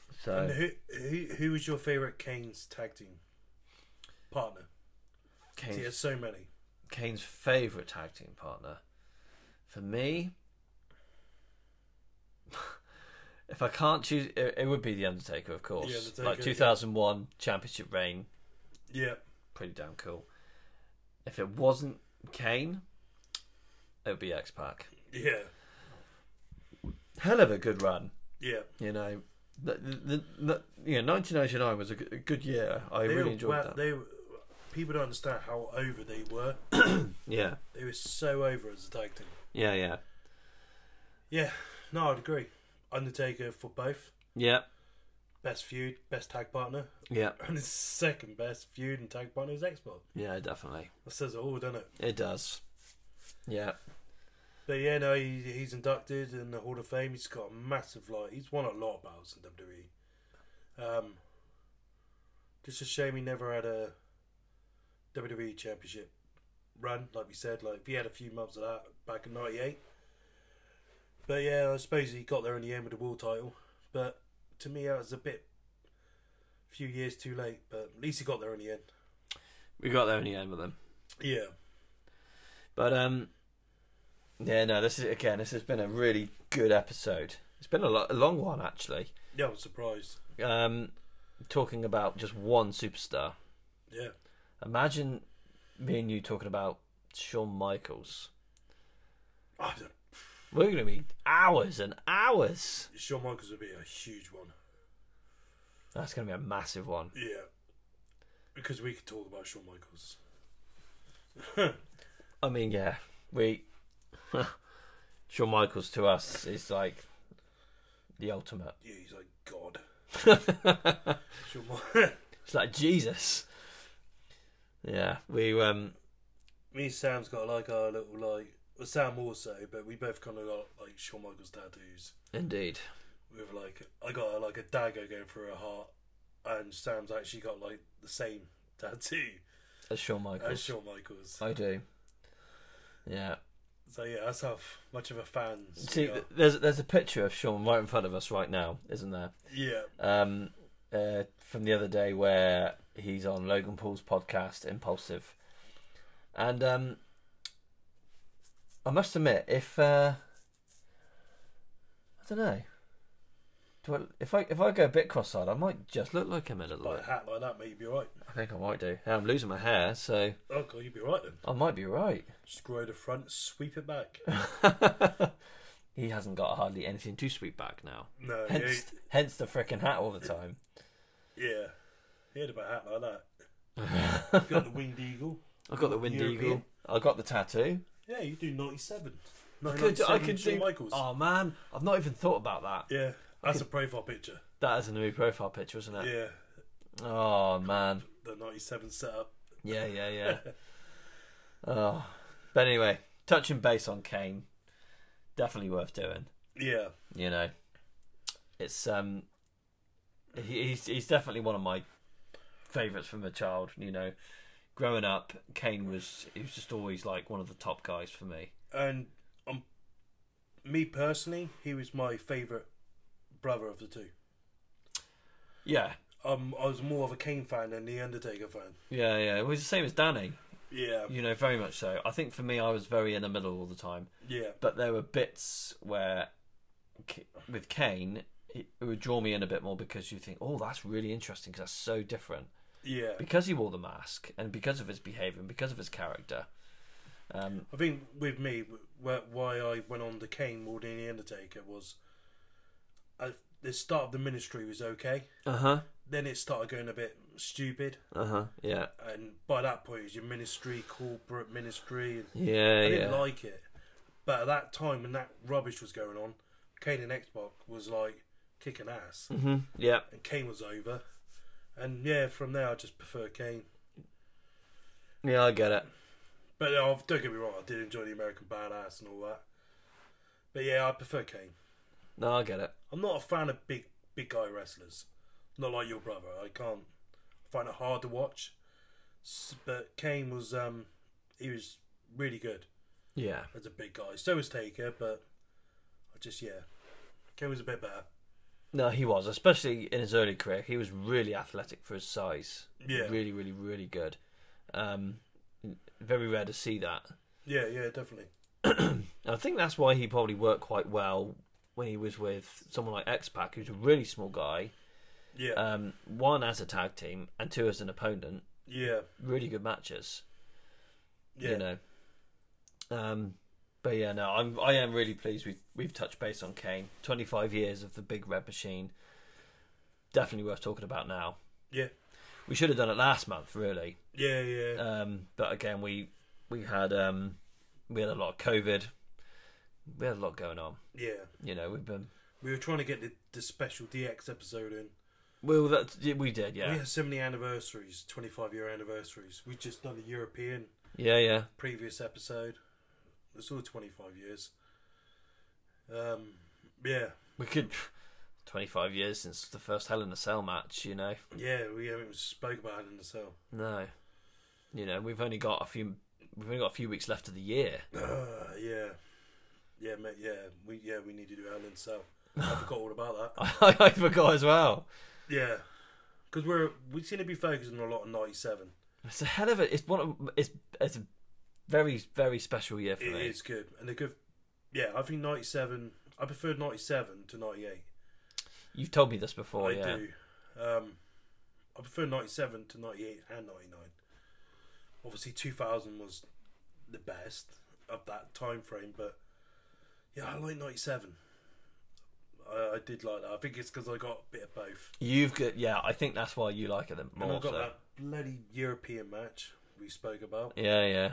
S2: And
S1: So
S2: who who who was your favorite Kane's tag team partner? He
S1: Kane's,
S2: has so many.
S1: Kane's favorite tag team partner, for me, (laughs) if I can't choose, it, it would be the Undertaker, of course.
S2: The Undertaker,
S1: like
S2: yeah.
S1: two thousand one Championship reign.
S2: Yeah,
S1: pretty damn cool. If it wasn't Kane, it would be X Pac.
S2: yeah,
S1: Hell of a good run,
S2: yeah.
S1: you know. The, the, the, you know, 1999 was a good, a good year. I
S2: were-
S1: really enjoyed
S2: well,
S1: that.
S2: They were- people don't understand how over they were.
S1: yeah,
S2: they were so over as a tag team.
S1: yeah, yeah,
S2: Yeah, no, I'd agree. Undertaker for both
S1: yeah,
S2: best feud, best tag partner,
S1: yeah,
S2: and his second best feud and tag partner is Xbox.
S1: yeah. Definitely,
S2: That says it all, doesn't it?
S1: it does. Yeah,
S2: But yeah, no, he, he's inducted in the Hall of Fame. He's got a massive like he's won a lot of battles in WWE. Um, just a shame he never had a WWE championship run, like we said. Like if he had a few months of that back in '98. But yeah, I suppose he got there in the end with the world title. But to me, that was a bit few years too late. But at least he got there in the end.
S1: we got there in the end with them.
S2: Yeah,
S1: But um, yeah, no. This is again. This has been a really good episode. It's been a, lo- a long one actually.
S2: yeah, I'm surprised.
S1: Um, talking about just one superstar.
S2: Yeah,
S1: Imagine me and you talking about Shawn Michaels.
S2: I don't,
S1: We're going to be hours and hours.
S2: Shawn Michaels would be a huge one.
S1: That's going to be a massive one.
S2: Yeah. Because we could talk about Shawn Michaels.
S1: I mean, yeah, we (laughs) Shawn Michaels to us is like the ultimate. (laughs)
S2: Yeah, he's like God. Shawn Mi- (laughs)
S1: It's like Jesus. Yeah, we um,
S2: Me and Sam's got like our little like well, Sam also, but we both kind of got like Shawn Michaels tattoos.
S1: indeed.
S2: With like I got uh, like a dagger going through her heart, and Sam's actually got like the same (laughs) tattoo
S1: As Shawn Michaels,
S2: as Shawn Michaels.
S1: I do. Yeah.
S2: So yeah, that's how much of a fan.
S1: See, th- there's there's a picture of Shawn right in front of us right now, isn't there?
S2: yeah,
S1: um, uh, from the other day where he's on Logan Paul's podcast, Impulsive. And um, I must admit, if uh, I don't know, Do I, if I if I go a bit cross-eyed, I might just look like him a little
S2: Buy a
S1: bit.
S2: hat like that, mate, you'd be right.
S1: I think I might do. I'm losing my hair, so
S2: Oh, God, you'd be right then.
S1: I might be right. (laughs)
S2: Just grow the front, sweep it back.
S1: he hasn't got hardly anything to sweep back now.
S2: No,
S1: Hence, hence the frickin' hat all the (laughs) time.
S2: yeah, yeah. He had about a hat like that. Got the winged eagle.
S1: (laughs) I've got the wind
S2: European.
S1: eagle. I got the tattoo.
S2: (laughs) Yeah, you do 97.
S1: Could,
S2: 97
S1: I could
S2: Shawn
S1: do.
S2: Michaels.
S1: Oh man, I've not even thought about that.
S2: Yeah, that's a profile picture.
S1: That is a new profile picture, isn't it?
S2: Yeah,
S1: Oh man.
S2: the 97 setup.
S1: Yeah, yeah, (laughs) yeah. oh, but anyway, touching base on Kane, definitely worth doing.
S2: Yeah,
S1: You know, it's um, he, he's he's definitely one of my favourites from a child. You know, growing up, Kane was he was just always like one of the top guys for me.
S2: and um, me personally, he was my favourite brother of the two.
S1: Yeah,
S2: Um, I was more of a Kane fan than the Undertaker fan.
S1: yeah, yeah. It was the same as Danny.
S2: Yeah,
S1: You know, very much so. I think for me, I was very in the middle all the time.
S2: yeah,
S1: but there were bits where K- with Kane it it would draw me in a bit more because you think, oh, that's really interesting because that's so different
S2: yeah.
S1: because he wore the mask and because of his behaviour and because of his character. Um,
S2: I think with me, where, why I went on to Kane more than the Undertaker was, at the start of the ministry was okay.
S1: uh huh.
S2: Then it started going a bit stupid,
S1: Uh huh. Yeah.
S2: and by that point, it was your ministry, corporate ministry, and
S1: Yeah.
S2: I
S1: Yeah.
S2: didn't like it. But at that time, when that rubbish was going on, Kane and Xbox was like kicking ass,
S1: hmm Yeah.
S2: and Kane was over. And yeah, from there, I just prefer Kane.
S1: Yeah. I get it.
S2: But uh, don't get me wrong, I did enjoy the American Badass and all that. But yeah, I prefer Kane.
S1: No, I get it.
S2: I'm not a fan of big, big guy wrestlers. Not like your brother. I can't I find it hard to watch. S- But Kane was, um, he was really good.
S1: Yeah.
S2: as a big guy. So was Taker, but I just yeah, Kane was a bit better.
S1: No, he was, especially in his early career. He was really athletic for his size.
S2: Yeah.
S1: Really, really, really good. Um, very rare to see that.
S2: Yeah, yeah, definitely.
S1: And I think that's why he probably worked quite well when he was with someone like X Pac, who's a really small guy.
S2: Yeah,
S1: Um, one as a tag team and two as an opponent.
S2: yeah,
S1: Really good matches,
S2: yeah,
S1: you know. Um, but yeah, no, I'm I am really pleased we've we've touched base on Kane. 25 years of the Big Red Machine. Definitely worth talking about now.
S2: yeah,
S1: We should have done it last month, really.
S2: yeah, yeah,
S1: Um, but again, we we had um, we had a lot of COVID. We had a lot going on.
S2: yeah.
S1: You know, we've been
S2: We were trying to get the, the special DX episode in.
S1: Well, that yeah, we did, yeah,
S2: We had so many anniversaries, twenty-five year anniversaries. We just done the European
S1: yeah, yeah.
S2: previous episode. It's all twenty-five years. Um, yeah,
S1: We could twenty-five years since the first Hell in a Cell match, you know.
S2: yeah. We haven't even spoke about it in the cell.
S1: No, you know we've only got a few. We've only got a few weeks left of the year.
S2: Uh, (sighs) yeah, yeah, mate. Yeah, we yeah we need to do Hell in a Cell. I forgot all about that.
S1: I, (laughs) I forgot as well.
S2: Yeah, because we're we seem to be focusing a lot on '97.
S1: It's a hell of a. It's one. Of, it's it's a very very special year for
S2: It is
S1: me.
S2: good, and the good. Yeah, I think '97. I preferred '97 to '98.
S1: You've told me this before,
S2: I
S1: Oh, yeah.
S2: do. Um, I prefer '97 to '98 and '99. Obviously, 2000 was the best of that time frame, but yeah, I like '97. I, I did like that. I think it's because I got a bit of both.
S1: You've got yeah. I think that's why you like it the-
S2: And I
S1: more.
S2: got
S1: so.
S2: that bloody European match we spoke about.
S1: Yeah, yeah.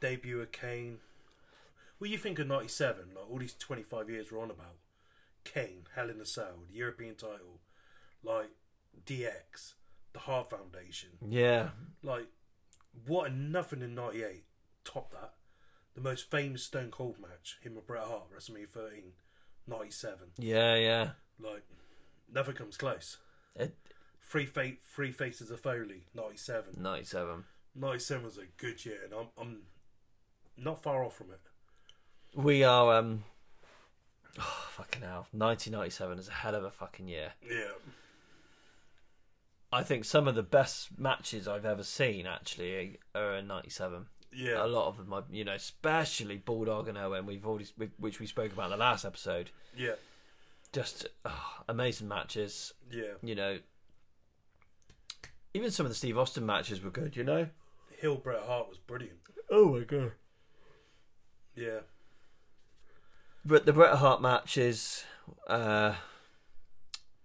S2: debut of Kane. What do you think of '97? Like all these 25 years we're on about Kane, Hell in a Cell, the European title, like DX, the Hart Foundation.
S1: Yeah,
S2: Like what and nothing in '98 top that. The most famous Stone Cold match, him with Bret Hart, WrestleMania 13, '97.
S1: yeah, yeah.
S2: Like nothing comes close.
S1: It,
S2: Three fate, three faces of Foley, '97.
S1: Ninety-seven.
S2: '97 was a good year, and I'm, I'm not far off from it.
S1: We are um. (sighs) Oh, fucking hell! Nineteen ninety-seven is a hell of a fucking year.
S2: Yeah.
S1: I think some of the best matches I've ever seen actually are in '97.
S2: Yeah,
S1: A lot of them, I- you know, especially Bulldog and Owen. We've already, we- which we spoke about in the last episode.
S2: yeah,
S1: just ah, amazing matches.
S2: Yeah.
S1: You know, even some of the Steve Austin matches were good. You know.
S2: Hill Bret Hart was brilliant.
S1: Oh my god.
S2: Yeah.
S1: But the Bret Hart matches, uh,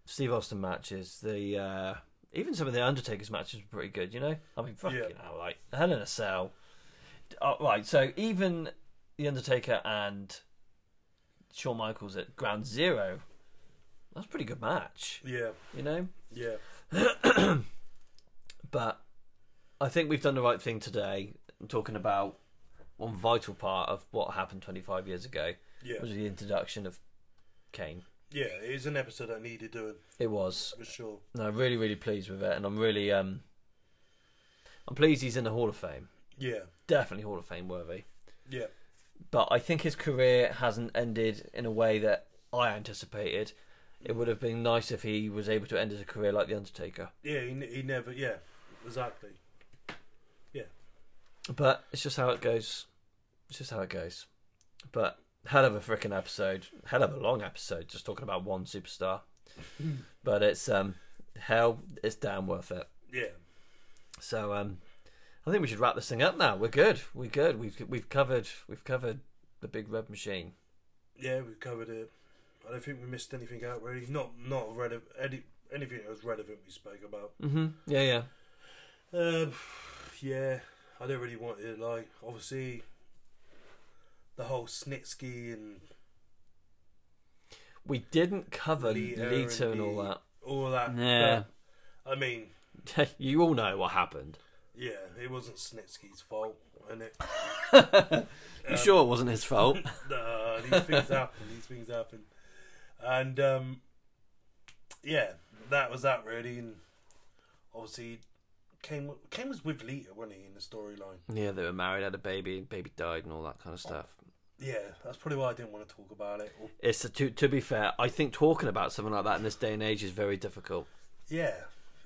S1: Steve Austin matches, the uh, even some of the Undertaker's matches were pretty good. You know, I mean, fucking
S2: Yeah.
S1: hell, like Hell in a Cell. Oh, right, so even the Undertaker and Shawn Michaels at Ground Zero, that's a pretty good match.
S2: Yeah.
S1: You know,
S2: Yeah.
S1: but I think we've done the right thing today. I'm talking about one vital part of what happened 25 years ago
S2: Yeah.
S1: was the introduction of Kane.
S2: Yeah. It is an episode I needed doing
S1: It was.
S2: for sure.
S1: No, I'm really, really pleased with it, and I'm really, um, I'm pleased he's in the Hall of Fame.
S2: Yeah.
S1: Definitely Hall of Fame worthy.
S2: Yeah.
S1: But I think his career hasn't ended in a way that I anticipated. It would have been nice if he was able to end his career like The Undertaker.
S2: Yeah. He, he never. Yeah. Exactly.
S1: But it's just how it goes. It's just how it goes. But hell of a freaking episode. Hell of a long episode. Just talking about one superstar. Hmm. but it's um, hell. It's damn worth it.
S2: Yeah.
S1: So um, I think we should wrap this thing up now. We're good. We're good. We've we've covered we've covered the big red machine.
S2: Yeah. We've covered it. I don't think we missed anything out really. Not not relevant. Any, anything that was relevant we spoke about.
S1: Mm-hmm. Yeah, yeah.
S2: Um, yeah, I don't really want it. Like, obviously, the whole Snitsky and
S1: We didn't cover
S2: Lita
S1: Lita, and,
S2: and
S1: all
S2: the-
S1: that.
S2: all that.
S1: Yeah.
S2: but, I mean,
S1: (laughs) you all know what (laughs) happened.
S2: yeah, it wasn't Snitsky's fault, and it.
S1: You sure it wasn't his fault?
S2: Nah, Um, these things happen. These things happen, and um, yeah, that was that really. And obviously, Kane Kane was with Lita, wasn't he, in the storyline?
S1: (laughs) yeah, they were married, had a baby, baby died, and all that kind of stuff.
S2: Yeah, that's probably why I didn't want to talk about it. Or,
S1: It's a, to to be fair, I think talking about something like that in this day and age is very difficult
S2: yeah,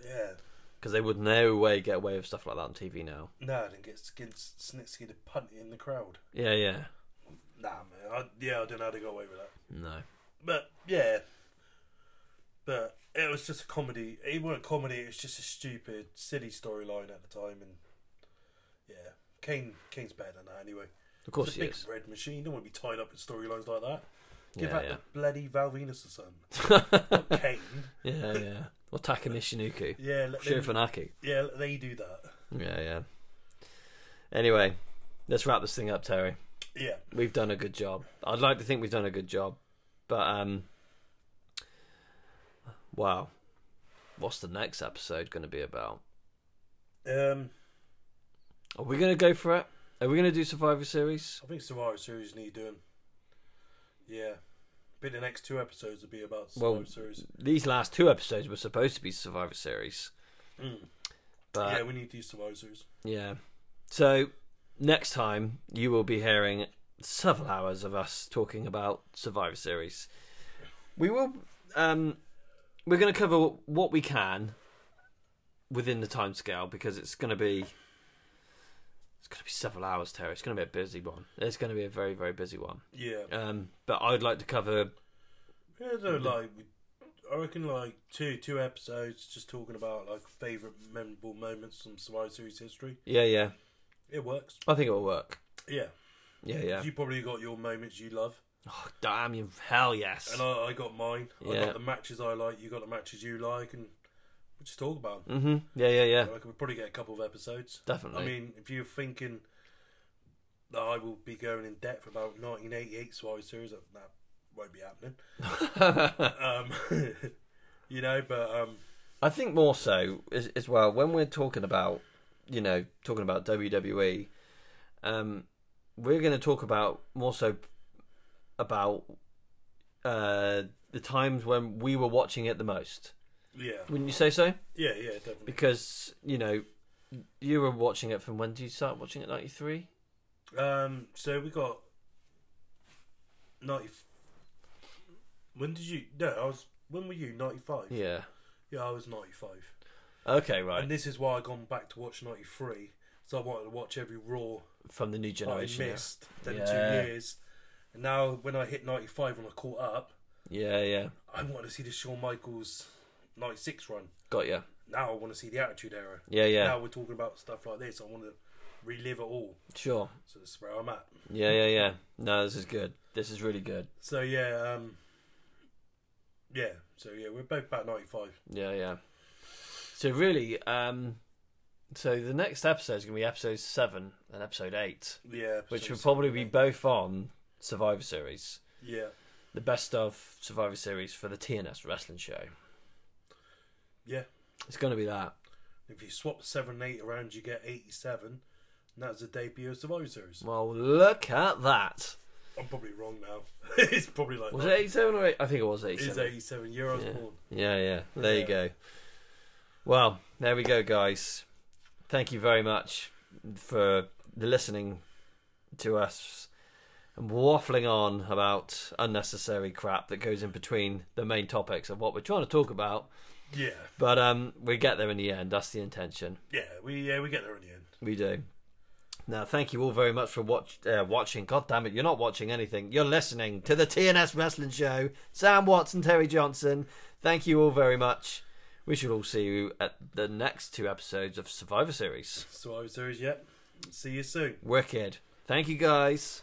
S2: yeah.
S1: because they would no way get away with stuff like that on TV now.
S2: No, I didn't get Skin Snitsky to punt it in the crowd.
S1: Yeah, yeah.
S2: Nah, man. I, yeah, I don't know how they got away with that.
S1: No.
S2: But yeah, but it was just a comedy. It wasn't comedy. It was just a stupid, silly storyline at the time, and yeah, Kane Kane's better than that anyway.
S1: Of
S2: It's
S1: course
S2: a
S1: he
S2: big
S1: is.
S2: red machine. Don't want to be tied up in storylines like that. Give
S1: Yeah,
S2: out
S1: yeah.
S2: the bloody Val Venus or
S1: (laughs)
S2: something. Not Kane.
S1: Yeah, yeah. Or Takumi Shinuku.
S2: Yeah, let them,
S1: Shofunaki.
S2: yeah, let they do that.
S1: Yeah, yeah. Anyway, let's wrap this thing up, Terry.
S2: Yeah,
S1: We've done a good job. I'd like to think we've done a good job, but um, wow, what's the next episode going to be about?
S2: um,
S1: Are we going to go for it? Are we going to do Survivor Series?
S2: I think Survivor Series need doing. Yeah, but the next two episodes will be about Survivor
S1: Well,
S2: Series.
S1: These last two episodes were supposed to be Survivor Series, uh,
S2: Mm.
S1: but
S2: yeah, we need these Survivor Series.
S1: Yeah. So next time you will be hearing several hours of us talking about Survivor Series. We will. Um, we're going to cover what we can within the time scale because it's going to be. It's going to be several hours, Terry. It's going to be a busy one. It's going to be a very, very busy one.
S2: Yeah,
S1: Um, but I'd like to cover.
S2: yeah so like we, I reckon like two two episodes just talking about like favorite memorable moments from Survivor Series history.
S1: Yeah, yeah.
S2: It works.
S1: I think it will work.
S2: Yeah,
S1: Yeah, yeah.
S2: you probably got your moments you love,
S1: Oh, damn you! Hell yes.
S2: and I, I got mine. I
S1: Yeah.
S2: got the matches I like. You got the matches you like, and we just talk about them.
S1: Mm-hmm. Yeah, yeah, yeah.
S2: I could probably get a couple of episodes.
S1: Definitely.
S2: I mean, if you're thinking that I will be going in depth about 1988 Survivor Series, that that won't be happening. um, (laughs) you know, but um,
S1: (laughs) I think more so as, as well when we're talking about you know talking about WWE, um, we're going to talk about more so about uh, the times when we were watching it the most.
S2: yeah,
S1: Wouldn't you say so?
S2: yeah, yeah, definitely.
S1: Because you know you were watching it from when did you start watching it? Ninety three.
S2: Um, so we got 90. When did you? No, I was. When were you? 95.
S1: Yeah.
S2: Yeah, I was 95.
S1: Okay, right.
S2: And this is why I gone back to watch 93. So I wanted to watch every Raw
S1: From the new
S2: Oh, I
S1: generation.
S2: missed them
S1: Yeah.
S2: two years. And now when I hit 95 and I caught up,
S1: yeah. Yeah, yeah.
S2: I wanted to see the Shawn Michaels 96 run.
S1: Got ya.
S2: Now I want to see the Attitude Era.
S1: Yeah, yeah.
S2: Now we're talking about stuff like this. I want to relive it all.
S1: Sure.
S2: So that's where I'm at.
S1: Yeah, yeah, yeah. No, this is good. This is really good.
S2: So yeah, um, yeah. So yeah, we're both about 95.
S1: Yeah, yeah. So really, um, so the next episode is going to be episode seven and episode eight,
S2: Yeah.
S1: which
S2: so
S1: will probably be both on Survivor Series,
S2: Yeah.
S1: the best of Survivor Series for the TNS wrestling show.
S2: Yeah.
S1: It's going to be that.
S2: If you swap seven and eight around, you get 87. And that's the debut of Survivor Series.
S1: Well, look at that.
S2: I'm probably wrong now. (laughs) it's probably like
S1: Was
S2: that.
S1: it eighty-seven or eight? I think it was
S2: It is
S1: eighty-seven.
S2: 87 euros born.
S1: Yeah, yeah. There you
S2: Yeah.
S1: go. Well, there we go, guys. Thank you very much for listening to us and waffling on about unnecessary crap that goes in between the main topics of what we're trying to talk about.
S2: Yeah.
S1: But um, we get there in the end. That's the intention.
S2: Yeah. We yeah we get there in the end.
S1: We do. Now, thank you all very much for watch, uh, watching. God damn it, you're not watching anything. You're listening to the TNS Wrestling Show. Sam Watts and Terry Johnson. Thank you all very much. We shall all see you at the next two episodes of Survivor Series.
S2: Survivor Series. Yeah. See you soon.
S1: Wicked. Thank you, guys.